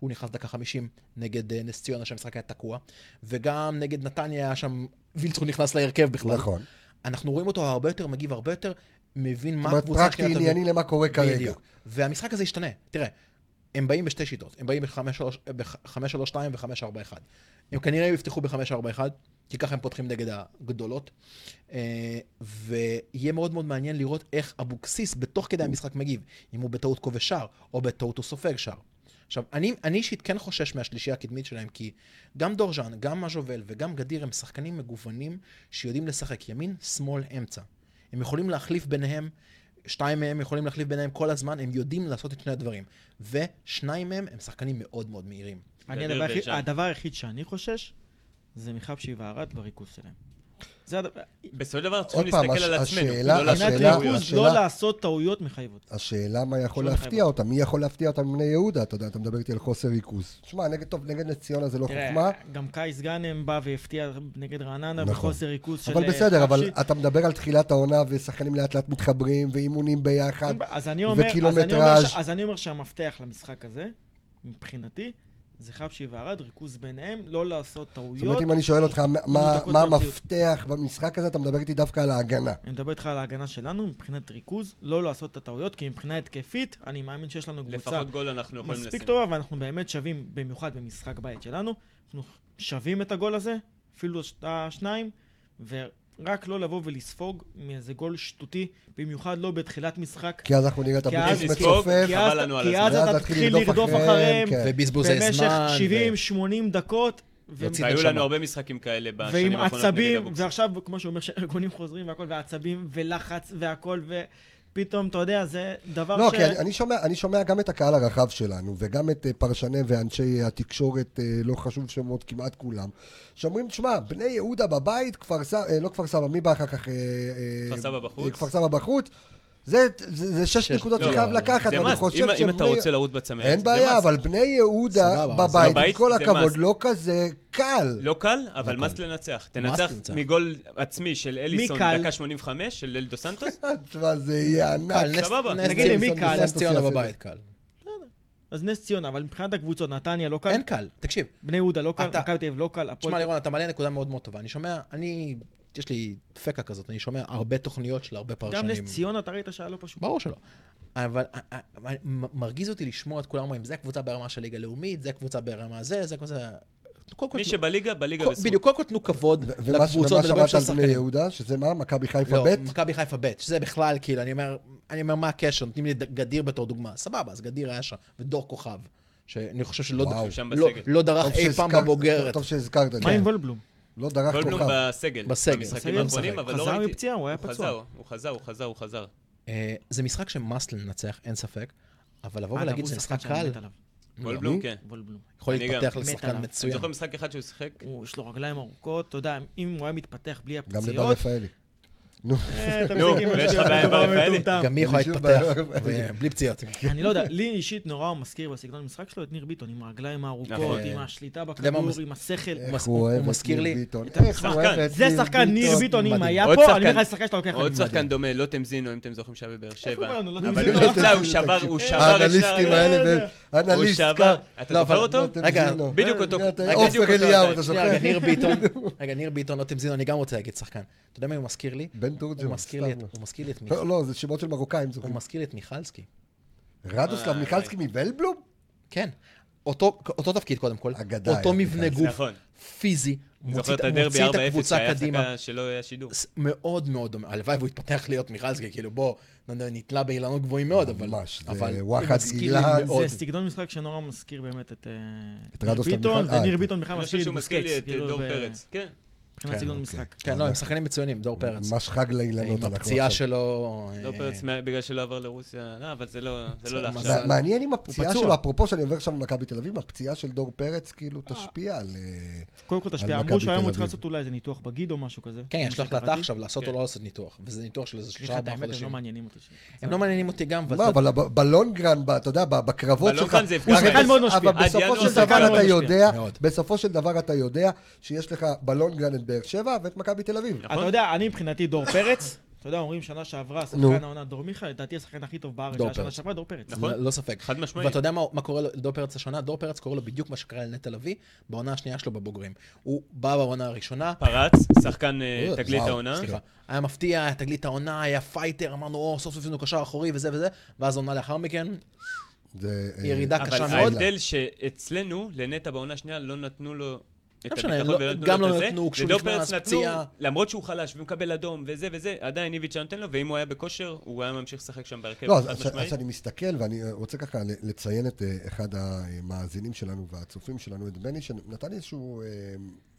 Speaker 4: הוא נכנס דקה 50 נגד אה, נס ציונה שהמשחק היה תקוע, וגם נגד נתניה היה שם, וילצחון נכנס להרכב בכלל.
Speaker 1: נכון.
Speaker 4: אנחנו רואים אותו הרבה יותר מגיב, הרבה יותר מבין
Speaker 1: זאת
Speaker 4: מה
Speaker 1: אומרת,
Speaker 4: הקבוצה
Speaker 1: פרקטי ענייני למה קורה כרגע.
Speaker 4: בדיוק. והמשחק הזה ישתנה. תראה, הם באים בשתי שיטות, הם באים ב-532 ו-541. הם כנראה יפתחו ב-541, כי ככה הם פותחים נגד הגדולות. אה, ויהיה מאוד מאוד מעניין לראות איך אבוקסיס בתוך כדי המשחק מגיב, אם הוא בטעות כובש שער, או בטעות הוא סופג שער. עכשיו, אני אני אישית כן חושש מהשלישייה הקדמית שלהם, כי גם דורז'אן, גם מז'ובל וגם גדיר הם שחקנים מגוונים שיודעים לשחק ימין, שמאל, אמצע. הם יכולים להחליף ביניהם, שתיים מהם יכולים להחליף ביניהם כל הזמן, הם יודעים לעשות את שני הדברים. ושניים מהם הם שחקנים מאוד מאוד מהירים.
Speaker 3: אני
Speaker 2: גדר
Speaker 3: הדבר היחיד-
Speaker 2: וג'אן.
Speaker 3: הדבר היחיד שאני חושש, זה מחבשי וערד בריכוז שלהם. זה הדבר...
Speaker 2: בסופו של דבר צריכים
Speaker 1: פעם,
Speaker 2: להסתכל על
Speaker 1: הש-
Speaker 2: עצמנו.
Speaker 1: השאלה-
Speaker 2: לא
Speaker 1: השאלה-
Speaker 2: לעשות
Speaker 3: מבחינת
Speaker 1: השאלה-
Speaker 3: ריכוז, לא לעשות טעויות מחייבות.
Speaker 1: השאלה מה יכול
Speaker 3: שום
Speaker 1: להפתיע
Speaker 3: חבר'ה.
Speaker 1: אותם, מי יכול להפתיע אותם מבני יהודה, אתה יודע, אתה מדבר איתי על חוסר ריכוז. שמע, נגד, טוב, נגד נס ציונה זה לא חוכמה,
Speaker 3: תראה, גם קייס גאנם בא והפתיע נגד רעננה
Speaker 1: נכון.
Speaker 3: בחוסר ריכוז של... אה,
Speaker 1: אבל בסדר, אבל
Speaker 3: חפשי.
Speaker 1: אתה מדבר על תחילת העונה ושחקנים לאט לאט מתחברים, ואימונים ביחד.
Speaker 3: אז אני אומר, אז אני אומר,
Speaker 1: וקילומטראז'.
Speaker 3: ש... אז אני אומר שהמפתח למשחק הזה, מבחינתי, זה חפשי וערד, ריכוז ביניהם, לא לעשות
Speaker 1: זאת אומרת,
Speaker 3: טעויות.
Speaker 1: אם אני שואל אותך מה- מה-
Speaker 3: מנותקות
Speaker 1: מה
Speaker 3: מהמציאות.
Speaker 1: המפתח במשחק הזה, אתה מדבר איתי דווקא על ההגנה.
Speaker 3: אני מדבר איתך על ההגנה שלנו, מבחינת ריכוז, לא לעשות את הטעויות, כי מבחינה התקפית, אני מאמין שיש לנו קבוצה
Speaker 2: לפחות גול אנחנו לא יכולים לשים.
Speaker 3: מספיק טובה, ואנחנו באמת שווים, במיוחד במשחק בית שלנו, אנחנו שווים את הגול הזה, אפילו ש- השניים, ורק לא לבוא ולספוג מאיזה גול שטותי, במיוחד לא בתחילת משחק.
Speaker 1: כי אז אנחנו נראה את
Speaker 3: כי אז-
Speaker 1: הבריס
Speaker 2: כי-
Speaker 1: מצופף,
Speaker 3: כי אז-
Speaker 2: חבל לנו על
Speaker 3: כי
Speaker 2: הזמן.
Speaker 3: אז אתה תתחיל לרדוף אחריהם,
Speaker 1: כן.
Speaker 4: ובזבוזי
Speaker 3: במשך
Speaker 4: זמן. ו-
Speaker 3: 70-80 דקות, ו-
Speaker 1: לא
Speaker 4: יוצאים
Speaker 2: והיו
Speaker 4: לשם.
Speaker 2: לנו הרבה משחקים כאלה בשנים
Speaker 3: ועם
Speaker 2: האחרונות נגד
Speaker 3: עצבים,
Speaker 2: אבוקסיס.
Speaker 3: ועכשיו, כמו שהוא אומר, שארגונים חוזרים והכל, ועצבים, ולחץ, והכל, ופתאום, אתה יודע, זה דבר
Speaker 1: לא,
Speaker 3: ש...
Speaker 1: כי אני, אני, שומע, אני שומע גם את הקהל הרחב שלנו, וגם את אה, פרשני ואנשי התקשורת, אה, לא חשוב שמות, כמעט כולם, שאומרים, תשמע, בני יהודה בבית, כפר סבא, אה, לא כפר סבא, מי בא אחר כך? אה, אה,
Speaker 2: כפר סבא בחוץ?
Speaker 1: אה, כפר סבא בחוץ. זה, זה, זה שש
Speaker 4: שש,
Speaker 1: נקודות
Speaker 4: לא,
Speaker 1: שחייב
Speaker 4: לא,
Speaker 1: לקחת,
Speaker 2: זה
Speaker 1: ואני
Speaker 2: מס,
Speaker 1: חושב לא
Speaker 2: אם- אם אתה רוצה לרוץ בצמרת,
Speaker 1: אין
Speaker 2: זה
Speaker 1: בעיה,
Speaker 2: must.
Speaker 1: אבל בני יהודה
Speaker 4: סבבה, אבל זה
Speaker 1: בבית, עם
Speaker 2: בבית,
Speaker 1: כל
Speaker 2: זה
Speaker 1: הכבוד,
Speaker 2: must.
Speaker 1: לא כזה קל.
Speaker 2: לא קל, אבל
Speaker 1: לא
Speaker 2: מאסט לנצח. תנצח
Speaker 4: לנצח.
Speaker 2: מגול עצמי של אליסון,
Speaker 3: קל?
Speaker 2: דקה 85, של אלדו סנטוס.
Speaker 1: לא, תשמע, זה יהיה ענק.
Speaker 4: קל, נס-
Speaker 2: סבבה.
Speaker 4: נס-
Speaker 3: תגיד לי, מי
Speaker 4: נס-
Speaker 3: קל?
Speaker 4: נס ציונה בבית קל.
Speaker 3: אז נס ציונה, אבל מבחינת הקבוצות, נתניה לא קל,
Speaker 4: אין קל, תקשיב.
Speaker 3: בני יהודה לא קל,
Speaker 4: אתה-
Speaker 3: מכבי תל אביב לא קל,
Speaker 4: תשמע,
Speaker 3: הפועל...
Speaker 4: לירון, אתה מעלה נקודה מאוד מאוד טובה. אני שומע, אני, יש לי פקה כזאת, אני שומע הרבה תוכניות של הרבה פרשנים.
Speaker 3: גם נס ציונה, אתה ראית שהיה לא פשוט.
Speaker 4: ברור שלא. אבל אה, אה, אה, מ- מרגיז אותי לשמוע את כולם אומרים, זה הקבוצה ברמה של ליגה לאומית, זה הקבוצה ברמה זה, זה קבוצה... קודם כל
Speaker 2: מי
Speaker 4: תנו-
Speaker 2: שבליגה, בליגה
Speaker 4: כל-
Speaker 2: בזכות.
Speaker 4: בדיוק, קודם כל תנו כבוד
Speaker 1: ו- ומה
Speaker 4: לקבוצות
Speaker 1: ומה
Speaker 4: ולדברים
Speaker 1: שמעת
Speaker 4: של
Speaker 1: על בני
Speaker 4: שחקנים.
Speaker 1: יהודה, שזה מה? מכבי חיפה
Speaker 4: לא,
Speaker 1: ב'?
Speaker 4: מכבי חיפה ב', שזה בכלל, כאילו, אני אומר, אני אומר, מה הקשר? נותנים לי ד- גדיר בתור דוגמה. סבבה, אז גדיר היה שם, ודור כוכב, שאני חושב שלא
Speaker 1: וואו.
Speaker 4: ד-
Speaker 2: שם
Speaker 4: לא-
Speaker 2: בסגל.
Speaker 4: לא דרח
Speaker 1: טוב
Speaker 4: אי פעם
Speaker 1: שהזכרת-
Speaker 4: בבוגרת.
Speaker 1: טוב שהזכרת את
Speaker 3: מה
Speaker 2: כן.
Speaker 3: עם
Speaker 1: זה.
Speaker 3: וולבלום?
Speaker 1: לא דרח
Speaker 2: גולדבלום
Speaker 1: כוכב.
Speaker 2: בסגל.
Speaker 4: בסגל.
Speaker 2: במשחקים
Speaker 4: בסגל.
Speaker 2: האחרונים, אבל לא
Speaker 3: חזר
Speaker 2: ראיתי-
Speaker 3: מפציעה, הוא היה
Speaker 2: הוא
Speaker 3: פצוע.
Speaker 2: חזר, הוא חזר, הוא חזר, הוא חזר.
Speaker 4: אה, זה משחק שמאסט לנצח, אין ספק, אבל
Speaker 2: אה,
Speaker 4: לבוא
Speaker 3: אגב,
Speaker 4: ולהגיד
Speaker 3: הוא
Speaker 4: שזה
Speaker 3: שחקן
Speaker 4: משחק
Speaker 3: שאני
Speaker 4: קל,
Speaker 3: מת עליו.
Speaker 2: גולדבלום, כן.
Speaker 3: וולבלום.
Speaker 4: יכול
Speaker 2: אני גם.
Speaker 4: להתפתח
Speaker 3: מת
Speaker 4: לשחקן
Speaker 3: עליו.
Speaker 2: אני
Speaker 4: מצוין.
Speaker 2: זוכר משחק אחד שהוא שיחק,
Speaker 3: הוא- יש לו רגליים ארוכות, אתה יודע, אם הוא היה מתפתח בלי
Speaker 1: גם
Speaker 3: הפציעות...
Speaker 1: לבר רפאלי. נו,
Speaker 3: אה, אתה
Speaker 2: נו,
Speaker 3: מפסיק עם
Speaker 2: לא, ויש לך
Speaker 3: השטויות,
Speaker 2: בעיה
Speaker 3: אתה
Speaker 2: עם בר רפאלי?
Speaker 3: מטומטם.
Speaker 4: גם מי יכול
Speaker 1: אני שוב
Speaker 4: להתפתח,
Speaker 1: בעיה.
Speaker 4: ו- בלי פציעות.
Speaker 3: אני לא יודע, לי אישית נורא הוא מזכיר בסגנון המשחק שלו את ניר ביטון, עם הרגליים הארוכות,
Speaker 4: נכון.
Speaker 3: עם השליטה
Speaker 4: יודע מה הוא מז-
Speaker 3: בכדור,
Speaker 4: אה,
Speaker 3: עם השכל.
Speaker 1: איך
Speaker 4: מס-
Speaker 1: הוא
Speaker 4: הוא
Speaker 1: אוהב את
Speaker 4: מזכיר
Speaker 1: ניר
Speaker 4: לי-
Speaker 1: ביטון. איך הוא
Speaker 2: שחקן.
Speaker 1: אוהב את
Speaker 3: זה
Speaker 1: ניר
Speaker 4: אה,
Speaker 3: שחקן ניר ביטון, אם
Speaker 1: מדהים.
Speaker 3: היה
Speaker 2: עוד
Speaker 3: פה, אני
Speaker 2: שחקן.
Speaker 3: אומר לך, זה שחקן שאתה לוקח
Speaker 2: עוד
Speaker 3: לך.
Speaker 2: שחקן דומה, לוטם זינו, אם אתם זוכרים שהיה בבאר שבע.
Speaker 3: קוראים לו? לוטם
Speaker 2: אבל
Speaker 3: זינו?
Speaker 2: לא, לא, הוא
Speaker 1: תקשיב,
Speaker 2: שבר, הוא שבר את
Speaker 1: האנליסטים
Speaker 2: שער...
Speaker 1: האלה,
Speaker 2: הוא
Speaker 1: אנליסט,
Speaker 2: שבר, אתה
Speaker 4: לא,
Speaker 2: זוכר
Speaker 4: אבל-
Speaker 2: אותו?
Speaker 1: קארטר
Speaker 4: רגע,
Speaker 1: זינו.
Speaker 2: בדיוק אותו-
Speaker 1: אה, אתה-
Speaker 2: רגע,
Speaker 1: עופר
Speaker 2: בדיוק אותו
Speaker 1: אליהו, אתה
Speaker 2: אתה.
Speaker 1: זוכר?
Speaker 4: שנייה, רגע, ניר ביטון, רגע, ניר ביטון, לוטם זינו, אני גם רוצה להגיד שחקן. אתה יודע מי הוא מזכיר לי?
Speaker 1: בן
Speaker 4: הוא
Speaker 1: תורג'מן.
Speaker 4: מזכיר לי את-
Speaker 1: לא סתם לא.
Speaker 4: הוא מזכיר לי את מיכל-
Speaker 1: לא, לא, זה שמות של מרוקאים
Speaker 4: הוא
Speaker 1: זוכרים.
Speaker 4: מזכיר לי את מיכלסקי.
Speaker 1: רדוסלב
Speaker 2: אה,
Speaker 1: מיכלסקי מוולבלום?
Speaker 4: כן. אותו, אותו תפקיד קודם כל,
Speaker 1: אגדה כן.
Speaker 4: אותו
Speaker 1: היה,
Speaker 4: מבנה
Speaker 1: מיכלסקי.
Speaker 4: גוף,
Speaker 2: נכון.
Speaker 4: פיזי, מוציא
Speaker 2: זוכר
Speaker 4: את-
Speaker 2: את הדרבי
Speaker 4: מוציא את
Speaker 2: 4-0,
Speaker 4: הקבוצה
Speaker 2: שהיה
Speaker 4: קדימה,
Speaker 2: הפסקה שלא היה שידור.
Speaker 4: ס- מאוד מאוד דומה, הלוואי והוא יתפתח להיות מיכלסקי, כאילו בוא, לא יודע, נתלה באילנות גבוהים מאוד, אבל,
Speaker 1: ממש, זה
Speaker 4: אבל הוא
Speaker 1: וואחד
Speaker 4: מזכיר לי
Speaker 1: אילן.
Speaker 4: מאוד.
Speaker 3: זה סגנון משחק שנורא מזכיר באמת את אה,
Speaker 1: את
Speaker 3: ניר
Speaker 1: רדוסלב
Speaker 3: ביטון,
Speaker 1: מיכל- אה,
Speaker 3: וניר
Speaker 1: את-
Speaker 3: ביטון בכלל
Speaker 2: אני חושב
Speaker 3: מזכיר לי את
Speaker 2: שהוא מזכיר לי
Speaker 3: בוסקץ,
Speaker 2: את אה,
Speaker 3: כאילו,
Speaker 2: דור
Speaker 3: ו-
Speaker 2: פרץ. כן.
Speaker 1: כן,
Speaker 3: מבחינת סגנון
Speaker 1: אוקיי.
Speaker 3: משחק.
Speaker 4: כן, לא, הם שחקנים מצוינים, דור פרץ. אה,
Speaker 1: ממש חג לאילנות
Speaker 4: עם
Speaker 1: אנחנו
Speaker 4: הפציעה
Speaker 1: עכשיו.
Speaker 4: שלו.
Speaker 2: לא
Speaker 4: אה,
Speaker 2: פרץ, מה- בגלל שלא עבר לרוסיה, לא, אבל זה לא זה לא
Speaker 4: זה
Speaker 1: מע-
Speaker 2: לעכשיו.
Speaker 1: מעניין אם הפציעה
Speaker 4: פצוע.
Speaker 1: שלו, אפרופו שאני עובר עכשיו למכבי תל אביב, הפציעה של דור פרץ כאילו תשפיע על... אה,
Speaker 3: קודם כל תשפיע,
Speaker 1: על
Speaker 3: אמרו
Speaker 1: מכבי
Speaker 3: שהיום
Speaker 1: תל
Speaker 3: הוא צריך
Speaker 1: אביב.
Speaker 3: לעשות אולי איזה ניתוח בגיד או משהו כזה.
Speaker 4: כן, יש לו החלטה
Speaker 3: שקראתי.
Speaker 4: עכשיו לעשות או
Speaker 2: כן.
Speaker 4: לא לעשות ניתוח, וזה ניתוח של איזה
Speaker 3: אני אגיד
Speaker 4: שלושה
Speaker 3: לך את
Speaker 4: ארבעה
Speaker 3: האמת, הם לא
Speaker 4: חודשים.
Speaker 3: מעניינים אותי.
Speaker 4: הם לא מעניינים אותי גם,
Speaker 1: לא, אבל הב- בלונגרן, ב- אתה יודע, ב- בקרבות שלך...
Speaker 2: בלונגרן זה יפגע
Speaker 1: הרי
Speaker 2: בהם.
Speaker 1: בס-
Speaker 3: שחקן מאוד משפיע.
Speaker 1: אבל
Speaker 2: עד
Speaker 1: בסופו
Speaker 2: ינואר
Speaker 1: של
Speaker 2: זה
Speaker 1: דבר
Speaker 2: שחקן
Speaker 1: אתה
Speaker 3: מאוד
Speaker 1: יודע,
Speaker 4: משפיע. מאוד.
Speaker 1: בסופו של דבר אתה יודע שיש לך בלונגרן את באר שבע ואת מכבי תל אביב.
Speaker 2: נכון.
Speaker 3: אתה יודע, אני מבחינתי דור פרץ, אתה יודע, אומרים שנה שעברה,
Speaker 1: נו.
Speaker 3: שחקן העונה דור מיכה, לדעתי השחקן הכי טוב בארץ,
Speaker 4: דור
Speaker 3: היה שנה
Speaker 4: פרץ.
Speaker 3: שעברה דור פרץ.
Speaker 2: נכון.
Speaker 4: לא ספק.
Speaker 2: חד משמעית.
Speaker 4: ואתה יודע מה- מה קורה לדור פרץ השנה? דור פרץ קורה לו בדיוק מה שקרה לנטע לביא בעונה השנייה שלו בבוגרים. הוא בא בעונה הראשונה,
Speaker 2: פרץ, שחקן אה,
Speaker 4: וואו,
Speaker 2: תגלית
Speaker 1: וואו,
Speaker 2: העונה.
Speaker 4: סליחה, היה מפתיע, היה תגלית העונה, היה פייטר, אמרנו, או, סוף סוף יש לנו קשר אחורי וזה וזה, ואז עונה לאחר מכן,
Speaker 1: זה, אה,
Speaker 4: ירידה
Speaker 2: אבל
Speaker 4: קשה מאוד.
Speaker 2: ההבדל שאצלנו, לנטע בעונה השנייה, לא נתנו לו את
Speaker 4: משנה,
Speaker 2: הביטחון
Speaker 4: לא-
Speaker 2: ולא נתנו
Speaker 4: גם
Speaker 2: לו את
Speaker 4: לא
Speaker 2: הזה.
Speaker 4: נתנו, כשהוא
Speaker 2: לדור
Speaker 4: נכנס,
Speaker 2: פרץ נתנו,
Speaker 4: פציעה.
Speaker 2: למרות שהוא חלש ומקבל אדום וזה וזה, עדיין איביץ' היה נותן לו, ואם הוא היה בכושר, הוא היה ממשיך לשחק שם בהרכב.
Speaker 1: לא, אז-
Speaker 2: חד
Speaker 1: אז
Speaker 2: משמעית.
Speaker 1: אז אני מסתכל, ואני אה, רוצה ככה ל- לציין את אה, אחד המאזינים שלנו והצופים שלנו, את בני, שנתן לי איזשהו... אה,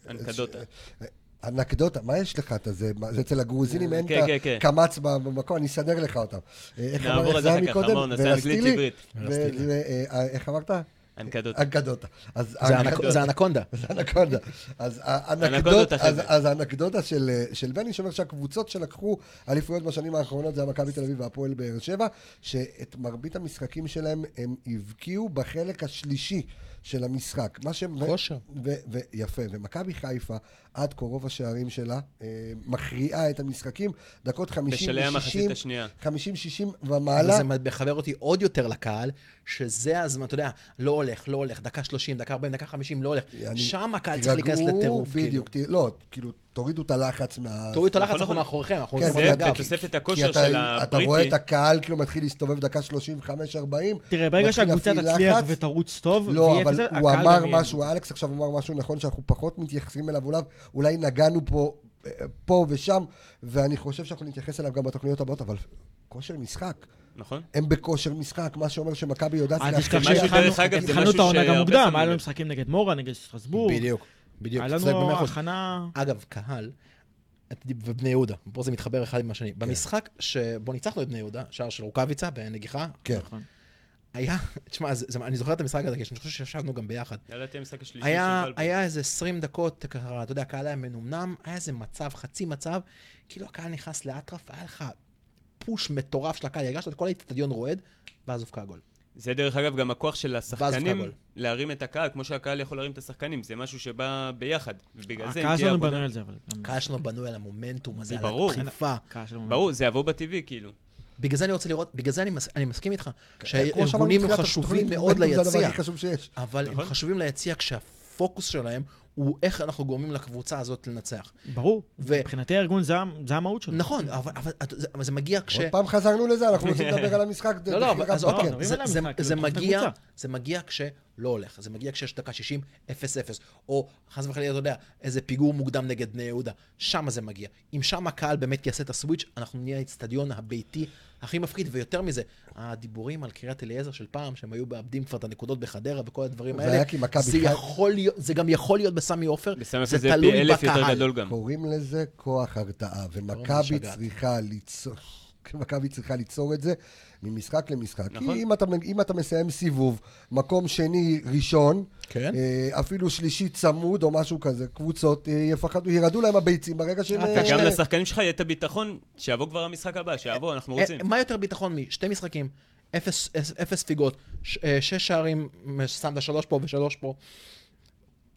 Speaker 2: אנקדוטה.
Speaker 1: אה, אנקדוטה, מה יש לך את הזה? מה- זה אצל הגרוזינים אין
Speaker 2: כן, כן,
Speaker 1: את
Speaker 2: כן.
Speaker 1: הקמץ ב- במקום, אני אסדר לך אותם. אה, איך
Speaker 2: נעבור
Speaker 1: אמר-
Speaker 2: על
Speaker 1: איך
Speaker 2: זה
Speaker 1: היה
Speaker 2: אחר כך,
Speaker 1: מקודם?
Speaker 2: אמרנו, נעשה אנגלית
Speaker 1: ורסטילי?
Speaker 2: עברית.
Speaker 1: ו- ו- אה, איך אמרת?
Speaker 2: אנקדות.
Speaker 1: אנקדוטה. אז
Speaker 4: זה
Speaker 1: האנק-
Speaker 4: האנק- זה אנקונדה.
Speaker 1: זה אנקדוטה. אז האנקדוט-
Speaker 2: אנקדוטה,
Speaker 1: אז-
Speaker 2: חבר'ה.
Speaker 1: אז האנקדוטה של, אה, של בני, שאומר שהקבוצות שלקחו אליפויות בשנים האחרונות זה המכבי תל אביב והפועל באר שבע, שאת מרבית המשחקים שלהם הם הבקיעו בחלק השלישי של המשחק. מה שהם...
Speaker 4: כושר.
Speaker 1: ו- ו- יפה, ומכבי חיפה, עד כה רוב השערים שלה, אה, מכריעה את המשחקים, דקות 50
Speaker 2: בשלהי המחצית
Speaker 1: ו-60,
Speaker 2: השנייה.
Speaker 1: 50, 60
Speaker 4: אבל
Speaker 1: ומעלה.
Speaker 4: זה מחבר אותי עוד יותר לקהל, שזה הזמן, אתה יודע, לא הולך, לא הולך, דקה 30, דקה 40, דקה 50, לא הולך.
Speaker 1: אני-
Speaker 4: שם הקהל צריך
Speaker 1: תירגעו,
Speaker 4: להיכנס לטירוף. כאילו.
Speaker 1: בדיוק, ת- לא, כאילו, תורידו את הלחץ מה...
Speaker 4: תורידו את הלחץ,
Speaker 2: נכון,
Speaker 4: אנחנו
Speaker 2: נכון.
Speaker 4: מאחוריכם, אנחנו
Speaker 1: כן,
Speaker 4: נמצאים
Speaker 1: זה-
Speaker 4: על הגב.
Speaker 2: תוספת
Speaker 1: כי
Speaker 2: הכושר
Speaker 1: אתה-
Speaker 2: של
Speaker 1: אתה רואה
Speaker 2: הבריטי.
Speaker 1: את הקהל כאילו מתחיל להסתובב דקה 35-40.
Speaker 3: תראה, ברגע
Speaker 1: מתחיל
Speaker 3: שהקבוצה
Speaker 1: להפעיל
Speaker 3: תצליח
Speaker 1: לחץ.
Speaker 3: ותרוץ טוב,
Speaker 1: לא,
Speaker 3: ויהיה
Speaker 1: אבל
Speaker 3: כזה,
Speaker 1: הוא
Speaker 3: הקהל
Speaker 1: אמר
Speaker 3: גם יהיה.
Speaker 1: משהו, אלכס עכשיו אמר משהו נכון שאנחנו פחות מתייחסים אליו, אולי- אולי נגענו פה אה, פה ושם, ואני חושב שאנחנו נתייחס אליו גם בתוכניות הבאות, אבל כושר משחק.
Speaker 2: נכון?
Speaker 1: הם בכושר משחק, מה שאומר שמכבי יודעת
Speaker 3: אל
Speaker 1: להכריע.
Speaker 3: תשכח
Speaker 2: משהו,
Speaker 3: שהתחלנו
Speaker 2: דרך אגב, זה
Speaker 3: התחלנו
Speaker 2: משהו
Speaker 3: את העונה גם
Speaker 2: שהרבה
Speaker 3: מוקדם,
Speaker 2: שמים
Speaker 3: היה לנו
Speaker 2: לב.
Speaker 3: משחקים נגד מורה, נגד שטרסבורג.
Speaker 4: בדיוק, בדיוק.
Speaker 3: היה
Speaker 4: אתה צודק
Speaker 3: לנו
Speaker 4: במאה אחוז.
Speaker 3: הכנה...
Speaker 4: אגב, קהל, את- ובני יהודה, פה זה מתחבר אחד עם
Speaker 1: כן.
Speaker 4: השני. במשחק שבו ניצחנו את בני יהודה, שער של רוקאביצה בנגיחה,
Speaker 1: כן.
Speaker 3: נכון.
Speaker 4: היה, תשמע, זה- זה- אני זוכר את המשחק הזה, כי אני חושב שישבנו גם ביחד.
Speaker 2: ידעתי המשחק השלישי
Speaker 4: היה,
Speaker 2: של בלבול.
Speaker 4: היה איזה 20 דקות, ככה, אתה יודע, הקהל היה מנומנם, היה איזה מצב, חצי מצב, כאילו הקהל נכנס לאטרף, היה לך פוש מטורף של הקהל, הרגשת את כל האיצטדיון רועד, ואז הופקע הגול.
Speaker 2: זה דרך אגב גם הכוח של השחקנים
Speaker 4: הגול.
Speaker 2: להרים את הקהל, כמו שהקהל יכול להרים את השחקנים, זה משהו שבא ביחד. בגלל זה אם
Speaker 3: הקהל
Speaker 2: תהיה
Speaker 3: שלנו
Speaker 2: עבודה...
Speaker 3: בנוי על זה, אבל... גם-
Speaker 4: הקהל שלנו בנוי על המומנטום הזה,
Speaker 2: זה
Speaker 4: על
Speaker 2: ברור.
Speaker 4: הדחיפה.
Speaker 3: הקהל שלנו-
Speaker 2: ברור, זה יבוא בטבעי כאילו.
Speaker 4: בגלל זה אני רוצה לראות, בגלל זה אני, מס, אני מסכים איתך,
Speaker 1: כמו שאמרנו
Speaker 4: שהארגונים הם
Speaker 1: בתחילת
Speaker 4: חשובים
Speaker 1: התוכנית,
Speaker 4: מאוד
Speaker 1: מומנטום כן. זה הדבר
Speaker 4: ליציע,
Speaker 1: הכי חשוב שיש.
Speaker 4: אבל הם
Speaker 2: נכון.
Speaker 4: חשובים ליציע כשהפוקוס שלהם הוא איך אנחנו גורמים לקבוצה הזאת לנצח.
Speaker 3: ברור.
Speaker 4: ו-
Speaker 3: מבחינתי הארגון זה ה- זה המהות שלו.
Speaker 4: נכון, אבל, אבל את- זה, אבל זה מגיע כש...
Speaker 1: עוד פעם חזרנו לזה, אנחנו רוצים לדבר על המשחק.
Speaker 4: לא, לא, אבל- אז עוד
Speaker 3: לא,
Speaker 4: פעם,
Speaker 3: מדברים
Speaker 4: זה-
Speaker 3: על
Speaker 4: זה-
Speaker 3: המשחק,
Speaker 4: זה
Speaker 3: כאילו, מבחינת
Speaker 4: מגיע,
Speaker 3: הקבוצה.
Speaker 4: זה מגיע כשלא הולך, זה מגיע כשיש דקה 60, 0-0, או חס וחלילה, אתה יודע, איזה פיגור מוקדם נגד בני יהודה, שם זה מגיע. אם שם הקהל באמת יעשה את הסוויץ', אנחנו נהיה האיצטדיון הביתי הכי מפחיד, ויותר מזה, הדיבורים על קריית אליעזר של פעם, שהם היו מאבדים כבר את הנקודות בחדרה וכל הדברים
Speaker 1: זה
Speaker 4: האלה,
Speaker 1: היה כי מכבי
Speaker 4: זה
Speaker 1: חיפה-
Speaker 4: יכול להיות, זה גם יכול להיות בסמי עופר,
Speaker 2: בסמי עופר
Speaker 4: זה
Speaker 2: זה
Speaker 4: תלוי
Speaker 2: פי אלף יותר
Speaker 4: בקהל.
Speaker 2: גדול גם.
Speaker 1: קוראים לזה כוח הרתעה,
Speaker 4: לא,
Speaker 1: ומכבי
Speaker 4: משגעת.
Speaker 1: צריכה ליצור... מכבי צריכה ליצור את זה ממשחק למשחק.
Speaker 2: נכון.
Speaker 1: כי אם אתה, אם אתה מסיים סיבוב, מקום שני ראשון,
Speaker 4: כן.
Speaker 1: אה, אפילו שלישי צמוד או משהו כזה, קבוצות אה, יפחדו, ירעדו להם הביצים ברגע שהם...
Speaker 4: אתה
Speaker 1: אה,
Speaker 2: וגם
Speaker 4: אה,
Speaker 2: לשחקנים שלך יהיה את הביטחון, שיבוא כבר המשחק הבא, שיבוא, אנחנו רוצים.
Speaker 4: אה, מה יותר ביטחון משתי משחקים, אפס, אפס, אפס ספיגות, ש, אה, שש שערים, שמת שלוש פה ושלוש פה.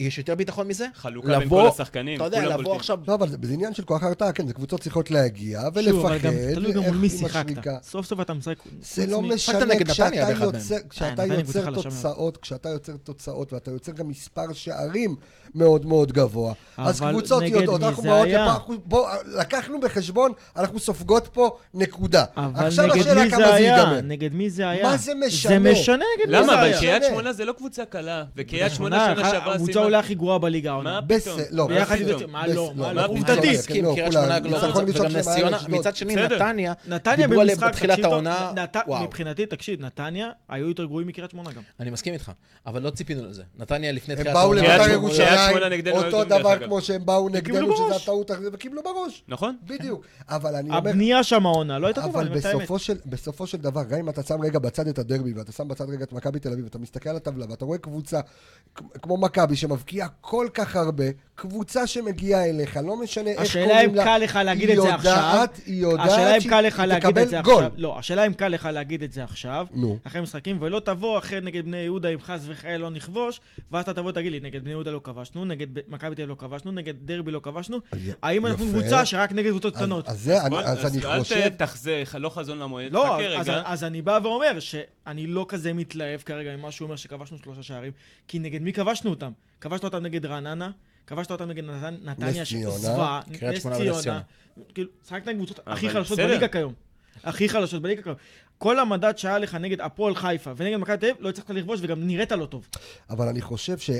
Speaker 4: יש יותר ביטחון מזה?
Speaker 2: חלוקה בין
Speaker 4: לבוא-
Speaker 2: כל השחקנים,
Speaker 4: אתה יודע,
Speaker 2: כולם
Speaker 4: לבוא
Speaker 2: בולטים.
Speaker 4: עכשיו...
Speaker 1: לא, אבל זה, זה עניין של כוח הרתעה, כן, זה קבוצות צריכות להגיע ולפחד.
Speaker 3: שוב, אבל גם תלוי גם מול
Speaker 1: איך
Speaker 3: מי
Speaker 1: עם השריקה.
Speaker 3: שיחקת. סוף סוף אתה משחק...
Speaker 1: זה
Speaker 3: חוץ
Speaker 1: לא
Speaker 3: מ-
Speaker 1: משנה,
Speaker 4: נגד
Speaker 1: כשאתה
Speaker 4: נתניה, דרך אגב,
Speaker 3: כן.
Speaker 1: יוצר, כשאתה
Speaker 3: נתניה קבוצה
Speaker 1: יוצר
Speaker 3: חלשה מאוד.
Speaker 1: תוצאות, כשאתה יוצר תוצאות ואתה יוצר גם מספר שערים מאוד מאוד גבוה, אז
Speaker 3: אבל
Speaker 1: קבוצות
Speaker 3: נגד
Speaker 1: יודעות,
Speaker 3: מי
Speaker 1: אנחנו
Speaker 3: זה
Speaker 1: באות
Speaker 3: היה?
Speaker 1: לפה, אנחנו- בוא, לקחנו בחשבון, אנחנו סופגות פה נקודה.
Speaker 3: אבל
Speaker 1: עכשיו
Speaker 3: נגד
Speaker 1: השאלה
Speaker 3: מי
Speaker 1: כמה
Speaker 3: זה
Speaker 1: זה
Speaker 3: היה?
Speaker 1: ייגמר.
Speaker 3: נגד מי זה היה?
Speaker 1: מה זה משנה?
Speaker 3: זה משנה נגד מי
Speaker 2: למה?
Speaker 3: זה
Speaker 2: אבל
Speaker 3: היה.
Speaker 2: קריית
Speaker 1: משנה.
Speaker 2: שמונה זה לא קבוצה קלה, וקריית שמונה שנה
Speaker 3: אחת-
Speaker 2: שעברה
Speaker 3: אה, הקבוצה אולי הכי גרועה בליגה העונה.
Speaker 2: מה
Speaker 1: בסדר,
Speaker 2: פתאום?
Speaker 1: לא,
Speaker 3: ביחד
Speaker 2: מה
Speaker 3: עם...
Speaker 2: פתאום?
Speaker 3: זה- מה לא?
Speaker 1: בס-
Speaker 3: מה
Speaker 1: לא,
Speaker 3: לא?
Speaker 2: מה
Speaker 4: אני
Speaker 2: עובדתית,
Speaker 4: לא
Speaker 1: כן,
Speaker 4: מסכים,
Speaker 1: לא,
Speaker 4: קריית
Speaker 1: כולם,
Speaker 4: שמונה לא
Speaker 1: ניצחון
Speaker 4: רוצה,
Speaker 1: ראשון
Speaker 4: וגם
Speaker 1: של
Speaker 4: נס
Speaker 1: מעיין
Speaker 4: ציונה,
Speaker 1: אשדוד.
Speaker 4: מצד שני
Speaker 2: בסדר.
Speaker 4: נתניה,
Speaker 3: נתניה
Speaker 4: דיברו עליהם
Speaker 3: במשחק,
Speaker 4: בתחילת
Speaker 3: תקשיב טוב,
Speaker 4: העונה,
Speaker 3: נת-
Speaker 4: וואו,
Speaker 3: מבחינתי, תקשיב, נתניה היו יותר גרועים מקריית שמונה גם.
Speaker 4: אני מסכים איתך, אבל לא ציפינו לזה. נתניה לפני
Speaker 1: הם
Speaker 4: תחילת
Speaker 1: באו
Speaker 4: העונה-
Speaker 2: קריית
Speaker 1: לבית"ר
Speaker 2: שמונה- קריית
Speaker 1: ירושלים,
Speaker 2: שמונה נגדנו
Speaker 1: אותו
Speaker 2: היום, דרך
Speaker 1: דבר
Speaker 2: אגב.
Speaker 1: כמו שהם באו נגדנו,
Speaker 3: בראש.
Speaker 1: שזה הטעות, וקיבלו בראש.
Speaker 2: נכון?
Speaker 1: בדיוק. אבל אני אומר,
Speaker 3: הבנייה שם העונה לא הייתה טובה,
Speaker 1: אבל
Speaker 3: אני אומר את האמת.
Speaker 1: בסופו של, בסופו של דבר, גם אם אתה שם רגע בצד את הדרבי, ואתה שם בצד רגע את מכבי תל אביב, אתה מסתכל על הטבלה, ואתה רואה קבוצה כ- כמו מכבי, שמבקיעה כל כך הרבה, קבוצה שמגיעה אליך, לא משנה איך קוראים לה,
Speaker 3: השאלה אם קל לך להגיד את
Speaker 1: היא
Speaker 3: זה עכשיו.
Speaker 1: יודעת, היא יודעת
Speaker 3: השאלה אם
Speaker 1: שהיא-
Speaker 3: קל לך
Speaker 1: היא
Speaker 3: להגיד את
Speaker 1: תקבל
Speaker 3: זה
Speaker 1: גול.
Speaker 3: עכשיו. לא, השאלה אם קל לך להגיד את זה עכשיו,
Speaker 1: נו.
Speaker 3: אחרי משחקים, ולא תבוא אחרי נגד בני יהודה, אם חס וחלילה לא נכבוש, ואז אתה תבוא תגיד לי, נגד בני יהודה לא כבשנו, נגד ב- מכבי תל אביב לא כבשנו, נגד דרבי לא כבשנו,
Speaker 1: י-
Speaker 3: האם אנחנו
Speaker 1: יפה.
Speaker 3: קבוצה שרק נגד קבוצות
Speaker 1: אז,
Speaker 3: קטנות?
Speaker 1: אז, זה, אני,
Speaker 2: בוא,
Speaker 1: אז אני
Speaker 2: אל
Speaker 1: חושב...
Speaker 2: ת- תחזה, לא חזון למועד,
Speaker 3: לא,
Speaker 2: חכה
Speaker 3: אז,
Speaker 2: רגע.
Speaker 3: אז אני בא ואומר שאני לא כזה מתלהב כרגע ממה שהוא אומר שכבשנו שלושה שערים, כי נגד מי כבשנו אותם? כבשת אותם נגד רעננה, כבשת אותם נגד נתן, נתניה,
Speaker 1: נס ציונה,
Speaker 3: שזוועה,
Speaker 4: קריית
Speaker 3: נס
Speaker 4: שמונה ונס
Speaker 3: ציונה.
Speaker 4: ציונה.
Speaker 3: כאילו, שחקת עם קבוצות
Speaker 2: אבל
Speaker 3: הכי חלשות
Speaker 2: בסדר.
Speaker 3: בליגה כיום. הכי חלשות בליגה כיום. כל המדד שהיה לך נגד הפועל חיפה ונגד מכבי תל אביב, לא הצלחת לכבוש וגם נראית לא טוב.
Speaker 1: אבל אני חושב ש...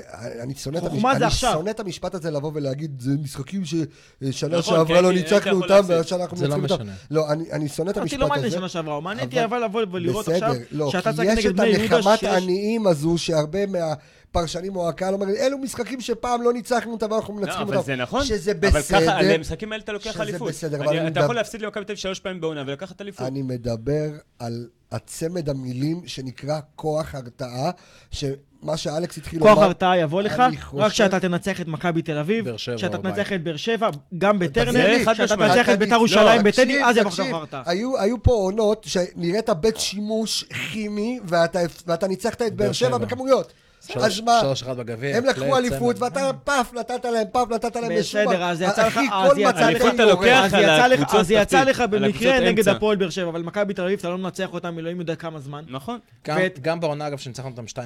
Speaker 1: אני שונא את,
Speaker 3: חוכמה זה
Speaker 1: אני
Speaker 3: עכשיו.
Speaker 1: שונא את המשפט הזה לבוא ולהגיד, זה משחקים ששנה
Speaker 2: נכון,
Speaker 1: שעברה
Speaker 2: כן,
Speaker 1: לא
Speaker 2: כי היית
Speaker 1: ניצחנו
Speaker 2: יכול
Speaker 1: אותם,
Speaker 2: להפסיד.
Speaker 1: ואז שאנחנו
Speaker 4: זה לא
Speaker 1: ניצחנו אותם.
Speaker 4: משנה.
Speaker 1: לא, אני, אני שונא את
Speaker 3: אותי
Speaker 1: המשפט
Speaker 3: לא מעניין
Speaker 1: הזה.
Speaker 3: שנה שעברה, הוא מעניין אותי
Speaker 1: אבל-
Speaker 3: אבל לבוא ולראות
Speaker 1: בסדר,
Speaker 3: עכשיו,
Speaker 1: לא,
Speaker 3: שאתה
Speaker 1: כי
Speaker 3: צעק
Speaker 1: יש
Speaker 3: נגד
Speaker 1: את
Speaker 3: בני יהודה
Speaker 1: הנחמת
Speaker 3: שיש...
Speaker 1: העניים הזו, שהרבה מהפרשנים או הקהל אומר, אלו משחקים שפעם לא ניצחנו אותם, ואנחנו
Speaker 2: לא,
Speaker 1: מנצחים
Speaker 2: אבל
Speaker 1: אותם.
Speaker 2: זה נכון,
Speaker 1: שזה
Speaker 2: אבל ככה, על
Speaker 1: בסדר.
Speaker 2: המשחקים האלה אתה לוקח
Speaker 1: שזה
Speaker 2: אליפות.
Speaker 1: בסדר,
Speaker 2: אני-
Speaker 1: אבל אני
Speaker 2: אתה
Speaker 1: מדבר-
Speaker 2: יכול להפסיד למכבי תל אביב שלוש פעמים בעונה ולקחת אליפות.
Speaker 1: אני מדבר על הצמד המילים שנקרא כוח הרתעה, ש... כאילו, מה שאלכס התחיל
Speaker 3: כוח
Speaker 1: לומר,
Speaker 3: הרתעה יבוא לך,
Speaker 1: אני
Speaker 3: רק
Speaker 1: חושב-
Speaker 3: כשאתה תנצח את מכבי תל אביב,
Speaker 4: באר שבע
Speaker 3: כשאתה
Speaker 4: בבית.
Speaker 3: תנצח את באר שבע, גם
Speaker 1: תגיד
Speaker 3: בטרנר,
Speaker 1: לי,
Speaker 3: כשאתה
Speaker 2: חד-משמעית.
Speaker 3: תנצח את
Speaker 1: תגיד,
Speaker 3: ביתר ירושלים
Speaker 1: לא,
Speaker 3: בטדי,
Speaker 1: תקשיב,
Speaker 3: אז יבוא
Speaker 1: תקשיב,
Speaker 3: כוח הרתעה.
Speaker 1: היו, היו פה עונות שנראית בית שימוש כימי, ואתה, ואתה ניצחת את באר
Speaker 4: באר
Speaker 1: שבע
Speaker 4: שבע.
Speaker 1: בכמויות.
Speaker 4: שלוש-
Speaker 1: אז מה?
Speaker 4: שלוש אחד בגביע.
Speaker 1: הם לקחו
Speaker 4: פלייאוף,
Speaker 1: אליפות,
Speaker 4: צמד.
Speaker 1: ואתה פאף, נתת להם, פאף, נתת להם בשום...
Speaker 3: בסדר, אז יצא לך,
Speaker 1: אחי,
Speaker 3: אז
Speaker 1: כל מצב
Speaker 3: יצא
Speaker 2: אליפות אתה
Speaker 1: תן לי
Speaker 2: לוקח
Speaker 1: גורם.
Speaker 3: אז
Speaker 2: על
Speaker 3: יצא לך-
Speaker 2: הקבוצות
Speaker 3: אז יצא
Speaker 2: תחתית,
Speaker 3: לך
Speaker 2: על
Speaker 3: במקרה
Speaker 2: הקבוצות
Speaker 3: נגד
Speaker 2: אמצע.
Speaker 3: הפועל באר שבע, אבל מכבי תל אביב, אתה לא מנצח אותם, אלוהים יודע כמה זמן.
Speaker 1: לא,
Speaker 2: נכון.
Speaker 4: גם-
Speaker 3: ואת-
Speaker 4: גם בעונה, אגב, שניצחנו אותם 2-0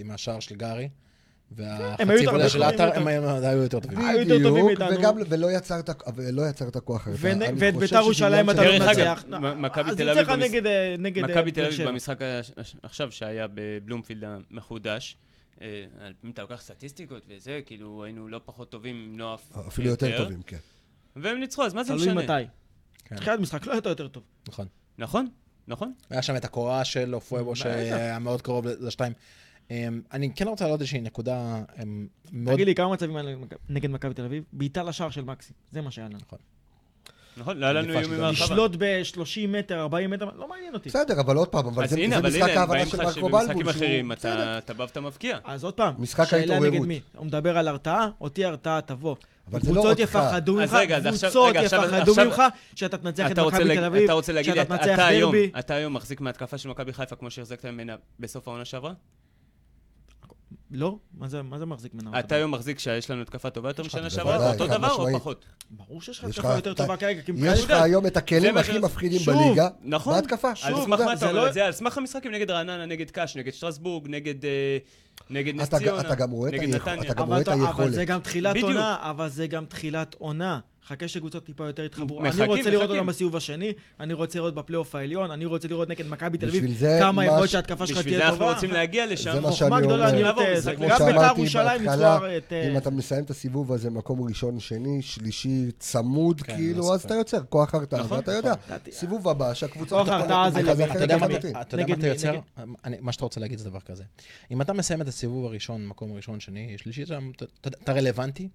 Speaker 4: עם השער של גארי,
Speaker 3: הם היו
Speaker 4: והחצי
Speaker 3: יותר-
Speaker 4: גולה של
Speaker 3: הם היו
Speaker 4: עטר,
Speaker 3: יותר-
Speaker 4: הם היו היו יותר טובים.
Speaker 3: היו יותר טובים
Speaker 1: בדיוק,
Speaker 3: מאיתנו.
Speaker 1: וגם- ולא יצרת- ולא יצרת כוח הרתעה.
Speaker 3: ונ-
Speaker 1: אני
Speaker 3: ואת
Speaker 1: חושב
Speaker 3: ביתר
Speaker 1: שזה
Speaker 3: ירושלים
Speaker 1: עניין של-
Speaker 3: אתה לא
Speaker 2: דרך אגב,
Speaker 3: מנצח.
Speaker 2: מ- מכבי
Speaker 3: אז
Speaker 2: תל
Speaker 3: יצא
Speaker 2: אביב
Speaker 3: לך
Speaker 2: במש-
Speaker 3: נגד אה, נגד, אה,
Speaker 2: מכבי תל
Speaker 3: באר
Speaker 2: אביב
Speaker 3: שבע.
Speaker 2: במשחק הש- הש- עכשיו שהיה בבלומפילד המחודש, אה, על- אם אתה לוקח סטטיסטיקות וזה, כאילו היינו לא פחות טובים, אם לא אף-
Speaker 1: אפילו יותר טובים, כן.
Speaker 2: והם ניצחו, אז מה זה
Speaker 3: תלוי
Speaker 2: משנה?
Speaker 3: מתי.
Speaker 4: כן.
Speaker 3: תחילת משחק לא הייתה יותר טוב.
Speaker 4: נכון.
Speaker 2: נכון, נכון.
Speaker 4: היה שם את הקורה של אופואבו שהיה מאוד קרוב לשתיים. אמ, אני כן רוצה להעלות איזושהי נקודה אמ, מאוד...
Speaker 3: תגיד לי, כמה מצבים היה לנו מכ- נגד מכבי תל אביב? בעיטה לשער של מקסי, זה מה שהיה לנו.
Speaker 2: נכון, לא היה לנו
Speaker 4: עדיפה
Speaker 2: איום
Speaker 4: שזה-
Speaker 2: עם הרחבה.
Speaker 3: לשלוט ב-30 מטר, 40 מטר, לא מעניין אותי.
Speaker 1: בסדר, אבל עוד פעם, אבל
Speaker 2: אז
Speaker 1: זה
Speaker 2: הנה,
Speaker 1: זה
Speaker 2: אבל
Speaker 1: משחק
Speaker 2: הנה, הם
Speaker 1: ההבנה
Speaker 2: באים
Speaker 1: של
Speaker 2: לך
Speaker 1: מרקו בלבול.
Speaker 2: שבמשחקים
Speaker 1: שהוא-
Speaker 2: אחרים
Speaker 1: בסדר.
Speaker 2: אתה אתה בא ואתה מבקיע.
Speaker 3: אז עוד פעם,
Speaker 1: משחק
Speaker 3: שאלה
Speaker 1: ההתעוררות.
Speaker 3: נגד מי? הוא מדבר על הרתעה, אותי הרתעה תבוא.
Speaker 1: אבל זה לא אותך.
Speaker 3: קבוצות יפחדו
Speaker 2: אז
Speaker 3: ממך,
Speaker 2: רגע, אז עכשיו-
Speaker 3: קבוצות
Speaker 2: רגע, עכשיו-
Speaker 3: יפחדו
Speaker 2: עכשיו-
Speaker 3: ממך, שאתה תנצח את
Speaker 2: אתה רוצה
Speaker 3: מכבי
Speaker 2: להג-
Speaker 3: תל אביב,
Speaker 2: אתה רוצה להגיד,
Speaker 3: שאתה
Speaker 2: אתה
Speaker 3: תנצח
Speaker 2: אתה היום,
Speaker 3: דרבי.
Speaker 2: אתה היום מחזיק מהתקפה של מכבי חיפה כמו שהחזקת ממנה בסוף העונה שעברה?
Speaker 3: לא, מה זה- מה זה מחזיק מנה?
Speaker 2: אתה היום מחזיק שיש לנו התקפה טובה יותר משנה
Speaker 4: בוודאי,
Speaker 2: שעברה? אותו
Speaker 1: חד
Speaker 2: דבר
Speaker 1: משמעית.
Speaker 2: או פחות?
Speaker 3: ברור שיש לך
Speaker 1: יש לך-
Speaker 3: התקפה יותר טובה כרגע, כי
Speaker 1: יש לך
Speaker 3: מבחינת...
Speaker 1: היום את
Speaker 2: זה
Speaker 1: הכלים
Speaker 2: מה
Speaker 1: הכי
Speaker 2: שאני-
Speaker 1: מפחידים
Speaker 3: שוב,
Speaker 1: בליגה,
Speaker 2: נכון.
Speaker 1: בהתקפה.
Speaker 2: על סמך
Speaker 1: נקודה.
Speaker 2: מה
Speaker 3: זה
Speaker 2: אתה אומר
Speaker 3: לא-
Speaker 2: את זה? על סמך המשחקים נגד רעננה, נגד קאש, נגד שטרסבורג, נגד אה, נגד נס
Speaker 1: אתה גם-
Speaker 2: ציונה,
Speaker 1: אתה גם רואה את
Speaker 2: נגד
Speaker 1: היכולת,
Speaker 2: נתניה.
Speaker 1: אתה גם רואה
Speaker 3: אבל
Speaker 1: את
Speaker 3: אתה- אבל
Speaker 1: היכולת.
Speaker 3: זה גם תחילת
Speaker 2: בדיוק.
Speaker 3: עונה, אבל זה גם תחילת עונה. חכה שקבוצות טיפה יותר יתחברו. אני
Speaker 2: מחכים,
Speaker 3: רוצה לראות
Speaker 2: מחכים.
Speaker 3: אותם בסיבוב השני, אני רוצה לראות בפלייאוף העליון, אני רוצה לראות נגד מכבי תל אביב
Speaker 1: בשביל זה
Speaker 3: כמה
Speaker 1: מה
Speaker 3: יכולת
Speaker 1: ש-
Speaker 3: שההתקפה שלך
Speaker 2: בשביל זה
Speaker 3: תהיה
Speaker 2: אנחנו
Speaker 3: טובה.
Speaker 2: רוצים להגיע לשם.
Speaker 1: זה מה ש-
Speaker 3: חוכמה
Speaker 1: שאני
Speaker 3: גדולה
Speaker 1: אומר.
Speaker 3: להיות...
Speaker 2: לעבור
Speaker 3: אה,
Speaker 2: משחק.
Speaker 3: זה-
Speaker 2: כמו
Speaker 1: כמו
Speaker 3: גם ביתר
Speaker 1: שאמרתי
Speaker 3: ירושלים
Speaker 1: בהתחלה,
Speaker 3: לצלוח את... אה,
Speaker 1: אם אתה מסיים את הסיבוב הזה מקום ראשון, שני, שלישי, צמוד,
Speaker 4: כן,
Speaker 1: כאילו,
Speaker 4: לא
Speaker 1: אז
Speaker 4: ספק.
Speaker 1: אתה יוצר כוח הרתעה,
Speaker 2: נכון,
Speaker 1: ואתה יודע,
Speaker 3: לדעתי-
Speaker 1: סיבוב הבא, שהקבוצה...
Speaker 3: כוח הרתעה זה לבן,
Speaker 4: אתה יודע מה
Speaker 3: נגד
Speaker 4: אתה-
Speaker 3: מי?
Speaker 4: אתה יודע מה
Speaker 3: נגד
Speaker 4: אתה
Speaker 3: מי?
Speaker 4: יוצר? אמ,
Speaker 3: נגד-
Speaker 4: אני- מה שאתה רוצה להגיד זה דבר כזה. אם אתה מסיים את הסיבוב הראשון, מקום ראשון, שני, שלישי, אתה- אתה- אתה אתה רלוונטי.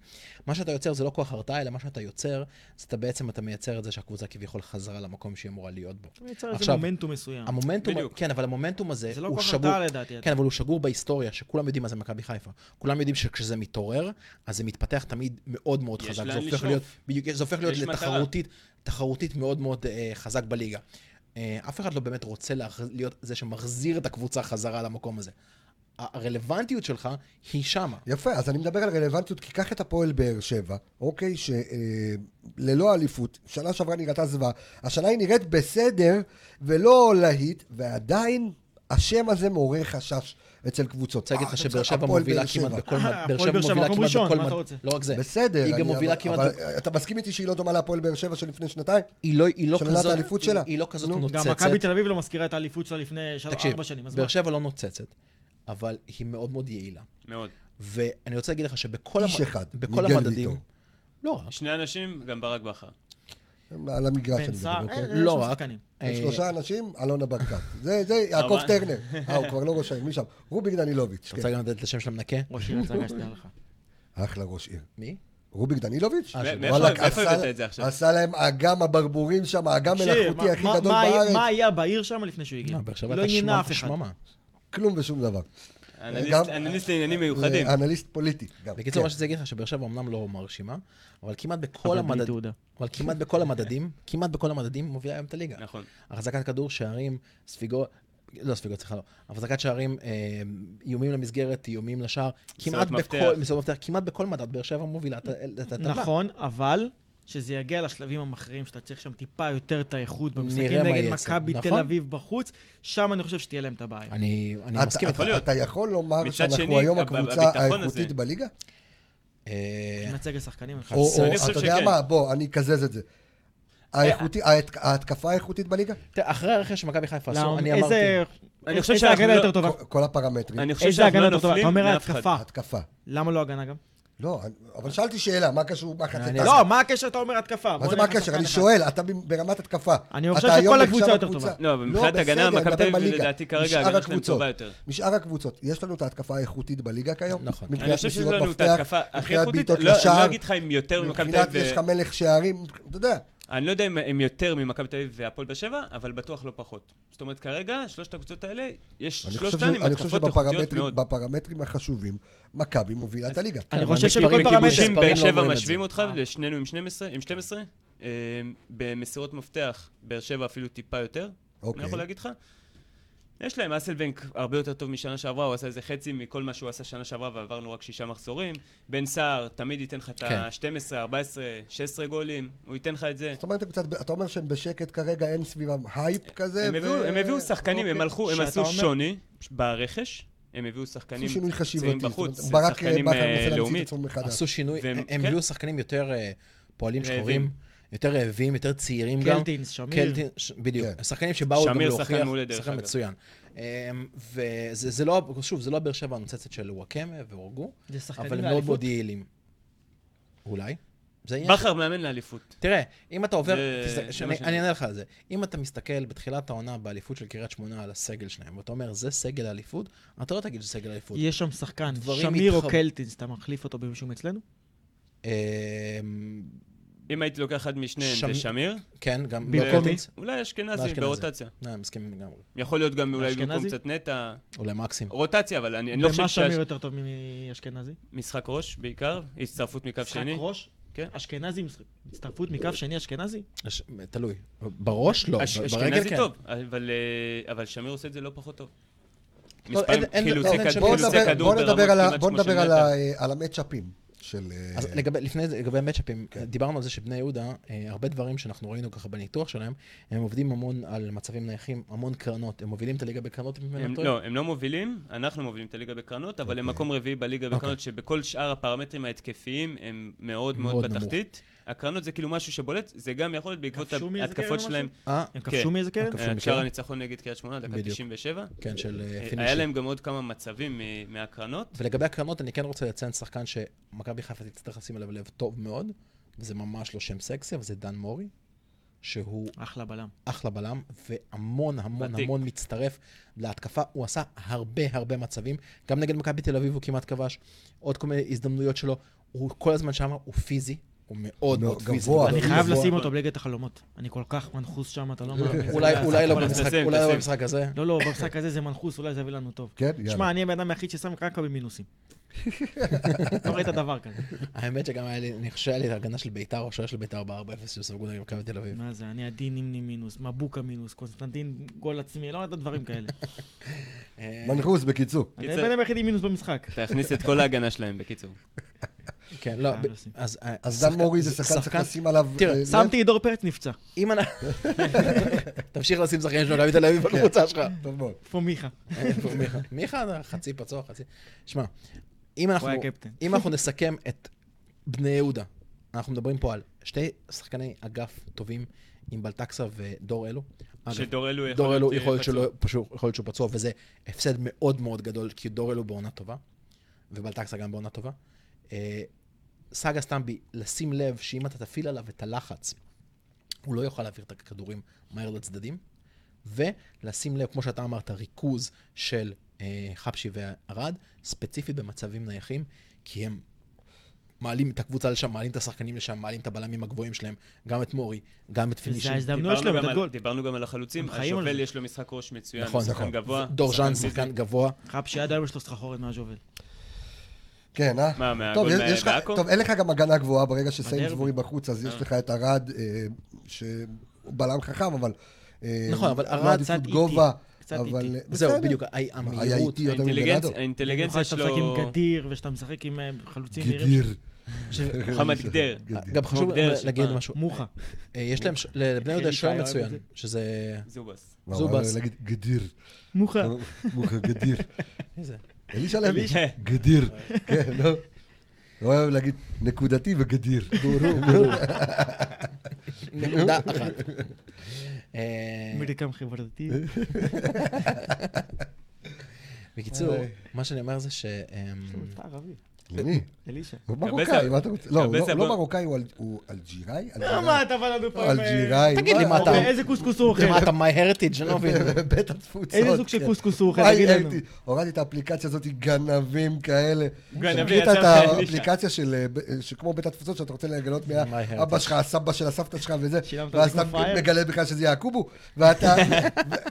Speaker 4: מה שאתה יוצר זה לא כוח הרתעה, אלא מה שאתה יוצר, זה אתה בעצם אתה מייצר את זה שהקבוצה כביכול חזרה למקום שהיא אמורה להיות בו.
Speaker 3: יצר איזה
Speaker 4: עכשיו,
Speaker 3: מומנטום מסוים.
Speaker 4: המומנטום,
Speaker 2: בדיוק.
Speaker 4: כן, אבל המומנטום הזה,
Speaker 3: זה לא
Speaker 4: הוא
Speaker 3: כוח
Speaker 4: שגור,
Speaker 3: הרתעה לדעתי.
Speaker 4: כן, אבל הוא שגור בהיסטוריה, שכולם יודעים מה זה מכבי חיפה. כולם יודעים שכשזה מתעורר, אז זה מתפתח תמיד מאוד מאוד
Speaker 2: יש
Speaker 4: חזק.
Speaker 2: לאן
Speaker 4: זה הופך
Speaker 2: לשאוף.
Speaker 4: להיות, בדיוק, זה הופך להיות
Speaker 2: יש מטרה.
Speaker 4: לתחרותית, תחרותית מאוד מאוד אה, חזק בליגה. אה, אף אחד לא באמת רוצה להח- להיות זה שמחזיר את הקבוצה חזרה למקום הזה. ה- הרלוונטיות שלך היא שמה.
Speaker 1: יפה, אז אני מדבר על רלוונטיות, כי קח את הפועל באר שבע, אוקיי, שללא אליפות, שנה שעברה נראתה זוועה, השנה היא נראית בסדר ולא להיט, ועדיין השם הזה מעורר חשש אצל קבוצות.
Speaker 4: רוצה להגיד
Speaker 1: אה,
Speaker 4: לך
Speaker 1: אתה
Speaker 4: שבאר
Speaker 1: משחק
Speaker 4: שבע
Speaker 1: הפועל
Speaker 4: מובילה
Speaker 1: באר
Speaker 4: כמעט
Speaker 1: שבע.
Speaker 4: בכל... מד-
Speaker 3: הפועל
Speaker 4: באר שבע
Speaker 3: באר שבע,
Speaker 4: מובילה
Speaker 3: מקום
Speaker 4: כמעט
Speaker 3: ראשון,
Speaker 4: בכל
Speaker 3: מה
Speaker 4: מד-
Speaker 3: אתה רוצה?
Speaker 4: לא רק זה.
Speaker 1: בסדר.
Speaker 4: היא גם
Speaker 1: אני-
Speaker 4: מובילה
Speaker 1: אבל-
Speaker 4: כמעט
Speaker 1: אבל
Speaker 4: ב-
Speaker 1: אתה מסכים איתי שהיא לא דומה להפועל באר שבע שלפני שנתיים?
Speaker 4: היא לא, היא לא
Speaker 1: של עונת
Speaker 4: כזאת,
Speaker 1: האליפות
Speaker 4: היא,
Speaker 1: שלה.
Speaker 4: היא לא כזאת
Speaker 1: נו, גם
Speaker 3: גם
Speaker 4: נוצצת.
Speaker 3: מכבי תל אביב לא מזכירה את האליפות שלה לפני של-
Speaker 4: תקשיב,
Speaker 3: ארבע שנים, אז מה?
Speaker 4: באר שבע לא נוצצת, אבל היא מאוד מאוד יעילה.
Speaker 2: מאוד.
Speaker 4: ואני רוצה להגיד לך שבכל
Speaker 1: איש
Speaker 4: המ-
Speaker 1: אחד,
Speaker 4: בכל
Speaker 1: מיגל
Speaker 4: המדדים...
Speaker 1: ויטור.
Speaker 4: לא רק.
Speaker 2: שני אנשים, גם ברק בכר.
Speaker 1: הם על המגרש.
Speaker 3: בן
Speaker 1: אני
Speaker 3: סער,
Speaker 1: מדבר,
Speaker 3: אין,
Speaker 1: אוקיי?
Speaker 3: אין
Speaker 4: לא
Speaker 3: שם
Speaker 4: רק.
Speaker 3: שחקנים.
Speaker 1: יש
Speaker 4: אה,
Speaker 1: שלושה אנשים, אלונה ברקת. זה, זה, יעקב
Speaker 2: אבל-
Speaker 1: טרנר. אה, הוא כבר לא ראש העיר, מי שם? רוביק דנילוביץ'.
Speaker 4: רוצה
Speaker 1: כן.
Speaker 4: גם לתת את השם של המנקה?
Speaker 3: ראש עיר הצגה, שתדע לך.
Speaker 1: אחלה ראש עיר.
Speaker 4: מי?
Speaker 1: רוביק דנילוביץ'?
Speaker 4: אה,
Speaker 2: מא-
Speaker 4: של-
Speaker 2: מאיפה
Speaker 1: וואלכ,
Speaker 2: מאיפה
Speaker 1: עשה-
Speaker 2: הבאת את זה עכשיו?
Speaker 1: עשה להם אגם הברבורים שם, האגם
Speaker 3: תקשיב,
Speaker 1: מלאכותי
Speaker 3: מה-
Speaker 1: הכי
Speaker 3: מה-
Speaker 1: גדול
Speaker 3: מה היה- מה
Speaker 1: בארץ.
Speaker 3: היה בעיר שם לפני שהוא הגיע?
Speaker 4: לא, באר שבע
Speaker 3: לא
Speaker 4: הייתה
Speaker 3: עניינה אף
Speaker 4: שממה-
Speaker 3: אחד. אוקיי.
Speaker 4: שממה.
Speaker 1: כלום ושום דבר.
Speaker 2: אנליסט-
Speaker 1: גם-
Speaker 2: אנליסט לעניינים מיוחדים.
Speaker 1: אה, אנליסט פוליטי. גם,
Speaker 4: בקיצור,
Speaker 1: כן.
Speaker 4: מה שרציתי להגיד לך, שבאר שבע אמנם לא מרשימה, אבל כמעט בכל
Speaker 3: אבל בלי
Speaker 4: המדדים,
Speaker 3: תעודה.
Speaker 4: אבל כמעט בכל המדדים, כמעט בכל המדדים מובילה היום את הליגה.
Speaker 3: לא.
Speaker 2: נכון.
Speaker 4: החזקת כדור, שערים, ספיגות, לא ספיגות, סליחה, לא. החזקת שערים, אה, איומים למסגרת, איומים לשער, כמעט
Speaker 2: מפתח.
Speaker 4: בכל, מסירות מפתח, כמעט בכל מדד באר שבע מובילה את ה- את הטבלה.
Speaker 3: נכון, אבל שזה יגיע לשלבים המכריעים, שאתה צריך שם טיפה יותר את האיכות במשחקים
Speaker 4: נראה מה
Speaker 3: נגד
Speaker 4: יהיה אצלנו,
Speaker 3: מכבי
Speaker 4: נכון.
Speaker 3: תל אביב בחוץ, שם אני חושב שתהיה להם את הבעיה.
Speaker 4: אני אני
Speaker 1: אתה- אתה-
Speaker 4: מסכים איתך.
Speaker 2: יכול להיות.
Speaker 1: אתה יכול לומר
Speaker 2: מצד
Speaker 1: שאנחנו
Speaker 2: שני,
Speaker 1: היום
Speaker 2: הב-
Speaker 1: הקבוצה
Speaker 2: הביטחון
Speaker 1: האיכותית
Speaker 2: הזה.
Speaker 1: בליגה?
Speaker 4: אה,
Speaker 3: נצג לשחקנים, אני חושב.
Speaker 1: או,
Speaker 4: אני
Speaker 1: או,
Speaker 2: חושב
Speaker 1: אתה יודע
Speaker 2: שכן.
Speaker 1: מה, בוא, אני אקזז את זה. האיכותי-
Speaker 4: אה,
Speaker 1: ההת- ההתקפה האיכותית בליגה?
Speaker 4: תראה, אחרי הרכש שמכבי חיפה עשו,
Speaker 3: למה-
Speaker 4: אני אמרתי...
Speaker 3: לא, איזה...
Speaker 2: אני חושב
Speaker 3: איזה
Speaker 2: שאנחנו
Speaker 3: הגנה
Speaker 2: לא-
Speaker 3: יותר טובה.
Speaker 1: כל- כל הפרמטרים.
Speaker 2: אני חושב
Speaker 3: איזה
Speaker 2: שאנחנו
Speaker 3: הגנה
Speaker 2: לא
Speaker 3: יותר טובה. אתה
Speaker 2: נופלים
Speaker 3: אומר
Speaker 2: מאף אחד.
Speaker 4: אה.
Speaker 3: התקפה.
Speaker 1: התקפה.
Speaker 3: למה לא הגנה גם?
Speaker 1: לא, אני- אבל שאלתי שאלה, מה קשור, מה חצי
Speaker 4: מעניין.
Speaker 1: טסה?
Speaker 3: לא, מה הקשר אתה אומר התקפה?
Speaker 1: מה
Speaker 3: בוא
Speaker 1: זה
Speaker 3: נלך
Speaker 1: מה הקשר?
Speaker 3: לשחקן
Speaker 1: אני
Speaker 3: אחד.
Speaker 1: שואל, אתה ב- ברמת התקפה.
Speaker 3: אני
Speaker 1: אתה
Speaker 3: חושב שכל
Speaker 1: היום
Speaker 3: הקבוצה
Speaker 1: נחשב
Speaker 3: יותר
Speaker 1: הקבוצה-
Speaker 3: טובה.
Speaker 2: לא, אבל מבחינת
Speaker 1: בסדר,
Speaker 2: הגנה,
Speaker 1: אני
Speaker 2: מכבי
Speaker 1: מדבר
Speaker 2: תל אביב
Speaker 1: בליגה.
Speaker 2: לדעתי כרגע
Speaker 1: משאר
Speaker 2: ההגנה שלהם
Speaker 1: הקבוצות.
Speaker 2: טובה יותר.
Speaker 1: משאר הקבוצות, יש לנו את ההתקפה האיכותית בליגה כיום?
Speaker 4: נכון.
Speaker 1: מבחינת
Speaker 2: אני חושב שיש
Speaker 1: מסירות
Speaker 2: לנו את
Speaker 1: מפתח,
Speaker 2: ההתקפה הכי
Speaker 1: מבחינת
Speaker 2: איכותית,
Speaker 1: בעיטות
Speaker 2: לא- אני
Speaker 1: לשער,
Speaker 2: לא אגיד לך אם יותר ממכבי תל
Speaker 1: מבחינת יש לך
Speaker 2: אביב,
Speaker 1: מלך שערים, אתה יודע,
Speaker 2: אני לא יודע אם הם יותר ממכבי תל אביב והפועל באר שבע, אבל בטוח לא פחות. זאת אומרת, כרגע, שלושת הקבוצות האלה, יש
Speaker 1: אני חושב, ש...
Speaker 2: שלושתן עם
Speaker 1: אני חושב
Speaker 2: התקפות איכותיות מאוד.
Speaker 1: שבפרמטרים החשובים, מכבי מובילה את הליגה.
Speaker 3: אני
Speaker 4: כן, אבל
Speaker 3: חושב
Speaker 4: מספרים
Speaker 3: שבכל
Speaker 4: וכיבושים
Speaker 3: פרמטר-
Speaker 2: בכיבושים
Speaker 4: מספרים
Speaker 2: באר
Speaker 4: לא
Speaker 2: שבע
Speaker 4: אומרים את
Speaker 2: משווים
Speaker 4: זה.
Speaker 2: אותך, לשנינו עם 12, עם 12. אה, במסירות מפתח, באר שבע אפילו טיפה יותר, אני לא
Speaker 1: אוקיי.
Speaker 2: יכול להגיד לך. יש להם, אסלבנק הרבה יותר טוב משנה שעברה, הוא עשה איזה חצי מכל מה שהוא עשה שנה שעברה ועברנו רק שישה מחזורים. בן סער תמיד ייתן לך את
Speaker 4: כן.
Speaker 2: ה-12, 14, 16 גולים, הוא ייתן לך את זה.
Speaker 1: זאת אומרת, הם קצת, אתה אומר שהם בשקט כרגע, אין סביבם הייפ כזה?
Speaker 2: הם הביאו- הם הביאו שחקנים, הם
Speaker 1: אוקיי.
Speaker 2: הלכו, הם
Speaker 3: שאתה
Speaker 2: עשו
Speaker 3: אומר-
Speaker 2: שוני ברכש, הם הביאו שחקנים
Speaker 1: עשו שינוי
Speaker 2: צעירים
Speaker 1: חשיבתי. זאת אומרת,
Speaker 2: בחוץ,
Speaker 1: ברק בכר
Speaker 2: שחקנים אה,
Speaker 1: מנסה להמציא את
Speaker 2: לאומית.
Speaker 1: עצמו מחדש.
Speaker 4: עשו שינוי,
Speaker 2: והם-
Speaker 4: הם- הם
Speaker 2: כן.
Speaker 4: הביאו שחקנים יותר אה, פועלים
Speaker 2: רעבים.
Speaker 4: שחורים, יותר רעבים, יותר צעירים גם.
Speaker 3: קלטינס, שמיר.
Speaker 4: קלטין, ש- בדיוק,
Speaker 1: כן.
Speaker 4: שחקנים שבאו גם
Speaker 2: שמיר
Speaker 4: להוכיח,
Speaker 2: שחקן מעולה, דרך
Speaker 4: שחקן
Speaker 2: אגב.
Speaker 4: מצוין. אמ, וזה זה לא, שוב, זה לא הבאר שבע הנוצצת של וואקמה והורגו,
Speaker 3: זה שחקנים
Speaker 4: אבל הם לא מאוד
Speaker 3: לאליפות.
Speaker 4: מאוד יעילים. אולי? זה עניין
Speaker 2: בכר מאמן לאליפות.
Speaker 4: תראה, אם אתה עובר,
Speaker 2: זה-
Speaker 4: תסת-
Speaker 2: זה
Speaker 4: שאני-
Speaker 2: מה שאני-
Speaker 4: אני אענה לך על זה. אם אתה מסתכל בתחילת העונה באליפות של קריית שמונה על הסגל שלהם, ואתה אומר, זה סגל האליפות, אתה לא תגיד שזה סגל האליפות.
Speaker 3: יש שם שחקן,
Speaker 4: דברים
Speaker 3: שמיר או
Speaker 4: מתחב-
Speaker 3: קלטינס, אתה מחליף אותו במישהו מאצלנו?
Speaker 4: אמ,
Speaker 2: אם הייתי לוקח אחד משניהם,
Speaker 4: שמיר-
Speaker 2: זה שמיר.
Speaker 4: כן, גם
Speaker 3: במקום
Speaker 4: במקום-
Speaker 3: מי?
Speaker 2: אולי אשכנזי
Speaker 4: ואשכנזי.
Speaker 2: ברוטציה.
Speaker 4: לא, מסכים לגמרי.
Speaker 2: יכול להיות גם אולי במקום
Speaker 3: אשכנזי?
Speaker 2: קצת נטע.
Speaker 4: אולי מקסים.
Speaker 2: רוטציה, אבל אני אני לא חושב
Speaker 3: ומה שמיר
Speaker 2: שיש...
Speaker 3: יותר טוב מאשכנזי?
Speaker 2: משחק ראש בעיקר, הצטרפות מקו שני.
Speaker 3: משחק ראש?
Speaker 2: כן.
Speaker 3: אשכנזי, מש- הצטרפות מקו שני אשכנזי?
Speaker 4: יש- תלוי. בראש לא,
Speaker 2: אש-
Speaker 4: ב- ברגל
Speaker 2: אשכנזי
Speaker 4: כן.
Speaker 2: טוב, אבל אה, אבל שמיר עושה את זה לא פחות טוב.
Speaker 4: לא,
Speaker 2: מספרים,
Speaker 4: אין- אין-
Speaker 2: חילוצי
Speaker 4: לא, אין
Speaker 2: כד-
Speaker 4: שם-
Speaker 1: בואו
Speaker 2: חילוצי
Speaker 1: נדבר-
Speaker 2: כדור
Speaker 1: בואו
Speaker 2: ברמות
Speaker 1: נדבר על ה-
Speaker 2: כמעט
Speaker 1: בואו
Speaker 2: כמו של
Speaker 1: נדבר על
Speaker 2: נטע.
Speaker 1: ה- אה, על המצ'אפים של... אה,
Speaker 4: אז לגבי, לפני זה, לגבי המצ'אפים,
Speaker 3: כן.
Speaker 4: דיברנו על זה שבני יהודה, אה, הרבה דברים שאנחנו ראינו ככה בניתוח שלהם, הם עובדים המון על מצבים נייחים, המון קרנות, הם מובילים את הליגה בקרנות, אם אני
Speaker 2: הם,
Speaker 4: לא טועה.
Speaker 2: לא, הם לא מובילים, אנחנו מובילים את הליגה בקרנות, אבל
Speaker 4: אוקיי.
Speaker 2: הם מקום רביעי בליגה בקרנות, שבכל שאר הפרמטרים ההתקפיים הם מאוד
Speaker 4: מאוד
Speaker 2: מאוד
Speaker 4: נמוך.
Speaker 2: בתחתית. הקרנות זה כאילו משהו שבולט, זה גם יכול להיות בעקבות
Speaker 3: כבשו מאיזה
Speaker 2: ההתקפות
Speaker 3: קרן או
Speaker 2: שלהם.
Speaker 4: אה,
Speaker 3: הם כבשו מאיזה קרן?
Speaker 4: כבשו.
Speaker 2: אה,
Speaker 4: מכם?
Speaker 2: שער הניצחון נגד קריית שמונה, דקה
Speaker 4: בדיוק.
Speaker 2: 97.
Speaker 4: כן, של אה,
Speaker 2: אה, היה
Speaker 4: פינישי.
Speaker 2: להם גם עוד כמה מצבים מ- מהקרנות.
Speaker 4: ולגבי הקרנות, אני כן רוצה לציין שחקן שמכבי חיפה תצטרך לשים עליו לב טוב מאוד, וזה ממש לא שם סקסי, אבל זה דן מורי, שהוא
Speaker 3: אחלה בלם.
Speaker 4: אחלה בלם, והמון המון
Speaker 2: ותיק.
Speaker 4: המון מצטרף להתקפה. הוא עשה הרבה הרבה מצבים, גם נגד מכבי תל אביב הוא כמעט כבש, עוד כל מיני הזדמנויות שלו, הוא כל הזמן שם, הוא פיזי, הוא מאוד
Speaker 1: מאוד
Speaker 4: מאוד פיזי.
Speaker 1: גבוה.
Speaker 4: הוא
Speaker 3: אני
Speaker 1: אבל
Speaker 3: חייב
Speaker 1: גבוה.
Speaker 3: לשים אותו בליגת החלומות. אני כל כך מנחוס שם, אתה לא מאמין.
Speaker 4: אולי,
Speaker 3: זה
Speaker 4: אולי, לא
Speaker 3: הכל
Speaker 4: במשחק,
Speaker 2: תשים,
Speaker 4: אולי לא
Speaker 2: תשים.
Speaker 4: במשחק הזה.
Speaker 3: לא, לא, במשחק הזה זה מנחוס, אולי זה יביא לנו טוב.
Speaker 1: כן,
Speaker 3: שמע,
Speaker 1: יאללה.
Speaker 3: אני הבן אדם היחיד ששם קרקע במינוסים. לא ראית דבר כזה.
Speaker 4: האמת שגם היה לי, אני חושב שהיה לי את ההגנה של ביתר, או שהיה של ביתר ב-4-0 שספגו נגד מכבי תל אביב.
Speaker 3: מה זה, אני עדין נימני מינוס, מבוקה מינוס, קונסטנטין גול עצמי, לא ראית דברים כאלה.
Speaker 4: אה,
Speaker 1: מנחוס, בקיצור.
Speaker 3: אני הבן אדם היחיד עם מינוס במשחק.
Speaker 2: תכניס את כל ההגנה שלהם, בקיצור.
Speaker 4: כן, לא,
Speaker 3: חייב
Speaker 4: ב-
Speaker 3: לשים.
Speaker 4: אז... אה,
Speaker 1: אז
Speaker 4: שחקן-
Speaker 1: דן מורי זה שחקן שצריך לשים עליו...
Speaker 4: תראה,
Speaker 1: אה, לב.
Speaker 3: שמתי את דור פרץ נפצע,
Speaker 4: אם אנחנו... תמשיך לשים שחקנים של מכבי תל אביב
Speaker 1: כן.
Speaker 4: בקבוצה שלך.
Speaker 1: טוב מאוד.
Speaker 3: איפה מיכה?
Speaker 4: איפה מיכה? מיכה חצי פצוע, חצי... שמע, אם אנחנו,
Speaker 3: הוא היה קפטן.
Speaker 4: אם אנחנו נסכם את בני יהודה, אנחנו מדברים פה על שתי שחקני אגף טובים עם בלטקסה ודור אלו. אגב,
Speaker 2: שדור אלו יכול
Speaker 4: דור אלו
Speaker 2: להיות,
Speaker 4: יכול להיות
Speaker 2: אה,
Speaker 4: שלא-
Speaker 2: פצוע.
Speaker 4: פשוט- יכול להיות שהוא פצוע, וזה הפסד מאוד מאוד גדול, כי דור אלו בעונה טובה, ובלטקסה גם בעונה טובה. אה, סאגה סטמבי, לשים לב שאם אתה תפעיל עליו את הלחץ, הוא לא יוכל להעביר את הכדורים מהר לצדדים, ולשים לב, כמו שאתה אמרת, ריכוז של אה, חפשי וערד, ספציפית במצבים נייחים, כי הם מעלים את הקבוצה לשם, מעלים את השחקנים לשם, מעלים את הבלמים הגבוהים שלהם, גם את מורי, גם את
Speaker 3: זה
Speaker 4: פינישי.
Speaker 3: ההזדמנויות
Speaker 2: דיברנו
Speaker 3: שלהם,
Speaker 2: גם
Speaker 3: לתת
Speaker 2: על-
Speaker 3: גול.
Speaker 2: דיברנו גם על החלוצים,
Speaker 3: הם חיים על
Speaker 2: השובל
Speaker 3: זה.
Speaker 2: יש לו משחק ראש מצוין,
Speaker 4: נכון,
Speaker 2: שחקן
Speaker 4: נכון.
Speaker 2: גבוה.
Speaker 4: דור ז'אן,
Speaker 2: פיזי.
Speaker 4: שחקן גבוה.
Speaker 3: חפשי עד היום יש לו סחרחורת מהז'ובל.
Speaker 1: כן, אה?
Speaker 2: מה, מהגול
Speaker 1: טוב, יש-
Speaker 2: מה-
Speaker 1: יש לך-
Speaker 2: מעכו?
Speaker 1: טוב, אין לך גם הגנה גבוהה ברגע שסיינסבורי
Speaker 3: בדרבי.
Speaker 1: בחוץ, אז יש לך את ארד, אה, שהוא בלם חכם, אבל... אה,
Speaker 4: נכון, אבל
Speaker 1: לא
Speaker 4: ארד
Speaker 1: עדיפות
Speaker 3: קצת איטי.
Speaker 1: גובה,
Speaker 3: קצת
Speaker 1: אבל- אה,
Speaker 3: איטי.
Speaker 4: זהו,
Speaker 1: בסדר.
Speaker 4: בדיוק, ה-
Speaker 1: היה
Speaker 4: המהירות. אה,
Speaker 1: איטי יותר
Speaker 2: האינטליגנצ-
Speaker 1: מגלאדו.
Speaker 2: האינטליגנציה
Speaker 3: במיוחד שאתה משחק
Speaker 2: שלו...
Speaker 3: עם גדיר, ושאתה משחק עם אה, חלוצים מהירים.
Speaker 1: גדיר. אה,
Speaker 2: מוחמד גדר.
Speaker 4: גם חשוב
Speaker 2: גדר
Speaker 4: לה-
Speaker 2: שפעם.
Speaker 4: להגיד משהו.
Speaker 3: מוחה.
Speaker 4: לא, אה, יש להם, ש- לבני יהודה יש שוער
Speaker 3: חיליק היה אוהב
Speaker 4: מצוין,
Speaker 3: את
Speaker 4: שזה...
Speaker 2: זובס.
Speaker 1: וואו,
Speaker 4: זובס.
Speaker 1: אבל אה, להגיד גדיר.
Speaker 3: מוחה.
Speaker 1: אה. מוחה גדיר.
Speaker 4: מי זה?
Speaker 1: אלישע לוי.
Speaker 2: אלישע.
Speaker 1: גדיר. כן, לא? לא אוהב להגיד נקודתי וגדיר.
Speaker 4: נקודה אחת. אה,
Speaker 3: מרקם חברתי.
Speaker 4: בקיצור,
Speaker 1: אה.
Speaker 4: מה שאני אומר זה ש... אמ,
Speaker 3: אתה ערבי.
Speaker 1: למי?
Speaker 3: אלישע.
Speaker 1: הוא מרוקאי, מה אתה רוצה? לא, הוא
Speaker 2: קבסה
Speaker 1: לא-
Speaker 2: בוא-
Speaker 1: לא מרוקאי, הוא אל- הוא אלג'יראי?
Speaker 3: למה לא, אתה בא לנו פה עם... אה,
Speaker 1: אלג'יראי. כן,
Speaker 4: תגיד לי, מה אתה-
Speaker 3: אוקיי, איזה קוסקוס הוא אוכל?
Speaker 4: מה אתה מיי הרטיג' אני לא מבין.
Speaker 1: בית התפוצות.
Speaker 3: איזה סוג של
Speaker 1: כן.
Speaker 3: קוסקוס הוא אוכל?
Speaker 1: וואי,
Speaker 3: תגיד לנו.
Speaker 1: הייתי- הורדתי את האפליקציה הזאת, גנבים כאלה.
Speaker 2: גנבים,
Speaker 1: שמכיר
Speaker 2: יצא
Speaker 1: את
Speaker 2: לך אלישע.
Speaker 1: האפליקציה של, אה, ב- שכמו בית התפוצות, שאתה רוצה לגלות מי
Speaker 4: My heritage.
Speaker 1: אבא שלך, הסבא של הסבתא שלך וזה,
Speaker 3: שילמת על
Speaker 1: ואז
Speaker 3: זה
Speaker 1: אתה
Speaker 3: כמו פראייר?
Speaker 1: מגלה בכלל שזה יעקובו, ואתה...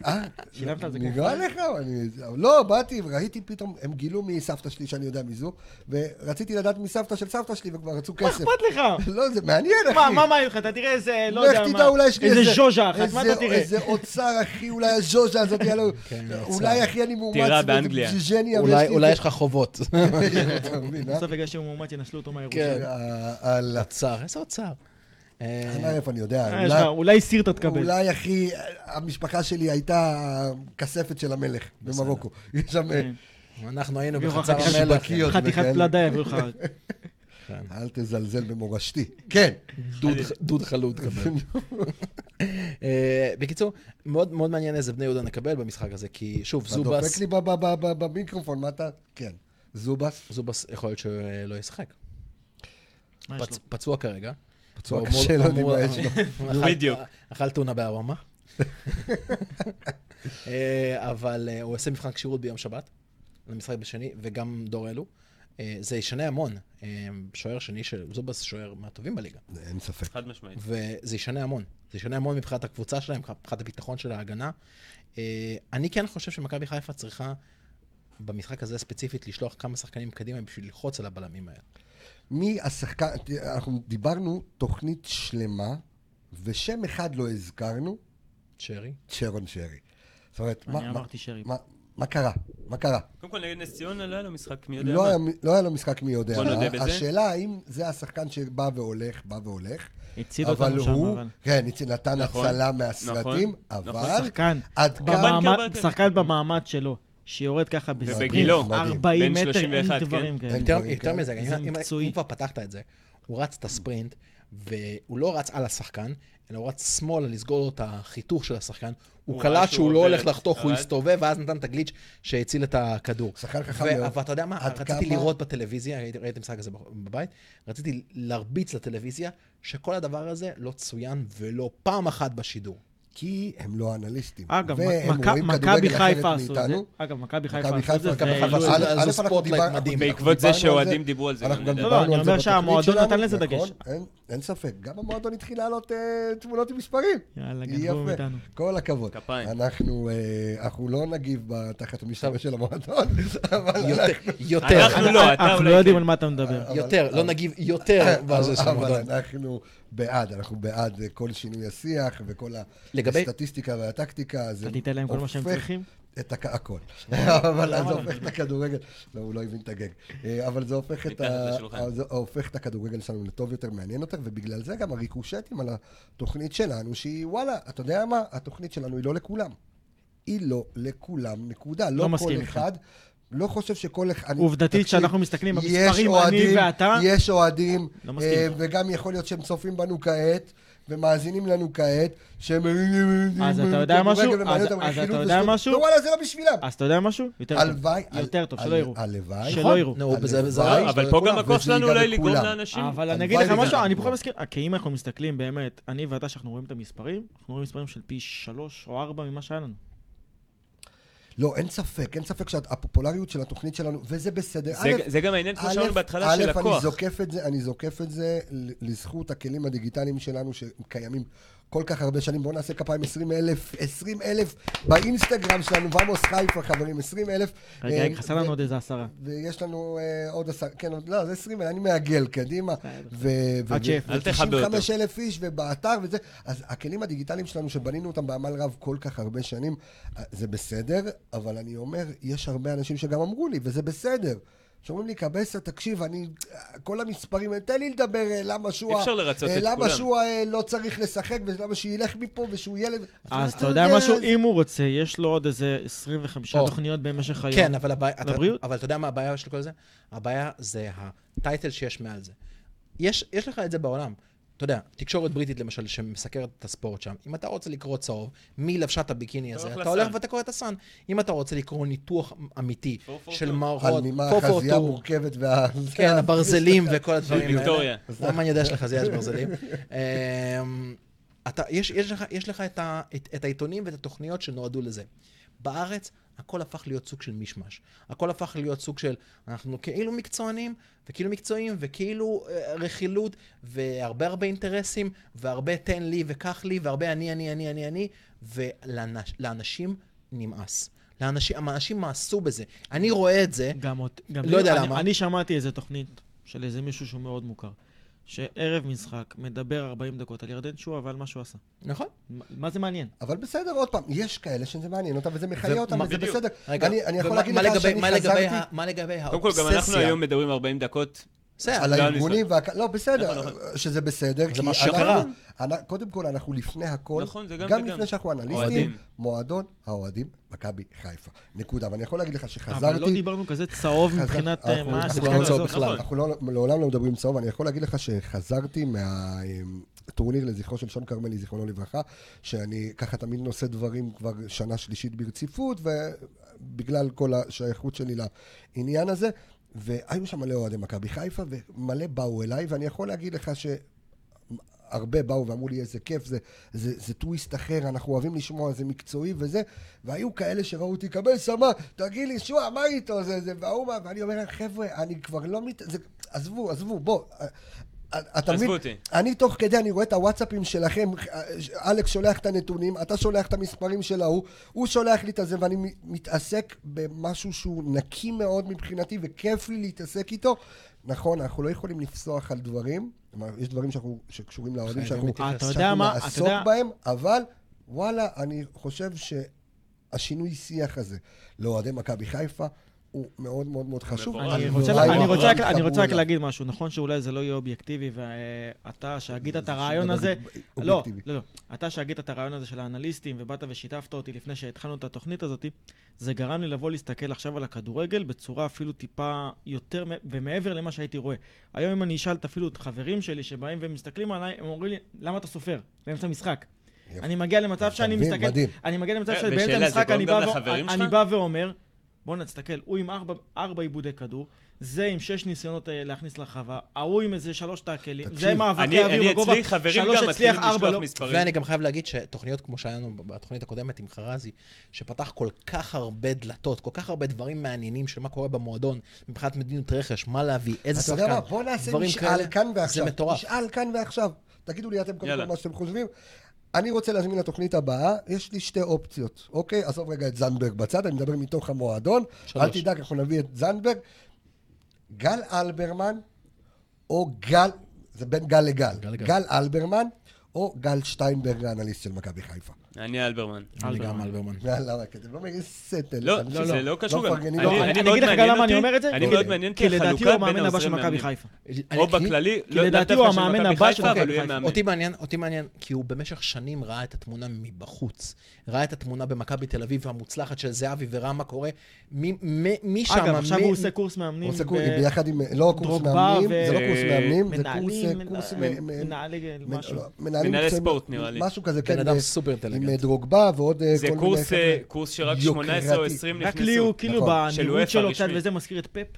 Speaker 1: אה,
Speaker 3: שילמת על זה כמו
Speaker 1: נראה לך? אני- לא, באתי, ראיתי פתאום, הם גילו מי סבתא שלי, שאני יודע מי זו, ורציתי לדעת מי סבתא של סבתא שלי, וכבר רצו
Speaker 3: מה
Speaker 1: כסף.
Speaker 3: אכפת לך?
Speaker 1: לא, זה מעניין, אחי.
Speaker 3: מה, מה מעניין לך? אתה תראה איזה, לא יודע מה.
Speaker 1: לך תדע, אולי יש לי איזה...
Speaker 3: איזה ז'וז'ה אחת, מה
Speaker 1: איזה-
Speaker 3: אתה תראה?
Speaker 1: איזה אוצר, אחי, אולי הז'וז'ה הזאת, היה לו... אולי, אחי, אני מאומץ...
Speaker 2: טירה באנגליה.
Speaker 1: בז'יז'ניה, ויש
Speaker 4: כן, אולי-
Speaker 1: לי
Speaker 4: אולי
Speaker 1: איזה-
Speaker 4: יש לך חובות.
Speaker 1: כן. אתה מבין, אה?
Speaker 3: בסוף בגלל שהוא מאומץ ינשלו אותו מהירושה.
Speaker 4: כן.
Speaker 1: אה, על
Speaker 4: אוצר, איזה אוצר. אה,
Speaker 1: אני לא איפה אני יודע.
Speaker 3: אה,
Speaker 1: אולי-
Speaker 3: יש לך, אולי סירטה תקבל.
Speaker 1: אולי, אחי, המשפחה שלי הייתה הכספת של המלך במרוקו. יש שם... אה,
Speaker 4: אנחנו היינו
Speaker 3: יובל,
Speaker 4: בחצר
Speaker 3: כן. חתיכת
Speaker 4: המלך.
Speaker 1: שבקיות
Speaker 3: חתיכת
Speaker 1: וכאלה.
Speaker 3: פלדה יביאו לך.
Speaker 1: אל תזלזל במורשתי. כן.
Speaker 4: דוד- דוד חלוד קבל. אה, בקיצור, מאוד מאוד מעניין איזה בני יהודה נקבל במשחק הזה, כי שוב,
Speaker 1: אתה דופק
Speaker 4: זובס,
Speaker 1: לי ב- ב- ב- ב- במיקרופון, מה אתה... כן. זובס.
Speaker 4: זובס יכול להיות שלא ישחק.
Speaker 3: מה יש
Speaker 4: פצ-
Speaker 3: לו?
Speaker 4: פצוע כרגע.
Speaker 1: פצוע
Speaker 4: הוא
Speaker 1: קשה, לא
Speaker 4: אמור-
Speaker 1: יודעים מה יש
Speaker 4: אמור-
Speaker 1: לו.
Speaker 4: אכל-
Speaker 2: בדיוק.
Speaker 4: אכל טונה בהוואמה. אה, אבל אה, הוא יעשה מבחן כשירות ביום שבת, למשחק בשני, וגם דור אלו. אה, זה ישנה המון. אה, שוער שני של זובס, שוער מהטובים בליגה.
Speaker 1: אין ספק.
Speaker 2: חד משמעית.
Speaker 4: וזה ישנה המון. זה ישנה המון מבחינת הקבוצה שלהם, מבחינת הביטחון של ההגנה. אה, אני כן חושב שמכבי חיפה צריכה, במשחק הזה ספציפית, לשלוח כמה שחקנים קדימה בשביל ללחוץ על הבלמים האלה.
Speaker 1: מי השחקן, תראה, אנחנו דיברנו תוכנית שלמה, ושם אחד לא הזכרנו,
Speaker 4: שרי?
Speaker 1: שרון שרי. זאת אומרת,
Speaker 3: אני
Speaker 1: מה, מה,
Speaker 3: אמרתי שרי.
Speaker 1: מה, מה קרה? מה קרה?
Speaker 2: קודם כל נגד נס ציונה לא היה לו משחק מי יודע
Speaker 1: לא
Speaker 2: מה.
Speaker 1: היה, מ- לא היה לו משחק מי יודע
Speaker 2: בוא נודה
Speaker 1: מה.
Speaker 2: בזה.
Speaker 1: השאלה האם זה השחקן שבא והולך, בא והולך,
Speaker 3: הציל
Speaker 1: אבל
Speaker 3: אותנו שם,
Speaker 1: הוא,
Speaker 3: אבל.
Speaker 1: כן, ניצי- נתן
Speaker 2: נכון,
Speaker 1: הצלה מהסרטים,
Speaker 2: נכון.
Speaker 1: אבל
Speaker 3: שחקן.
Speaker 1: עד כמה...
Speaker 3: במעמד-
Speaker 2: בנקר,
Speaker 3: שחקן במעמד שלו, שיורד ככה בספרינט,
Speaker 2: ובגילו,
Speaker 3: 40
Speaker 2: בן כן.
Speaker 3: מטר, אין
Speaker 2: 31,
Speaker 3: דברים
Speaker 1: אין
Speaker 3: כאלה.
Speaker 4: יותר,
Speaker 1: דברים
Speaker 4: יותר
Speaker 1: כאלה.
Speaker 4: מזה,
Speaker 3: זה
Speaker 4: אם, אם,
Speaker 3: מקצועי.
Speaker 4: אם כבר פתחת את זה, הוא רץ את הספרינט, והוא לא רץ על השחקן, אלא הוא רץ שמאלה לסגור לו את החיתוך של השחקן. הוא
Speaker 2: הוא
Speaker 4: קלט
Speaker 2: ראה
Speaker 4: שהוא
Speaker 2: שהוא
Speaker 4: לא
Speaker 2: עובר,
Speaker 4: הולך לחתוך, הוא
Speaker 2: ירד.
Speaker 4: הסתובב, ואז נתן את הגליץ' שהציל את הכדור.
Speaker 1: שחקן חכם
Speaker 4: ו-
Speaker 1: מאוד.
Speaker 4: אבל אתה יודע מה,
Speaker 1: עד
Speaker 4: רציתי
Speaker 1: כמה-
Speaker 4: לראות בטלוויזיה, ראיתי ראיתי את המשחק הזה בבית, רציתי להרביץ לטלוויזיה, שכל הדבר הזה לא צוין ולא פעם אחת בשידור.
Speaker 1: כי הם לא אנליסטים.
Speaker 3: אגב,
Speaker 1: והם
Speaker 3: מכ-
Speaker 1: רואים
Speaker 3: מכבי
Speaker 1: כדורגל אחרת
Speaker 3: חיפה עשו את זה.
Speaker 1: מאיתנו.
Speaker 3: אגב, מכבי חיפה
Speaker 1: מכבי
Speaker 3: עשו
Speaker 1: חיפה,
Speaker 3: את זה.
Speaker 1: מכבי
Speaker 4: והעלו
Speaker 1: חיפה,
Speaker 4: את זה.
Speaker 1: אז-
Speaker 4: זה
Speaker 1: אז אנחנו
Speaker 4: ספוטלייט
Speaker 1: דיברנו-
Speaker 4: מדהים.
Speaker 1: אנחנו
Speaker 2: בעקבות זה
Speaker 1: דיברנו על
Speaker 2: שאוהדים דיברו על זה,
Speaker 1: אנחנו
Speaker 2: אני
Speaker 1: גם
Speaker 2: יודע.
Speaker 3: לא,
Speaker 1: דיברנו
Speaker 3: אני
Speaker 1: על זה
Speaker 3: אומר
Speaker 1: בתוכנית
Speaker 3: שהמועדון
Speaker 1: שלנו,
Speaker 3: נתן לזה
Speaker 1: נכון,
Speaker 3: דגש.
Speaker 1: אין- אין ספק, גם המועדון התחיל לעלות אה, תמונות עם מספרים.
Speaker 3: יאללה,
Speaker 1: יפה.
Speaker 3: גנבו מאיתנו.
Speaker 1: כל הכבוד.
Speaker 2: כפיים.
Speaker 1: אנחנו אה, אנחנו לא נגיב תחת
Speaker 3: כן.
Speaker 1: המשתמש של המועדון, אבל
Speaker 4: יותר,
Speaker 1: אנחנו-
Speaker 4: יותר,
Speaker 2: אנחנו לא, אתה
Speaker 3: אנחנו לא
Speaker 2: אולי
Speaker 3: יודעים
Speaker 2: כן.
Speaker 3: על מה אתה
Speaker 1: אה,
Speaker 3: מדבר.
Speaker 4: יותר, לא נגיב יותר.
Speaker 3: כן,
Speaker 4: בזה של
Speaker 1: אבל
Speaker 4: המועדון.
Speaker 1: אנחנו בעד, אנחנו בעד אה, כל שינוי השיח וכל
Speaker 4: לגבי-
Speaker 1: הסטטיסטיקה והטקטיקה. זה
Speaker 3: אתה תיתן להם כל מה שהם
Speaker 1: הופך
Speaker 3: צריכים?
Speaker 1: את הכ- הכל. אבל אז זה הופך את הכדורגל, לא, הוא לא הבין את הגג. אה, אבל זה הופך את
Speaker 2: מתחת
Speaker 1: ה- אה,
Speaker 2: לשולחן.
Speaker 1: זה הופך את הכדורגל שלנו לטוב יותר, מעניין יותר, ובגלל זה גם הריקושטים על התוכנית שלנו, שהיא וואלה, אתה יודע מה? התוכנית שלנו היא לא לכולם. היא לא לכולם, נקודה. לא
Speaker 3: מסכים
Speaker 1: כל
Speaker 3: איתך.
Speaker 1: אחד. לא חושב שכל אחד... אני-
Speaker 3: עובדתית,
Speaker 1: תקשיב,
Speaker 3: כשאנחנו מסתכלים
Speaker 1: יש
Speaker 3: במספרים, אני
Speaker 1: אוהדים-
Speaker 3: ואתה-
Speaker 1: יש אוהדים,
Speaker 3: לא
Speaker 1: אה,
Speaker 3: מסכים.
Speaker 1: וגם יכול להיות שהם צופים בנו כעת, ומאזינים לנו כעת, שהם...
Speaker 3: אז אתה יודע משהו?
Speaker 1: כדורגל ומעניין
Speaker 3: אז-
Speaker 1: אותם
Speaker 3: אז אתה
Speaker 1: רכילות
Speaker 3: יודע
Speaker 1: ושטות.
Speaker 3: משהו?
Speaker 1: לא, וואלה, זה לא בשבילם.
Speaker 3: אז אתה יודע משהו? יותר טוב.
Speaker 1: הלוואי...
Speaker 3: יותר טוב,
Speaker 1: הל-
Speaker 3: שלא יראו.
Speaker 1: הלוואי.
Speaker 3: שלא
Speaker 4: נכון?
Speaker 3: יראו.
Speaker 4: נו, וזה- וזה
Speaker 1: הלוואי,
Speaker 4: הרעיש,
Speaker 2: לא, אבל
Speaker 4: זה
Speaker 2: פה
Speaker 1: לכולם,
Speaker 2: גם הכוח
Speaker 1: וזה
Speaker 2: שלנו
Speaker 1: ייגע
Speaker 2: אולי לגרום
Speaker 1: לכולם.
Speaker 2: לאנשים.
Speaker 3: אבל אני
Speaker 1: הלוואי
Speaker 3: אגיד לך
Speaker 1: וזה
Speaker 3: משהו,
Speaker 1: יעבור.
Speaker 3: אני פחות מסכים, אה, כי אם אנחנו מסתכלים באמת, אני ואתה, שאנחנו רואים את המספרים, אנחנו רואים מספרים של פי שלוש או ארבע ממה שהיה
Speaker 4: אה,
Speaker 3: לנו.
Speaker 1: לא, אין ספק, אין ספק שהפופולריות של התוכנית שלנו, וזה בסדר.
Speaker 2: זה-
Speaker 1: א',
Speaker 2: זה גם העניין, כמו
Speaker 1: א',
Speaker 2: שאמרנו בהתחלה, של
Speaker 1: א', אני
Speaker 2: הכוח.
Speaker 1: זוקף את זה, אני זוקף את זה ל- לזכות הכלים הדיגיטליים שלנו שקיימים כל כך הרבה שנים. בואו נעשה כפיים 20 אלף, 20 אלף באינסטגרם שלנו, ועמוס חיפה, חברים, 20 אלף.
Speaker 3: רגע, רגע, חסר לנו עוד איזה עשרה.
Speaker 1: ויש לנו אה, עוד עשר, כן, עוד- לא, זה 20, אלף, אני מעגל קדימה.
Speaker 3: עד שאפס.
Speaker 2: אל תכבה אותו.
Speaker 1: ו-95 אלף איש, ובאתר וזה. אז הכלים הדיגיטליים שלנו, שבנינו אותם בעמל רב כל כך הרבה שנים, אה, זה בסדר, אבל אני אומר, יש הרבה אנשים שגם אמרו לי, וזה בסדר. שאומרים לי, קבסה, תקשיב, אני... אה, כל המספרים, תן לי לדבר, אה, למה שהוא...
Speaker 2: אי
Speaker 1: ה-
Speaker 2: אפשר לרצות
Speaker 1: אה,
Speaker 2: את
Speaker 1: למה
Speaker 2: כולם."
Speaker 1: שהוא אה, לא צריך לשחק, ולמה שילך מפה, ושהוא ילד...
Speaker 3: אז אתה יודע משהו, אם הוא רוצה, יש לו עוד איזה 25
Speaker 4: אה, או.
Speaker 3: תוכניות במשך היום.
Speaker 4: כן, אבל הבעיה... אתה-
Speaker 3: לבריאות.
Speaker 4: אבל אתה יודע מה הבעיה של כל זה? הבעיה זה הטייטל שיש מעל זה. יש, יש לך את זה בעולם. אתה יודע, תקשורת בריטית למשל, שמסקרת את הספורט שם, אם אתה רוצה לקרוא צהוב, מי לבשה את הביקיני
Speaker 2: אתה
Speaker 4: הזה,
Speaker 2: הולך
Speaker 4: אתה הולך
Speaker 2: לסן.
Speaker 4: ואתה קורא את הסאן. אם אתה רוצה לקרוא ניתוח אמיתי
Speaker 2: 442,
Speaker 4: של מערכות,
Speaker 1: על ממה
Speaker 4: 442,
Speaker 1: החזייה מורכבת וה...
Speaker 4: כן, הברזלים וכל הדברים האלה.
Speaker 2: ויקטוריה.
Speaker 4: למה אני יודע שלחזייה יש ברזלים? אמ, אתה- יש- יש לך- יש לך את ה- את את העיתונים ואת התוכניות שנועדו לזה. בארץ הכל הפך להיות סוג של מישמש. הכל הפך להיות סוג של אנחנו כאילו מקצוענים, וכאילו מקצועיים, וכאילו אה, רכילות, והרבה הרבה אינטרסים, והרבה תן לי וקח לי, והרבה אני, אני, אני, אני, אני, ולאנשים נמאס. לאנשים, האנשים מאסו בזה. אני רואה את זה,
Speaker 3: גם אות- גם
Speaker 4: לא יודע
Speaker 3: אני-
Speaker 4: למה.
Speaker 3: אני שמעתי איזה תוכנית של איזה מישהו שהוא מאוד מוכר, שערב משחק מדבר 40 דקות על ירדן שועה ועל מה שהוא עשה.
Speaker 4: נכון?
Speaker 3: מה- מה זה מעניין?
Speaker 1: אבל בסדר, עוד פעם, יש כאלה שזה מעניין אותם וזה מחיה
Speaker 4: זה-
Speaker 1: אותם
Speaker 4: מה-
Speaker 1: וזה
Speaker 2: בדיוק.
Speaker 1: בסדר.
Speaker 4: רגע,
Speaker 1: אני אני יכול
Speaker 4: ומה-
Speaker 1: להגיד
Speaker 4: מה
Speaker 1: לך
Speaker 4: לגבי-
Speaker 1: שאני
Speaker 4: מה לגבי
Speaker 1: חזרתי...
Speaker 4: ה- מה לגבי האובססיה?
Speaker 2: קודם כל, גם אנחנו היום מדברים 40 דקות.
Speaker 4: בסדר,
Speaker 1: על
Speaker 2: לא
Speaker 1: הארגונים,
Speaker 2: נסגר.
Speaker 1: והכ- לא, בסדר,
Speaker 2: נכון, נכון.
Speaker 1: שזה בסדר.
Speaker 4: זה
Speaker 1: כי
Speaker 4: מה
Speaker 1: אנחנו-
Speaker 4: שקרה.
Speaker 1: אנ- קודם כל, אנחנו לפני הכל,
Speaker 2: נכון, זה גם
Speaker 1: גם
Speaker 2: וגם.
Speaker 1: לפני שאנחנו אנליסטים,
Speaker 2: אוהדים.
Speaker 1: מועדון האוהדים, מכבי חיפה. נקודה. ואני יכול
Speaker 2: אה,
Speaker 1: להגיד לך
Speaker 3: אבל לא
Speaker 1: שחזרתי...
Speaker 3: דיברנו כזה צהוב
Speaker 1: חזר-
Speaker 3: מבחינת אה,
Speaker 1: אנחנו-
Speaker 3: מה
Speaker 1: אנחנו
Speaker 3: השחקן
Speaker 4: לא צהוב
Speaker 3: הזה נכון. עושה.
Speaker 4: בכלל.
Speaker 1: אנחנו לא- לעולם לא מדברים צהוב, אני יכול להגיד לך שחזרתי מהטורניר לזכרו של שון כרמלי, זיכרונו לברכה, שאני ככה תמיד נושא דברים כבר שנה שלישית ברציפות, ובגלל כל השייכות שלי לעניין הזה, והיו שם מלא אוהדי מכבי חיפה, ומלא באו אליי, ואני יכול להגיד לך ש... הרבה באו ואמרו לי איזה כיף, זה, זה, זה טוויסט אחר, אנחנו אוהבים לשמוע, זה מקצועי וזה, והיו כאלה שראו אותי, קבל סמה, תגיד לי, שועה, מה איתו זה, זה, וההוא מה, ואני אומר, חבר'ה, אני כבר לא מת... זה, עזבו, עזבו, בוא. אה, אה, אתה
Speaker 2: עזבו
Speaker 1: מבין?
Speaker 2: אותי.
Speaker 1: אני תוך כדי, אני רואה את הוואטסאפים שלכם, אה, אלכס שולח את הנתונים, אתה שולח את המספרים של ההוא, הוא שולח לי את הזה, ואני מ- מתעסק במשהו שהוא נקי מאוד מבחינתי, וכיף לי להתעסק איתו. נכון, אנחנו לא יכולים לפסוח על דברים, כלומר, יש דברים שאנחנו, שקשורים לאוהדים,
Speaker 4: חייבים
Speaker 1: שאנחנו
Speaker 4: להתייחס.
Speaker 3: אתה יודע
Speaker 1: שאנחנו
Speaker 3: מה, אתה
Speaker 1: נעסוק
Speaker 3: יודע,
Speaker 1: בהם, אבל וואלה, אני חושב שהשינוי שיח הזה לאוהדי מכבי חיפה הוא מאוד מאוד מאוד חשוב.
Speaker 2: מבורך.
Speaker 3: אני
Speaker 2: אני
Speaker 3: רוצה
Speaker 2: נורא
Speaker 3: לה- אני
Speaker 2: נורא
Speaker 3: רוצה רק-
Speaker 1: יתחברו
Speaker 3: אני רוצה רק
Speaker 1: אליו.
Speaker 3: להגיד משהו, נכון שאולי זה לא יהיה אובייקטיבי, ואתה שהגית את
Speaker 1: זה
Speaker 3: הרעיון
Speaker 1: שום דבר
Speaker 3: הזה,
Speaker 1: אובייקטיבי.
Speaker 3: לא, לא, לא, אתה שהגית את הרעיון הזה של האנליסטים, ובאת ושיתפת אותי לפני שהתחלנו את התוכנית הזאת, זה גרם לי לבוא להסתכל עכשיו על הכדורגל בצורה אפילו טיפה יותר, מ- ומעבר למה שהייתי רואה. היום אם אני אשאל את אפילו את חברים שלי שבאים ומסתכלים עליי, הם אומרים לי, למה אתה סופר? באמצע משחק.
Speaker 1: יפה.
Speaker 3: אני מגיע למצב
Speaker 1: אתה
Speaker 3: שאני
Speaker 1: מבין?
Speaker 3: מסתכל,
Speaker 1: מדהים.
Speaker 3: אני מגיע למצב
Speaker 2: אה,
Speaker 3: שבאמצע
Speaker 2: ושאלה, זה
Speaker 3: המשחק
Speaker 2: גורם
Speaker 3: אני
Speaker 2: גם
Speaker 3: בא ו-
Speaker 2: לחברים
Speaker 3: אני
Speaker 2: שלך?
Speaker 3: בא ואומר, בואנה, תסתכל, הוא עם ארבע- ארבע עיבודי כדור, זה עם שש ניסיונות אה, להכניס לחווה, ההוא עם איזה שלוש טאקלים,
Speaker 1: תקשיב,
Speaker 3: זה עם מאבקי
Speaker 2: אני
Speaker 3: אוויר
Speaker 2: אני
Speaker 3: בגובה,
Speaker 2: אצלי, חברים
Speaker 3: שלוש
Speaker 2: גם מתחילים
Speaker 3: הצליח, ארבע
Speaker 2: לשלוח
Speaker 3: לא.
Speaker 2: מספרים.
Speaker 4: ואני גם חייב להגיד שתוכניות כמו שהיה לנו בתוכנית הקודמת עם חרזי, שפתח כל כך הרבה דלתות, כל כך הרבה דברים מעניינים של מה קורה במועדון, מבחינת מדיניות רכש, מה להביא, איזה
Speaker 1: אתה
Speaker 4: שחקן,
Speaker 1: יודע מה, בוא נעשה
Speaker 4: דברים
Speaker 1: משאל
Speaker 4: כאלה.
Speaker 1: כאן ועכשיו.
Speaker 4: זה מטורף.
Speaker 1: משאל כאן ועכשיו. תגידו לי אתם קודם כל
Speaker 2: יאללה.
Speaker 1: מה שאתם חושבים. אני רוצה להזמין לתוכנית הבאה, יש לי שתי אופציות, אוקיי? עזוב רגע את זנדברג בצד, אני מדבר מתוך המועדון.
Speaker 4: שלוש.
Speaker 1: אל תדאג, אנחנו נביא את זנדברג. גל אלברמן, או גל, זה בין גל לגל.
Speaker 4: גל לגל.
Speaker 1: גל אלברמן, או גל שטיינברג, האנליסט של מכבי חיפה.
Speaker 2: אני אלברמן.
Speaker 4: אני גם
Speaker 3: אלברמן.
Speaker 4: אלברמן.
Speaker 1: יאללה, כי אתם לא מבינים סטל.
Speaker 2: לא,
Speaker 1: אני-
Speaker 2: זה לא קשור גם.
Speaker 1: מפרגנים.
Speaker 2: אני-
Speaker 1: לא,
Speaker 3: אני-
Speaker 2: אני
Speaker 3: אני
Speaker 2: מאוד
Speaker 3: אגיד לך גם
Speaker 2: מעניין
Speaker 3: למה אני
Speaker 2: אותי-
Speaker 3: אומר את זה?
Speaker 2: אני מאוד מעניין אותי
Speaker 3: כי לדעתי
Speaker 2: החלוקה
Speaker 3: הוא
Speaker 2: בין
Speaker 3: המאמן הבא של
Speaker 2: העוזרים
Speaker 3: מכבי
Speaker 2: מאמנים.
Speaker 3: חיפה.
Speaker 2: או
Speaker 4: אני-
Speaker 2: בכללי,
Speaker 3: כי
Speaker 2: לא לאו
Speaker 3: לדעתי
Speaker 2: דווקא
Speaker 3: הוא
Speaker 2: של
Speaker 3: המאמן
Speaker 2: מכבי
Speaker 3: הבא של
Speaker 2: חיפה, אבל
Speaker 3: מכבי
Speaker 2: הוא יהיה
Speaker 3: חיפה.
Speaker 2: מאמן.
Speaker 4: אותי מעניין, אותי מעניין, כי הוא במשך שנים ראה את התמונה מבחוץ. ראה את התמונה במכבי תל אביב המוצלחת של זהבי וראה מה קורה. מי- מי מי שם...
Speaker 3: אגב, עכשיו
Speaker 4: מי-
Speaker 3: הוא עושה קורס מאמנים.
Speaker 1: רוצה קורס,
Speaker 3: ב-
Speaker 1: ביחד עם, לא קורס
Speaker 3: דרוגבה
Speaker 1: מאמנים,
Speaker 3: ו-
Speaker 1: זה לא קורס מאמנים, זה קורס,
Speaker 3: מנהלים, מנ-
Speaker 1: קורס מ- מ-
Speaker 3: מנהלי
Speaker 1: מ-
Speaker 3: משהו.
Speaker 1: לא, מנהלים
Speaker 2: מנהלי
Speaker 1: מקצועיים,
Speaker 2: ספורט, נראה לי.
Speaker 1: משהו כזה, כן,
Speaker 4: בן אדם
Speaker 1: אה,
Speaker 4: סופר
Speaker 1: עם
Speaker 4: אינטליגנט.
Speaker 1: אה, דרוגבה ועוד אה,
Speaker 2: זה
Speaker 1: כל מיני
Speaker 2: קורס,
Speaker 1: חבר'ה.
Speaker 2: אה, קורס שרק 18 או 20
Speaker 3: רק
Speaker 2: נכנסו.
Speaker 3: לי הוא כאילו
Speaker 1: נכון.
Speaker 2: של
Speaker 3: בניהוד
Speaker 2: UEFA
Speaker 3: שלו קצת,
Speaker 2: רשמי.
Speaker 3: וזה מזכיר את פפ.
Speaker 1: אה,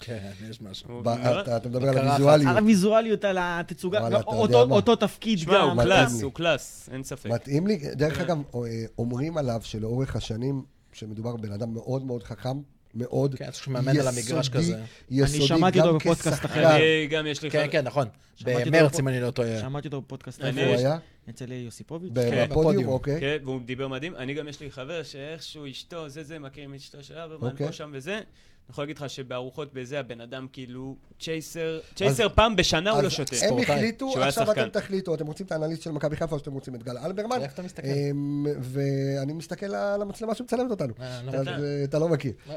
Speaker 4: כן, יש משהו.
Speaker 2: הוא
Speaker 1: ב-
Speaker 2: נראה-
Speaker 1: אתה אתה מדבר על
Speaker 4: בקרה
Speaker 3: על
Speaker 1: הוויזואליות,
Speaker 3: הוויזואליות, על התצוגה,
Speaker 1: וואלה,
Speaker 3: גם
Speaker 1: אתה
Speaker 3: אותו-
Speaker 1: יודע מה?
Speaker 3: אותו תפקיד
Speaker 2: שמע,
Speaker 3: גם.
Speaker 2: הוא
Speaker 1: מתאים
Speaker 2: קלאס,
Speaker 1: לי.
Speaker 2: הוא קלאס, אין ספק.
Speaker 1: מתאים לי, דרך אגב, אה, אומרים עליו שלאורך השנים, שמדובר בבן אדם מאוד מאוד חכם, מאוד
Speaker 4: כן, צריך מאמן על המגרש כזה.
Speaker 1: יסודי,
Speaker 3: שמעתי
Speaker 1: גם
Speaker 3: אותו בפודקאסט
Speaker 1: כשחקן.
Speaker 3: אחר.
Speaker 2: אני גם יש לי
Speaker 4: כן,
Speaker 2: חבר-
Speaker 4: כן, נכון.
Speaker 3: שמעתי אותו
Speaker 4: במרץ,
Speaker 3: פה.
Speaker 4: אם אני לא טועה.
Speaker 3: שמעתי אותו בפודקאסט
Speaker 2: אני-
Speaker 1: איפה הוא
Speaker 3: האחרון,
Speaker 1: היה?
Speaker 3: אצל יוסיפוביץ'.
Speaker 2: כן.
Speaker 1: בפודיום,
Speaker 4: בפודיום.
Speaker 1: אוקיי.
Speaker 2: כן, והוא דיבר מדהים. אני גם יש לי חבר שאיכשהו אשתו, זה זה, מכיר עם אשתו של אברמן,
Speaker 1: אוקיי.
Speaker 2: פה שם וזה. אני יכול להגיד לך שבארוחות בזה הבן אדם כאילו צ'ייסר, צ'ייסר פעם בשנה הוא לא
Speaker 1: אז
Speaker 2: שותה.
Speaker 1: הם
Speaker 4: ספורטאי,
Speaker 1: החליטו,
Speaker 2: שהוא היה
Speaker 1: עכשיו
Speaker 2: שחקן.
Speaker 1: אתם תחליטו, אתם רוצים את האנליסט של מכבי חיפה או שאתם רוצים את גל אלברמן?
Speaker 4: איך אתה מסתכל?
Speaker 1: אמ, ואני מסתכל על המצלמה שמצלמת אותנו.
Speaker 4: אה, לא.
Speaker 1: אז, אה, אתה לא מכיר.
Speaker 4: לא.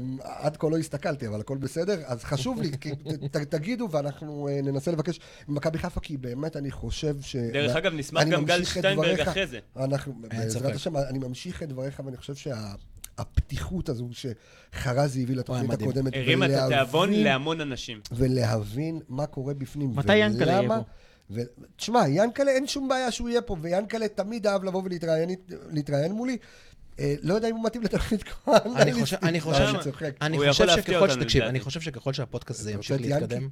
Speaker 1: אמ, עד כה לא הסתכלתי, אבל הכל בסדר. אז חשוב לי, כי ת- ת- תגידו, ואנחנו אה, ננסה לבקש ממכבי חיפה, כי באמת אני חושב ש...
Speaker 2: דרך אגב, נשמח
Speaker 1: אני
Speaker 2: גם גל
Speaker 1: ממשיך את
Speaker 2: שטיינברג
Speaker 1: דבריך.
Speaker 2: אחרי זה.
Speaker 1: אנחנו, בעזרת
Speaker 4: ספק.
Speaker 1: השם, אני ממשיך את דבריך, ואני חושב שה... הפתיחות הזו שחרזי הביא לתוכנית
Speaker 4: מדהים.
Speaker 1: הקודמת.
Speaker 2: הרים את התיאבון
Speaker 1: ולהבין-
Speaker 2: להמון אנשים.
Speaker 1: ולהבין מה קורה בפנים.
Speaker 3: מתי ינקלה יהיה
Speaker 1: ולמה-
Speaker 3: בו?
Speaker 1: ותשמע, ינקלה אין שום בעיה שהוא יהיה פה, ויאנקלה תמיד אהב לבוא ולהתראיין להתראיין מולי. אה, לא יודע אם הוא מתאים לתוכנית כמו
Speaker 4: אני חושב-
Speaker 1: האנליסטים.
Speaker 4: אני חושב
Speaker 1: לא,
Speaker 2: ש-
Speaker 1: אני צוחק.
Speaker 4: אני
Speaker 2: הוא
Speaker 4: חושב
Speaker 2: יכול להפתיע
Speaker 4: שככל ש...
Speaker 2: אותנו,
Speaker 4: תקשיב,
Speaker 2: לדעתי.
Speaker 4: אני חושב שככל שהפודקאסט הזה
Speaker 1: אתה
Speaker 4: ימשיך
Speaker 1: רוצה את ינקי?
Speaker 4: להתקדם...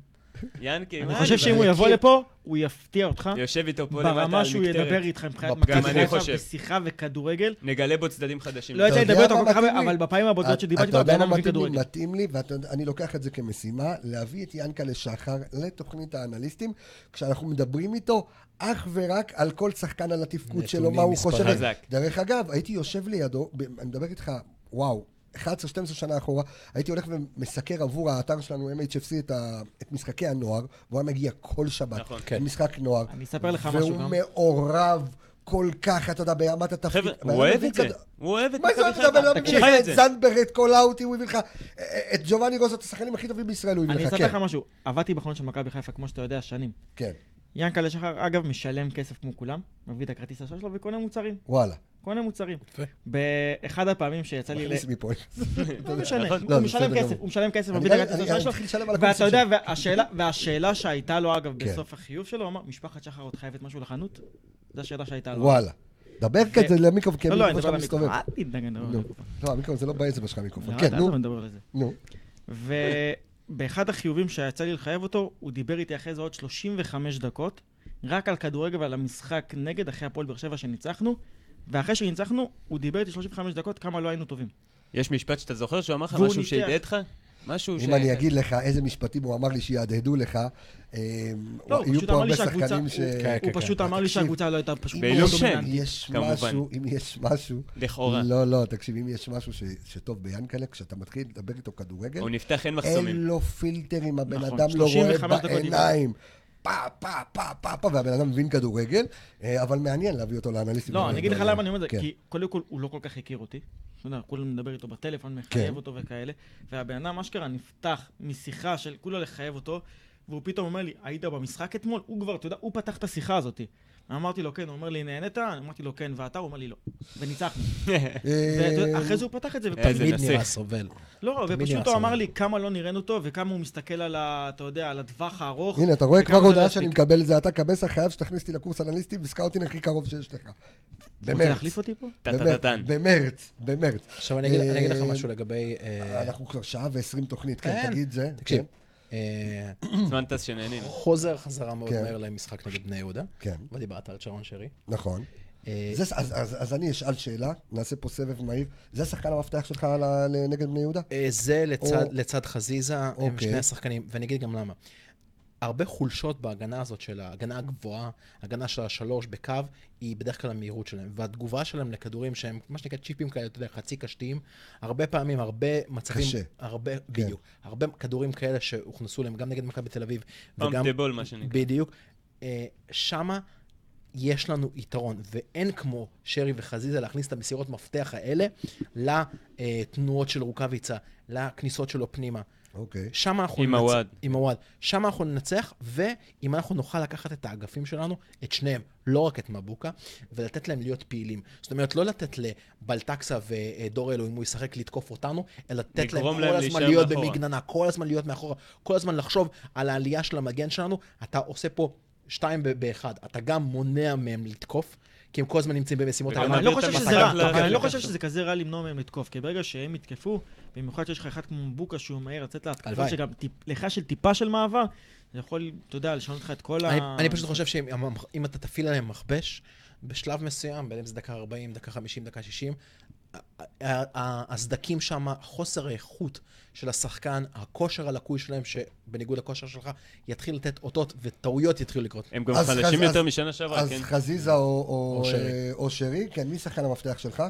Speaker 2: ינקי,
Speaker 3: אני
Speaker 2: מה
Speaker 3: חושב
Speaker 2: אני-
Speaker 3: שאם הוא יבוא
Speaker 1: כי-
Speaker 3: לפה, הוא יפתיע אותך
Speaker 2: יושב איתו פה למטה על
Speaker 3: ברמה שהוא
Speaker 2: מקטרת.
Speaker 3: ידבר איתך מבחינת
Speaker 4: גם
Speaker 3: מכבי
Speaker 2: אני
Speaker 3: חיפה
Speaker 2: חושב.
Speaker 3: ושיחה וכדורגל.
Speaker 2: נגלה בו צדדים חדשים.
Speaker 3: לא יצא לי
Speaker 1: יודע
Speaker 3: לדבר איתו
Speaker 1: מה
Speaker 3: כל כך הרבה,
Speaker 1: מתאים לי?
Speaker 3: אבל בפעמים הבודדות שדיברתי
Speaker 1: אתה
Speaker 3: איתו,
Speaker 1: יודע
Speaker 3: עדיין
Speaker 1: מה
Speaker 3: לא מבין
Speaker 1: מתאים לי?
Speaker 3: כדורגל.
Speaker 1: מתאים לי, ואני לוקח את זה כמשימה, להביא את ינקלה שחר לתוכנית האנליסטים, כשאנחנו מדברים איתו אך ורק על כל שחקן על התפקוד שלו,
Speaker 4: נתונים,
Speaker 1: מה הוא
Speaker 4: מספרים.
Speaker 1: חושב.
Speaker 2: חזק.
Speaker 1: דרך אגב, הייתי יושב לידו, ב- אני מדבר איתך, וואו. 11-12 שנה אחורה, הייתי הולך ומסקר עבור האתר שלנו, MHFC, את, ה... את משחקי הנוער, והוא היה מגיע כל שבת.
Speaker 2: נכון.
Speaker 4: כן.
Speaker 1: משחק נוער.
Speaker 3: אני אספר לך משהו גם.
Speaker 1: והוא מעורב כל כך, אתה יודע, ברמת התפקיד.
Speaker 2: חבר'ה,
Speaker 1: והוא
Speaker 2: הוא אוהב
Speaker 1: מבין
Speaker 2: את זה.
Speaker 1: כד-
Speaker 2: הוא אוהב את
Speaker 1: מה זה
Speaker 2: מכבי
Speaker 1: אתה מדבר?
Speaker 2: חיפה.
Speaker 1: הוא
Speaker 2: תקשיב,
Speaker 1: הביא
Speaker 2: חי
Speaker 1: לך
Speaker 2: את
Speaker 1: את
Speaker 2: זה.
Speaker 1: זנדברג, את קולאוטי, הוא הביא לך את ג'ובאני רוזו, את השחקנים הכי טובים בישראל, הוא הביא
Speaker 3: אני
Speaker 1: לך,
Speaker 3: אספר
Speaker 1: כן.
Speaker 3: לך משהו, עבדתי בחלון של מכבי חיפה, כמו שאתה יודע, שנים.
Speaker 1: כן,
Speaker 3: ינקלה שחר, אגב, משלם כסף כמו כולם, מביא את הכרטיס האשראי שלו וקונה מוצרים.
Speaker 1: וואלה.
Speaker 3: קונה מוצרים.
Speaker 4: יפה.
Speaker 3: באחד הפעמים שיצא לי... ל-
Speaker 1: מכניס מפה.
Speaker 3: לא משנה,
Speaker 2: נכון.
Speaker 1: לא,
Speaker 3: הוא
Speaker 1: זה
Speaker 3: משלם
Speaker 1: בסדר
Speaker 3: כסף,
Speaker 1: גמור.
Speaker 3: הוא משלם כסף,
Speaker 1: אני
Speaker 3: מביא את
Speaker 1: גם-
Speaker 3: הכרטיס
Speaker 1: אני-
Speaker 3: האשראי
Speaker 1: אני
Speaker 3: שלו.
Speaker 1: מתחיל לשלם על
Speaker 3: ואתה
Speaker 1: הקורסים
Speaker 3: יודע,
Speaker 1: שלי.
Speaker 3: והשאלה, והשאלה שהייתה לו, אגב,
Speaker 1: כן.
Speaker 3: בסוף החיוב שלו, הוא אמר, משפחת שחר עוד חייבת משהו לחנות? זו השאלה שהייתה לו.
Speaker 1: וואלה. דבר כזה למיקרופון, כי
Speaker 3: לא, לא, אני
Speaker 1: המיקרופון
Speaker 3: מדבר
Speaker 1: שלך
Speaker 3: על המיקרופון.
Speaker 1: כן, מסתובב.
Speaker 3: אל תתנגן, לא,
Speaker 1: נו. לא, המיקרופון זה לא באצבע שלך המיקרופון.
Speaker 3: לא,
Speaker 1: כן,
Speaker 3: אתה
Speaker 1: נו,
Speaker 3: לא מדבר על זה.
Speaker 1: נו.
Speaker 3: ובאחד החיובים שיצא לי לחייב אותו, הוא דיבר איתי אחרי זה עוד 35 דקות, רק על כדורגל ועל המשחק נגד, אחרי הפועל באר שבע שניצחנו, ואחרי שניצחנו, הוא דיבר איתי 35 דקות כמה לא היינו טובים.
Speaker 2: יש משפט שאתה זוכר שהוא אמר לך
Speaker 3: והוא
Speaker 2: משהו
Speaker 3: ניתח.
Speaker 2: שהדהד לך? משהו ש...
Speaker 1: אם אני אגיד לך איזה משפטים הוא אמר לי שיהדהדו לך, אמ,
Speaker 3: לא, הוא
Speaker 1: יהיו
Speaker 3: פשוט
Speaker 1: פה
Speaker 3: אמר לי
Speaker 1: הרבה
Speaker 3: שהקבוצה-
Speaker 1: שחקנים ש...
Speaker 3: הוא-
Speaker 4: כן,
Speaker 3: הוא
Speaker 4: כן,
Speaker 3: פשוט
Speaker 1: כן.
Speaker 3: אמר לי
Speaker 1: תקשיב,
Speaker 3: שהקבוצה לא הייתה פשוט
Speaker 2: בעילום
Speaker 3: מאוד
Speaker 2: שם.
Speaker 1: אם
Speaker 3: דומיננטית.
Speaker 1: יש
Speaker 2: כמובן.
Speaker 1: משהו, אם יש משהו...
Speaker 2: לכאורה.
Speaker 1: לא, לא, תקשיב, אם יש משהו ש- שטוב ביאנקל'ה, כשאתה מתחיל לדבר איתו כדורגל,
Speaker 2: הוא נפתח,
Speaker 1: אין
Speaker 2: אין מחסומים.
Speaker 1: לו פילטרים, הבן
Speaker 3: נכון,
Speaker 1: אדם לא
Speaker 3: 35
Speaker 1: רואה
Speaker 3: דקות
Speaker 1: בעיניים. פה, פה, פה, פה, פה, והבן אדם מבין כדורגל, אה, אבל מעניין להביא אותו לאנליסטים.
Speaker 3: לא, אני אגיד לך
Speaker 1: אה,
Speaker 3: למה אני אומר את זה,
Speaker 1: כן.
Speaker 3: כי קודם כל הוא לא כל כך הכיר אותי. אתה יודע, כולם מדבר איתו בטלפון,
Speaker 1: כן.
Speaker 3: מחייב אותו וכאלה, והבן אדם אשכרה נפתח משיחה של כולה לחייב אותו, והוא פתאום אומר לי, היית במשחק אתמול? הוא כבר, אתה יודע, הוא פתח את השיחה הזאת. אמרתי לו, כן, הוא אומר לי, נהנית? אמרתי לו, כן, ואתה? הוא אומר לי, לא. וניצחנו.
Speaker 1: אה,
Speaker 3: ואתה יודע, אחרי זה הוא פתח את זה, ופתח
Speaker 2: איזה
Speaker 4: תמיד
Speaker 2: נסיך.
Speaker 4: נראה סובל.
Speaker 3: לא,
Speaker 4: תמיד
Speaker 3: ופשוט
Speaker 4: נעשה
Speaker 3: הוא אמר
Speaker 4: את זה.
Speaker 3: לי כמה לא נראינו טוב, וכמה הוא מסתכל על ה... אתה יודע, על הטווח הארוך.
Speaker 1: הנה, אתה רואה
Speaker 3: וכמה
Speaker 1: כבר
Speaker 3: זה
Speaker 1: הודעה
Speaker 3: לא
Speaker 1: שאני
Speaker 3: יספיק.
Speaker 1: מקבל את זה, אתה קבסה, חייב שתכניס אותי לקורס אנליסטים, וסקאוטינג הכי קרוב שיש לך.
Speaker 3: רוצה
Speaker 1: במרץ.
Speaker 3: להחליף אותי פה?
Speaker 2: טה-טה-טה-טן.
Speaker 1: במרץ, במרץ.
Speaker 4: עכשיו אני אגיד- אני אגיד לך
Speaker 1: אה,
Speaker 4: משהו לגבי... אה,
Speaker 1: אנחנו כבר שעה ועשרים תוכנית, כן,
Speaker 4: כן.
Speaker 1: תגיד זה.
Speaker 4: תקשיב, אה,
Speaker 2: זמן טס שנהנינו.
Speaker 4: חוזר חזרה מאוד
Speaker 1: כן.
Speaker 4: מהר למשחק נגד בני יהודה,
Speaker 1: כן,
Speaker 4: ודיברת על שרון שרי.
Speaker 1: נכון.
Speaker 4: אה,
Speaker 1: זה, אז, אז, אז אני אשאל שאלה, נעשה פה סבב מהיר. זה השחקן המפתח שלך ל- נגד בני יהודה?
Speaker 4: אה, זה לצד,
Speaker 1: או-
Speaker 4: לצד חזיזה, הם
Speaker 1: אוקיי.
Speaker 4: שני השחקנים, ואני אגיד גם למה. הרבה חולשות בהגנה הזאת של ההגנה הגבוהה, הגנה של השלוש בקו, היא בדרך כלל המהירות שלהם. והתגובה שלהם לכדורים שהם, מה שנקרא צ'יפים כאלה, אתה יודע, חצי קשתיים, הרבה פעמים, הרבה מצבים...
Speaker 1: קשה. כן.
Speaker 4: הרבה, בדיוק. הרבה כדורים כאלה שהוכנסו להם, גם נגד מכבי תל אביב,
Speaker 2: פעם
Speaker 4: וגם
Speaker 2: דה בול, מה שנקרא.
Speaker 4: בדיוק. אה, שמה יש לנו יתרון, ואין כמו שרי וחזיזה להכניס את המסירות מפתח האלה לתנועות של רוקאביצה, לכניסות שלו פנימה.
Speaker 1: אוקיי.
Speaker 4: שם אנחנו
Speaker 2: עם
Speaker 4: ננצח-
Speaker 2: הוואד.
Speaker 4: עם הוואד. שם אנחנו ננצח, ואם אנחנו נוכל לקחת את האגפים שלנו, את שניהם, לא רק את מבוקה, ולתת להם להיות פעילים. זאת אומרת, לא לתת לבלטקסה ודור אלו, אם הוא ישחק, לתקוף אותנו, אלא לתת להם
Speaker 2: לגרום
Speaker 4: כל
Speaker 2: להם
Speaker 4: הזמן
Speaker 2: להישאר
Speaker 4: להיות
Speaker 2: מאחורה.
Speaker 4: במגננה, כל הזמן להיות מאחורה, כל הזמן לחשוב על העלייה של המגן שלנו. אתה עושה פה שתיים ב- באחד, אתה גם מונע מהם לתקוף, כי הם כל הזמן נמצאים במשימות
Speaker 2: וגם
Speaker 3: אבל
Speaker 4: הגנה.
Speaker 3: אני לא
Speaker 2: מעביר את
Speaker 3: חושב שזה
Speaker 2: המסך
Speaker 3: רע,
Speaker 2: ל-
Speaker 3: אבל אני לא
Speaker 2: כן.
Speaker 3: חושב שזה כזה רע למנוע מהם לתקוף, כי ברגע שהם יתקפו, במיוחד שיש לך אחד כמו מבוקה שהוא מהר לצאת להתקפה,
Speaker 4: הלוואי.
Speaker 3: שגם טיפ- לך של טיפה של מעבר, זה יכול, אתה יודע, לשנות לך את כל
Speaker 4: אני,
Speaker 3: ה...
Speaker 4: אני פשוט חושב שאם המ- אם אתה תפעיל עליהם מכבש, בשלב מסוים, בין אם זה דקה 40, דקה 50, דקה 60, ה- ה- ה- הסדקים שם, חוסר האיכות של השחקן, הכושר הלקוי שלהם, שבניגוד לכושר שלך, יתחיל לתת אותות וטעויות יתחילו לקרות.
Speaker 2: הם גם
Speaker 1: אז
Speaker 2: חלשים
Speaker 1: חז-
Speaker 2: יותר
Speaker 1: אז-
Speaker 2: משנה שעברה,
Speaker 1: אז
Speaker 2: כן?
Speaker 1: חזיזה או, או,
Speaker 4: או שרי.
Speaker 1: אה, או שרי, כן, מי שחקן המפתח שלך?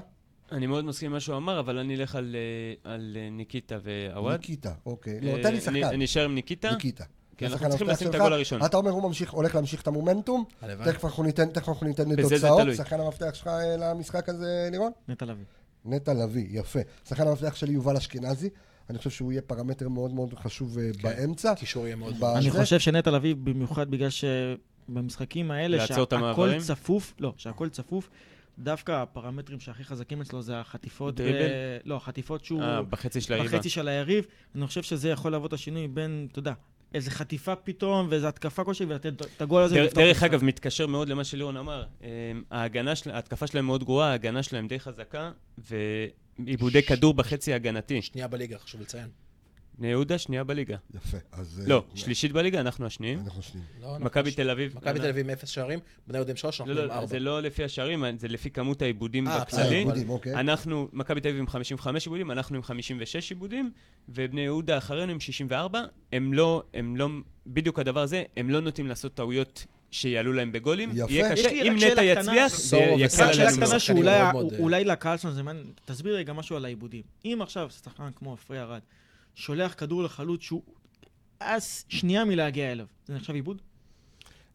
Speaker 2: אני מאוד מסכים עם מה שהוא אמר, אבל אני אלך על, אה, על אה, ניקיטה ועווד.
Speaker 1: ניקיטה, אוקיי.
Speaker 2: אה,
Speaker 1: לא, תן לי
Speaker 2: אני-
Speaker 1: שחקן.
Speaker 2: אני אשאר עם ניקיטה.
Speaker 1: ניקיטה.
Speaker 2: כן,
Speaker 1: השחקן
Speaker 2: אנחנו צריכים
Speaker 1: המפתח
Speaker 2: לשים את
Speaker 1: שלך. אה,
Speaker 2: הגול הראשון.
Speaker 1: אתה אומר, הוא ממשיך, הולך להמשיך את המומנטום?
Speaker 4: הלוואי.
Speaker 1: תכף אנחנו ניתן, תכף אנחנו ניתן
Speaker 2: אה. בזה זה
Speaker 1: לתוצאות.
Speaker 2: תלוי.
Speaker 1: שחקן המפתח שלך אה, למשחק הזה, לירון?
Speaker 3: נטע לביא.
Speaker 1: נטע לביא, יפה. שחקן המפתח שלי יובל אשכנזי. אני חושב שהוא יהיה פרמטר מאוד מאוד חשוב
Speaker 2: כן.
Speaker 1: אה, באמצע.
Speaker 4: קישור יהיה מאוד...
Speaker 1: ב-
Speaker 3: אני
Speaker 1: זה-
Speaker 3: חושב שנטע לביא, במיוחד בגלל שבמשחקים האלה,
Speaker 2: לעצור את
Speaker 3: שהכל
Speaker 2: המעברים?
Speaker 3: צפוף, לא, שהכל צפוף, דווקא הפרמטרים שהכי חזקים אצלו זה החטיפות...
Speaker 2: דריבל?
Speaker 3: ב- לא, החטיפות שהוא...
Speaker 2: אה, בחצי של הריבה.
Speaker 3: בחצי של היריב. אני חושב שזה יכול להוות השינוי בין, אתה יודע, איזה חטיפה פתאום, ואיזה התקפה כלשהי, ולתת את הגול הזה.
Speaker 2: דר-
Speaker 3: ולפתוח את
Speaker 2: דרך
Speaker 3: המשחק.
Speaker 2: אגב, מתקשר מאוד למה שלירון אמר. אמ, ההגנה של- ההתקפה שלהם מאוד גרועה, ההגנה שלהם די חזקה, ועיבודי כדור בחצי ההגנתי.
Speaker 4: שנייה בליגה, חשוב לציין.
Speaker 2: בני יהודה שנייה בליגה.
Speaker 1: יפה, אז... אה,
Speaker 2: לא, שלישית בליגה, אנחנו השניים.
Speaker 1: אנחנו שניים.
Speaker 4: לא, אנחנו
Speaker 2: מכבי
Speaker 4: ש-
Speaker 2: תל אביב.
Speaker 4: מכבי תל אביב עם אפס שערים, בני יהודה עם שלוש,
Speaker 2: לא,
Speaker 4: אנחנו עם
Speaker 2: לא,
Speaker 4: ארבע.
Speaker 2: זה לא לפי השערים, זה לפי כמות העיבודים
Speaker 4: אה,
Speaker 1: אה,
Speaker 2: בכללי.
Speaker 4: בסדר,
Speaker 1: עיבודים, אוקיי.
Speaker 2: אנחנו, מכבי תל אביב עם 55 עיבודים, אנחנו עם 56 עיבודים, ובני יהודה אחרינו עם 64. הם לא, הם לא, בדיוק הדבר הזה, הם לא נוטים לעשות טעויות שיעלו להם בגולים.
Speaker 1: יפה.
Speaker 3: יש
Speaker 2: יהיה קשה,
Speaker 3: לי רק
Speaker 2: אם
Speaker 3: שאלה
Speaker 2: נטע
Speaker 3: קטנה.
Speaker 2: יצליח, זה
Speaker 4: סורו
Speaker 2: יקל
Speaker 4: וסאן.
Speaker 3: רק שאלה
Speaker 2: עלינו מאוד.
Speaker 3: קטנה
Speaker 4: שחקנים
Speaker 3: שאולי
Speaker 4: מאוד מאוד, אה,
Speaker 3: אולי לקהל שלנו זה מעניין, תסביר רגע משהו על העיבודים. אם עכשיו שחקן כמו עפרי ארד שולח כדור לחלוץ שהוא אז שנייה מלהגיע אליו, זה נחשב עיבוד?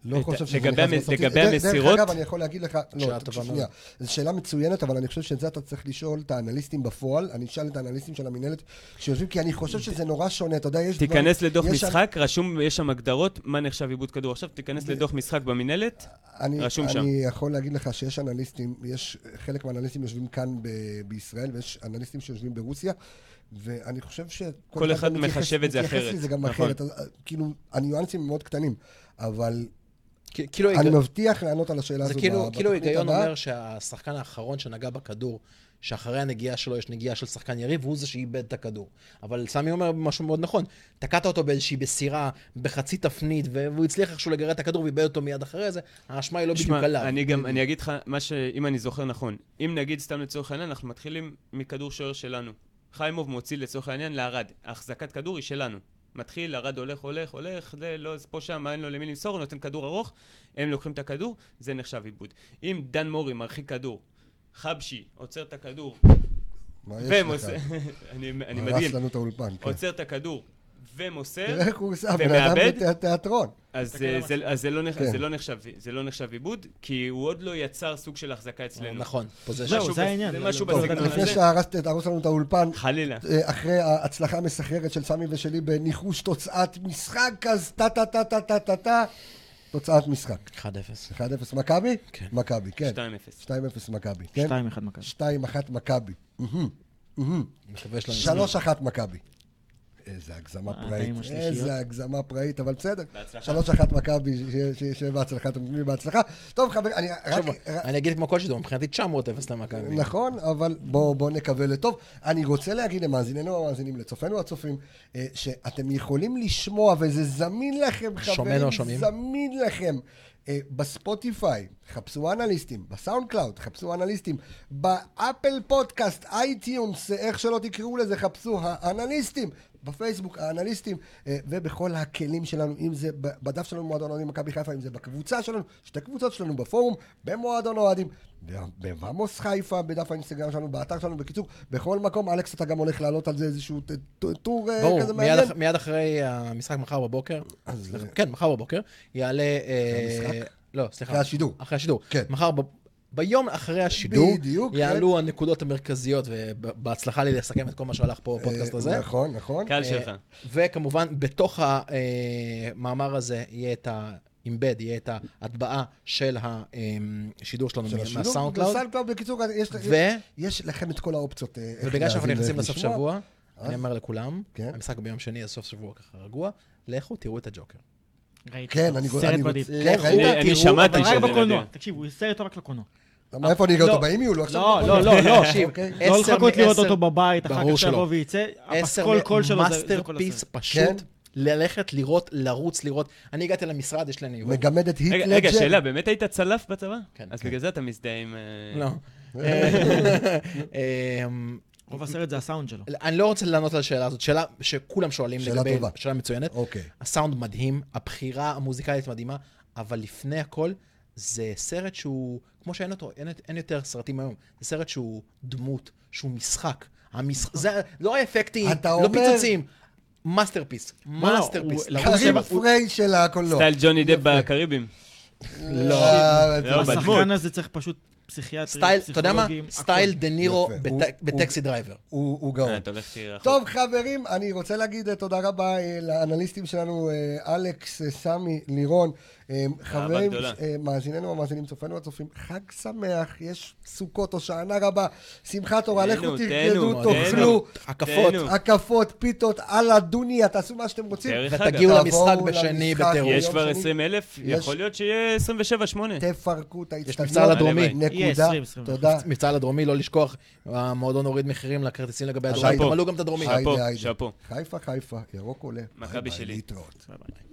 Speaker 1: לא
Speaker 2: את-
Speaker 1: חושב שזה
Speaker 2: לגבי
Speaker 1: נכנס
Speaker 2: המ-
Speaker 1: לסטטיסט-
Speaker 2: לגבי
Speaker 1: דרך-
Speaker 2: המסירות-
Speaker 1: דרך אגב, אני יכול להגיד לך... לא,
Speaker 4: שאלה
Speaker 1: תקשיב
Speaker 4: טובה
Speaker 1: שנייה. זו שאלה מצוינת, אבל אני חושב שאת זה אתה צריך לשאול את האנליסטים בפועל. אני אשאל את האנליסטים של המינהלת שיושבים, כי אני חושב שזה נורא שונה. אתה יודע, יש דברים...
Speaker 2: תיכנס לדוח
Speaker 1: יש-
Speaker 2: משחק, רשום, יש שם הגדרות, מה נחשב עיבוד כדור עכשיו, תיכנס לדוח משחק במינהלת,
Speaker 1: אני,
Speaker 2: רשום
Speaker 1: אני
Speaker 2: שם.
Speaker 1: אני יכול להגיד לך שיש אנליסטים, יש חלק מהאנליסטים יושבים כאן ב, בישראל, ויש אנליסטים שיושבים ברוסיה, ואני חושב שכל
Speaker 2: כל אחד
Speaker 1: גם מתייחס-
Speaker 2: מחשב את זה
Speaker 1: מתייחס
Speaker 2: אחרת.
Speaker 1: לזה גם
Speaker 2: נכון.
Speaker 1: אחרת. אז, אה, כאילו, הניואנסים הם מאוד קטנים, אבל
Speaker 4: כי- כאילו
Speaker 1: אני
Speaker 4: ההיג-
Speaker 1: מבטיח לענות על השאלה
Speaker 4: זה
Speaker 1: הזו.
Speaker 4: כאילו-
Speaker 1: ב-
Speaker 4: כאילו
Speaker 1: בתוכנית
Speaker 4: היגיון
Speaker 1: הבאה.
Speaker 4: אומר שהשחקן האחרון שנגע בכדור, שאחרי הנגיעה שלו יש נגיעה של שחקן יריב, הוא זה שאיבד את הכדור. אבל סמי אומר משהו מאוד נכון, תקעת אותו באיזושהי מסירה, בחצי תפנית, והוא הצליח איכשהו לגרד את הכדור ואיבד אותו מיד אחרי זה, האשמה היא לא בדיוק עליו.
Speaker 2: שמע, אני גם, אני אגיד לך מה ש... אם אני זוכר נכון. אם נגיד, סתם לצורך העניין, אנחנו מתחילים מכדור שוער שלנו. חיימוב מוציא לצורך העניין לערד. החזקת כדור היא שלנו. מתחיל, ערד הולך, הולך, הולך, זה לא, זה פה שם, אין לו למי למסור, הוא נותן כדור ארוך, הם לוקחים את הכדור, זה נחשב עיבוד. אם דן מורי מרחיק כדור, חבשי עוצר את הכדור,
Speaker 1: מה יש לך?
Speaker 2: ומוסר, אני אני מדהים,
Speaker 1: הרס לנו כן. את האולפן, כן.
Speaker 2: עוצר את הכדור ומוסר,
Speaker 1: תראה איך הוא עושה, הבן אדם
Speaker 2: ומאבד?
Speaker 1: בתיאטרון.
Speaker 2: אז
Speaker 3: תסתכל
Speaker 2: אה,
Speaker 3: על
Speaker 2: זה- אז זה לא נח-
Speaker 1: כן.
Speaker 2: זה לא נחשב- זה לא נחשב עיבוד, כי הוא עוד לא יצר סוג של החזקה אצלנו.
Speaker 4: נכון, פוזיישן.
Speaker 3: זהו,
Speaker 2: משהו
Speaker 3: זה
Speaker 2: בס-
Speaker 3: העניין.
Speaker 2: זה משהו
Speaker 3: לא, לא,
Speaker 2: בסגנון
Speaker 3: לא,
Speaker 2: הזה.
Speaker 1: לפני שהרסת, תהרוס לנו את האולפן,
Speaker 2: חלילה.
Speaker 1: אה, אחרי ההצלחה המסחררת של סמי ושלי בניחוש תוצאת משחק, אז טה טה טה טה טה טה טה, תוצאת משחק.
Speaker 4: 1-0.
Speaker 1: 1-0 מכבי?
Speaker 4: כן.
Speaker 1: מכבי, כן.
Speaker 2: 2-0.
Speaker 1: 2-0 מכבי, כן?
Speaker 3: 2-1 מכבי.
Speaker 1: 2-1 מכבי. מהמם, מהמם.
Speaker 4: אני מקווה שלנו...
Speaker 1: 3-1 מכבי. איזה הגזמה
Speaker 3: אה,
Speaker 1: פראית,
Speaker 3: עם השלישיות.
Speaker 1: איזה הגזמה פראית, אבל בסדר.
Speaker 2: בהצלחה.
Speaker 1: 3-1 מכבי, שיהיה- שיהיה שיהיה בהצלחה, אתם מבינים בהצלחה. טוב, חברים, אני רק...
Speaker 4: עכשיו,
Speaker 1: רק-
Speaker 4: אני אגיד כמו כל שידור, מבחינתי 900-0 למכבי.
Speaker 1: נכון, אבל בואו בוא נקווה לטוב. אני רוצה להגיד למאזיננו המאזינים, לצופינו הצופים, אה, שאתם יכולים לשמוע, וזה זמין לכם, חברים,
Speaker 4: שומענו, שומעים.
Speaker 1: זמין לכם. אה, בספוטיפיי, חפשו אנליסטים, בסאונד קלאוד, חפשו אנליסטים, באפל פודקאסט, אייטיונס, אה, איך שלא תקראו לזה, חפשו האנליסטים, בפייסבוק האנליסטים, אה, ובכל הכלים שלנו, אם זה ב- בדף שלנו במועדון אוהדים מכבי חיפה, אם זה בקבוצה שלנו, שתי קבוצות שלנו בפורום, במועדון אוהדים, ב- בוואמוס חיפה, בדף האינסטגרם שלנו, באתר שלנו, בקיצור, בכל מקום, אלכס, אתה גם הולך לעלות על זה איזשהו ט- ט- טור אה,
Speaker 4: ברור,
Speaker 1: כזה
Speaker 4: מיד
Speaker 1: מעניין. אה,
Speaker 4: אח- מיד אחרי המשחק מחר בבוקר,
Speaker 1: אז-
Speaker 4: סליחה, כן, מחר בבוקר, יעלה... אה,
Speaker 1: המשחק?
Speaker 4: לא, סליחה.
Speaker 1: אחרי השידור.
Speaker 4: אחרי השידור.
Speaker 1: כן.
Speaker 4: מחר ב... ביום אחרי השידור,
Speaker 1: בדיוק, כן.
Speaker 4: יעלו הנקודות המרכזיות, ובהצלחה לי לסכם את כל מה שהלך פה בפודקאסט
Speaker 1: אה,
Speaker 4: הזה.
Speaker 1: נכון, נכון.
Speaker 2: קהל
Speaker 4: אה,
Speaker 2: שלך.
Speaker 4: וכמובן, בתוך המאמר הזה יהיה את ה-embed, יהיה את ההטבעה של השידור שלנו
Speaker 1: של השידור.
Speaker 4: מהסאונד קלאוד.
Speaker 1: מהסאונד קלאוד, בקיצור, יש- יש-
Speaker 4: ו-
Speaker 1: יש לכם את כל האופציות. אה, איך
Speaker 4: ובגלל שאנחנו
Speaker 1: להאזין
Speaker 4: נכנסים
Speaker 1: ואיך
Speaker 4: לסוף
Speaker 1: לשמוע.
Speaker 4: שבוע, אני
Speaker 1: אז-
Speaker 4: אומר לכולם,
Speaker 1: כן.
Speaker 4: המשחק ביום שני, אז סוף שבוע ככה רגוע, לכו תראו את הג'וקר.
Speaker 3: ראיתי
Speaker 1: כן,
Speaker 3: אותו.
Speaker 1: אני
Speaker 3: סרט
Speaker 1: אני
Speaker 3: מדהים.
Speaker 1: רוצה-
Speaker 4: לכו
Speaker 1: כן, ראית?
Speaker 2: אני- אני
Speaker 4: תראו,
Speaker 2: שמעתי
Speaker 4: אבל רק
Speaker 2: שזה
Speaker 3: רק
Speaker 4: בקולנוע.
Speaker 3: בקולנוע,
Speaker 2: מדהים.
Speaker 3: תקשיב, הוא סרט טוב רק לקולנוע.
Speaker 1: למה, איפה אני אראה אותו?
Speaker 4: לא.
Speaker 1: באימיול? הוא עכשיו- אוקיי.
Speaker 3: לא, לא, לא, לא.
Speaker 4: תקשיב,
Speaker 3: לא
Speaker 4: עשר
Speaker 3: לחכות לראות
Speaker 4: מעשר-
Speaker 3: אותו בבית, אחר
Speaker 4: ברור
Speaker 3: כך
Speaker 4: שלא.
Speaker 3: שיבוא ויצא,
Speaker 4: עשר
Speaker 3: הפסקול קול שלו זה- זה כל
Speaker 4: מאסטרפיס
Speaker 3: הסרט.
Speaker 1: כן.
Speaker 4: פשוט, ללכת לראות, לרוץ לראות. אני הגעתי למשרד, יש לי ניבוד.
Speaker 1: מגמד את היט
Speaker 2: רגע,
Speaker 1: לג'ר.
Speaker 2: רגע, שאלה, באמת היית צלף בצבא?
Speaker 4: כן,
Speaker 2: אז
Speaker 4: כן.
Speaker 2: בגלל זה אתה מזדהה עם... אה,
Speaker 4: לא. אה, אמ,
Speaker 3: רוב הסרט זה הסאונד שלו.
Speaker 4: אני לא רוצה לענות על השאלה הזאת, שאלה שכולם שואלים
Speaker 1: שאלה
Speaker 4: לגבי...
Speaker 1: טובה.
Speaker 4: שאלה מצוינת.
Speaker 1: אוקיי.
Speaker 4: הסאונד מדהים, הבחירה המוזיקלית מדהימה, אבל לפני הכל, זה סרט שהוא, כמו שאין אותו, אין, אין יותר סרטים היום, זה סרט שהוא דמות, שהוא משחק. המש... זה לא האפקטים,
Speaker 1: נכון. אתה
Speaker 4: לא
Speaker 1: אומר-
Speaker 4: פיצוצים, מאסטרפיס,
Speaker 3: לא,
Speaker 4: מאסטרפיס.
Speaker 3: הוא-
Speaker 4: לרוץ
Speaker 1: קרים
Speaker 4: לבד.
Speaker 1: פריי של הקולנוע.
Speaker 2: סטייל ג'וני דב
Speaker 1: יפה.
Speaker 2: בקריבים.
Speaker 1: לא, זה
Speaker 2: לא,
Speaker 1: לא.
Speaker 2: בדמות.
Speaker 3: השחקן הזה צריך פשוט פסיכיאטרים,
Speaker 4: סטייל, אתה יודע מה?
Speaker 3: פסיכולוגים, הכל.
Speaker 4: סטייל דה נירו
Speaker 1: יפה.
Speaker 4: בט-
Speaker 1: הוא-
Speaker 4: בטקסי דרייבר.
Speaker 1: הוא הוא
Speaker 2: אה,
Speaker 1: גאון.
Speaker 2: אתה הולך שיהיה רחוק.
Speaker 1: טוב חברים, אני רוצה להגיד אה, תודה רבה אה, לאנליסטים שלנו, אה, אלכס, אה, סמי, לירון, אה, אה, חברים,
Speaker 2: גדולה.
Speaker 1: אה, מאזיננו, המאזינים, צופינו הצופים, חג שמח, יש סוכות, הושענא רבה, שמחת תורה,
Speaker 2: תהנו,
Speaker 1: לכו
Speaker 2: תהנו,
Speaker 1: תרקדו,
Speaker 2: תהנו.
Speaker 1: תאכלו,
Speaker 4: הקפות.
Speaker 2: תהנו.
Speaker 1: הקפות, פיתות, אללה דוניה, תעשו מה שאתם רוצים.
Speaker 2: דרך אגב,
Speaker 4: ותגיעו
Speaker 1: תבואו
Speaker 4: למשחק בשני
Speaker 1: למשחק.
Speaker 4: בטירוף.
Speaker 2: יש
Speaker 1: יום
Speaker 2: כבר
Speaker 1: שני.
Speaker 2: 20 אלף,
Speaker 1: יש.
Speaker 2: יכול להיות שיהיה 27-8.
Speaker 1: תפרקו את ההצטדיון.
Speaker 4: מבצע
Speaker 2: לדרומי.
Speaker 3: יהיה
Speaker 1: נקודה.
Speaker 3: 20, 20.
Speaker 1: תודה.
Speaker 4: מבצע לדרומי, לא לשכוח, המועדון הוריד מחירים לכרטיסים לגבי הדרומי, לא
Speaker 1: שאפו.
Speaker 4: גם עלו גם את הדרומי.
Speaker 1: היידה,
Speaker 2: שאפו,
Speaker 1: היידה.
Speaker 2: שאפו.
Speaker 1: חיפה, חיפה, ירוק עולה.
Speaker 2: מכבי
Speaker 1: ביי ביי,
Speaker 2: שלי.
Speaker 1: להתראות.
Speaker 2: ביי ביי.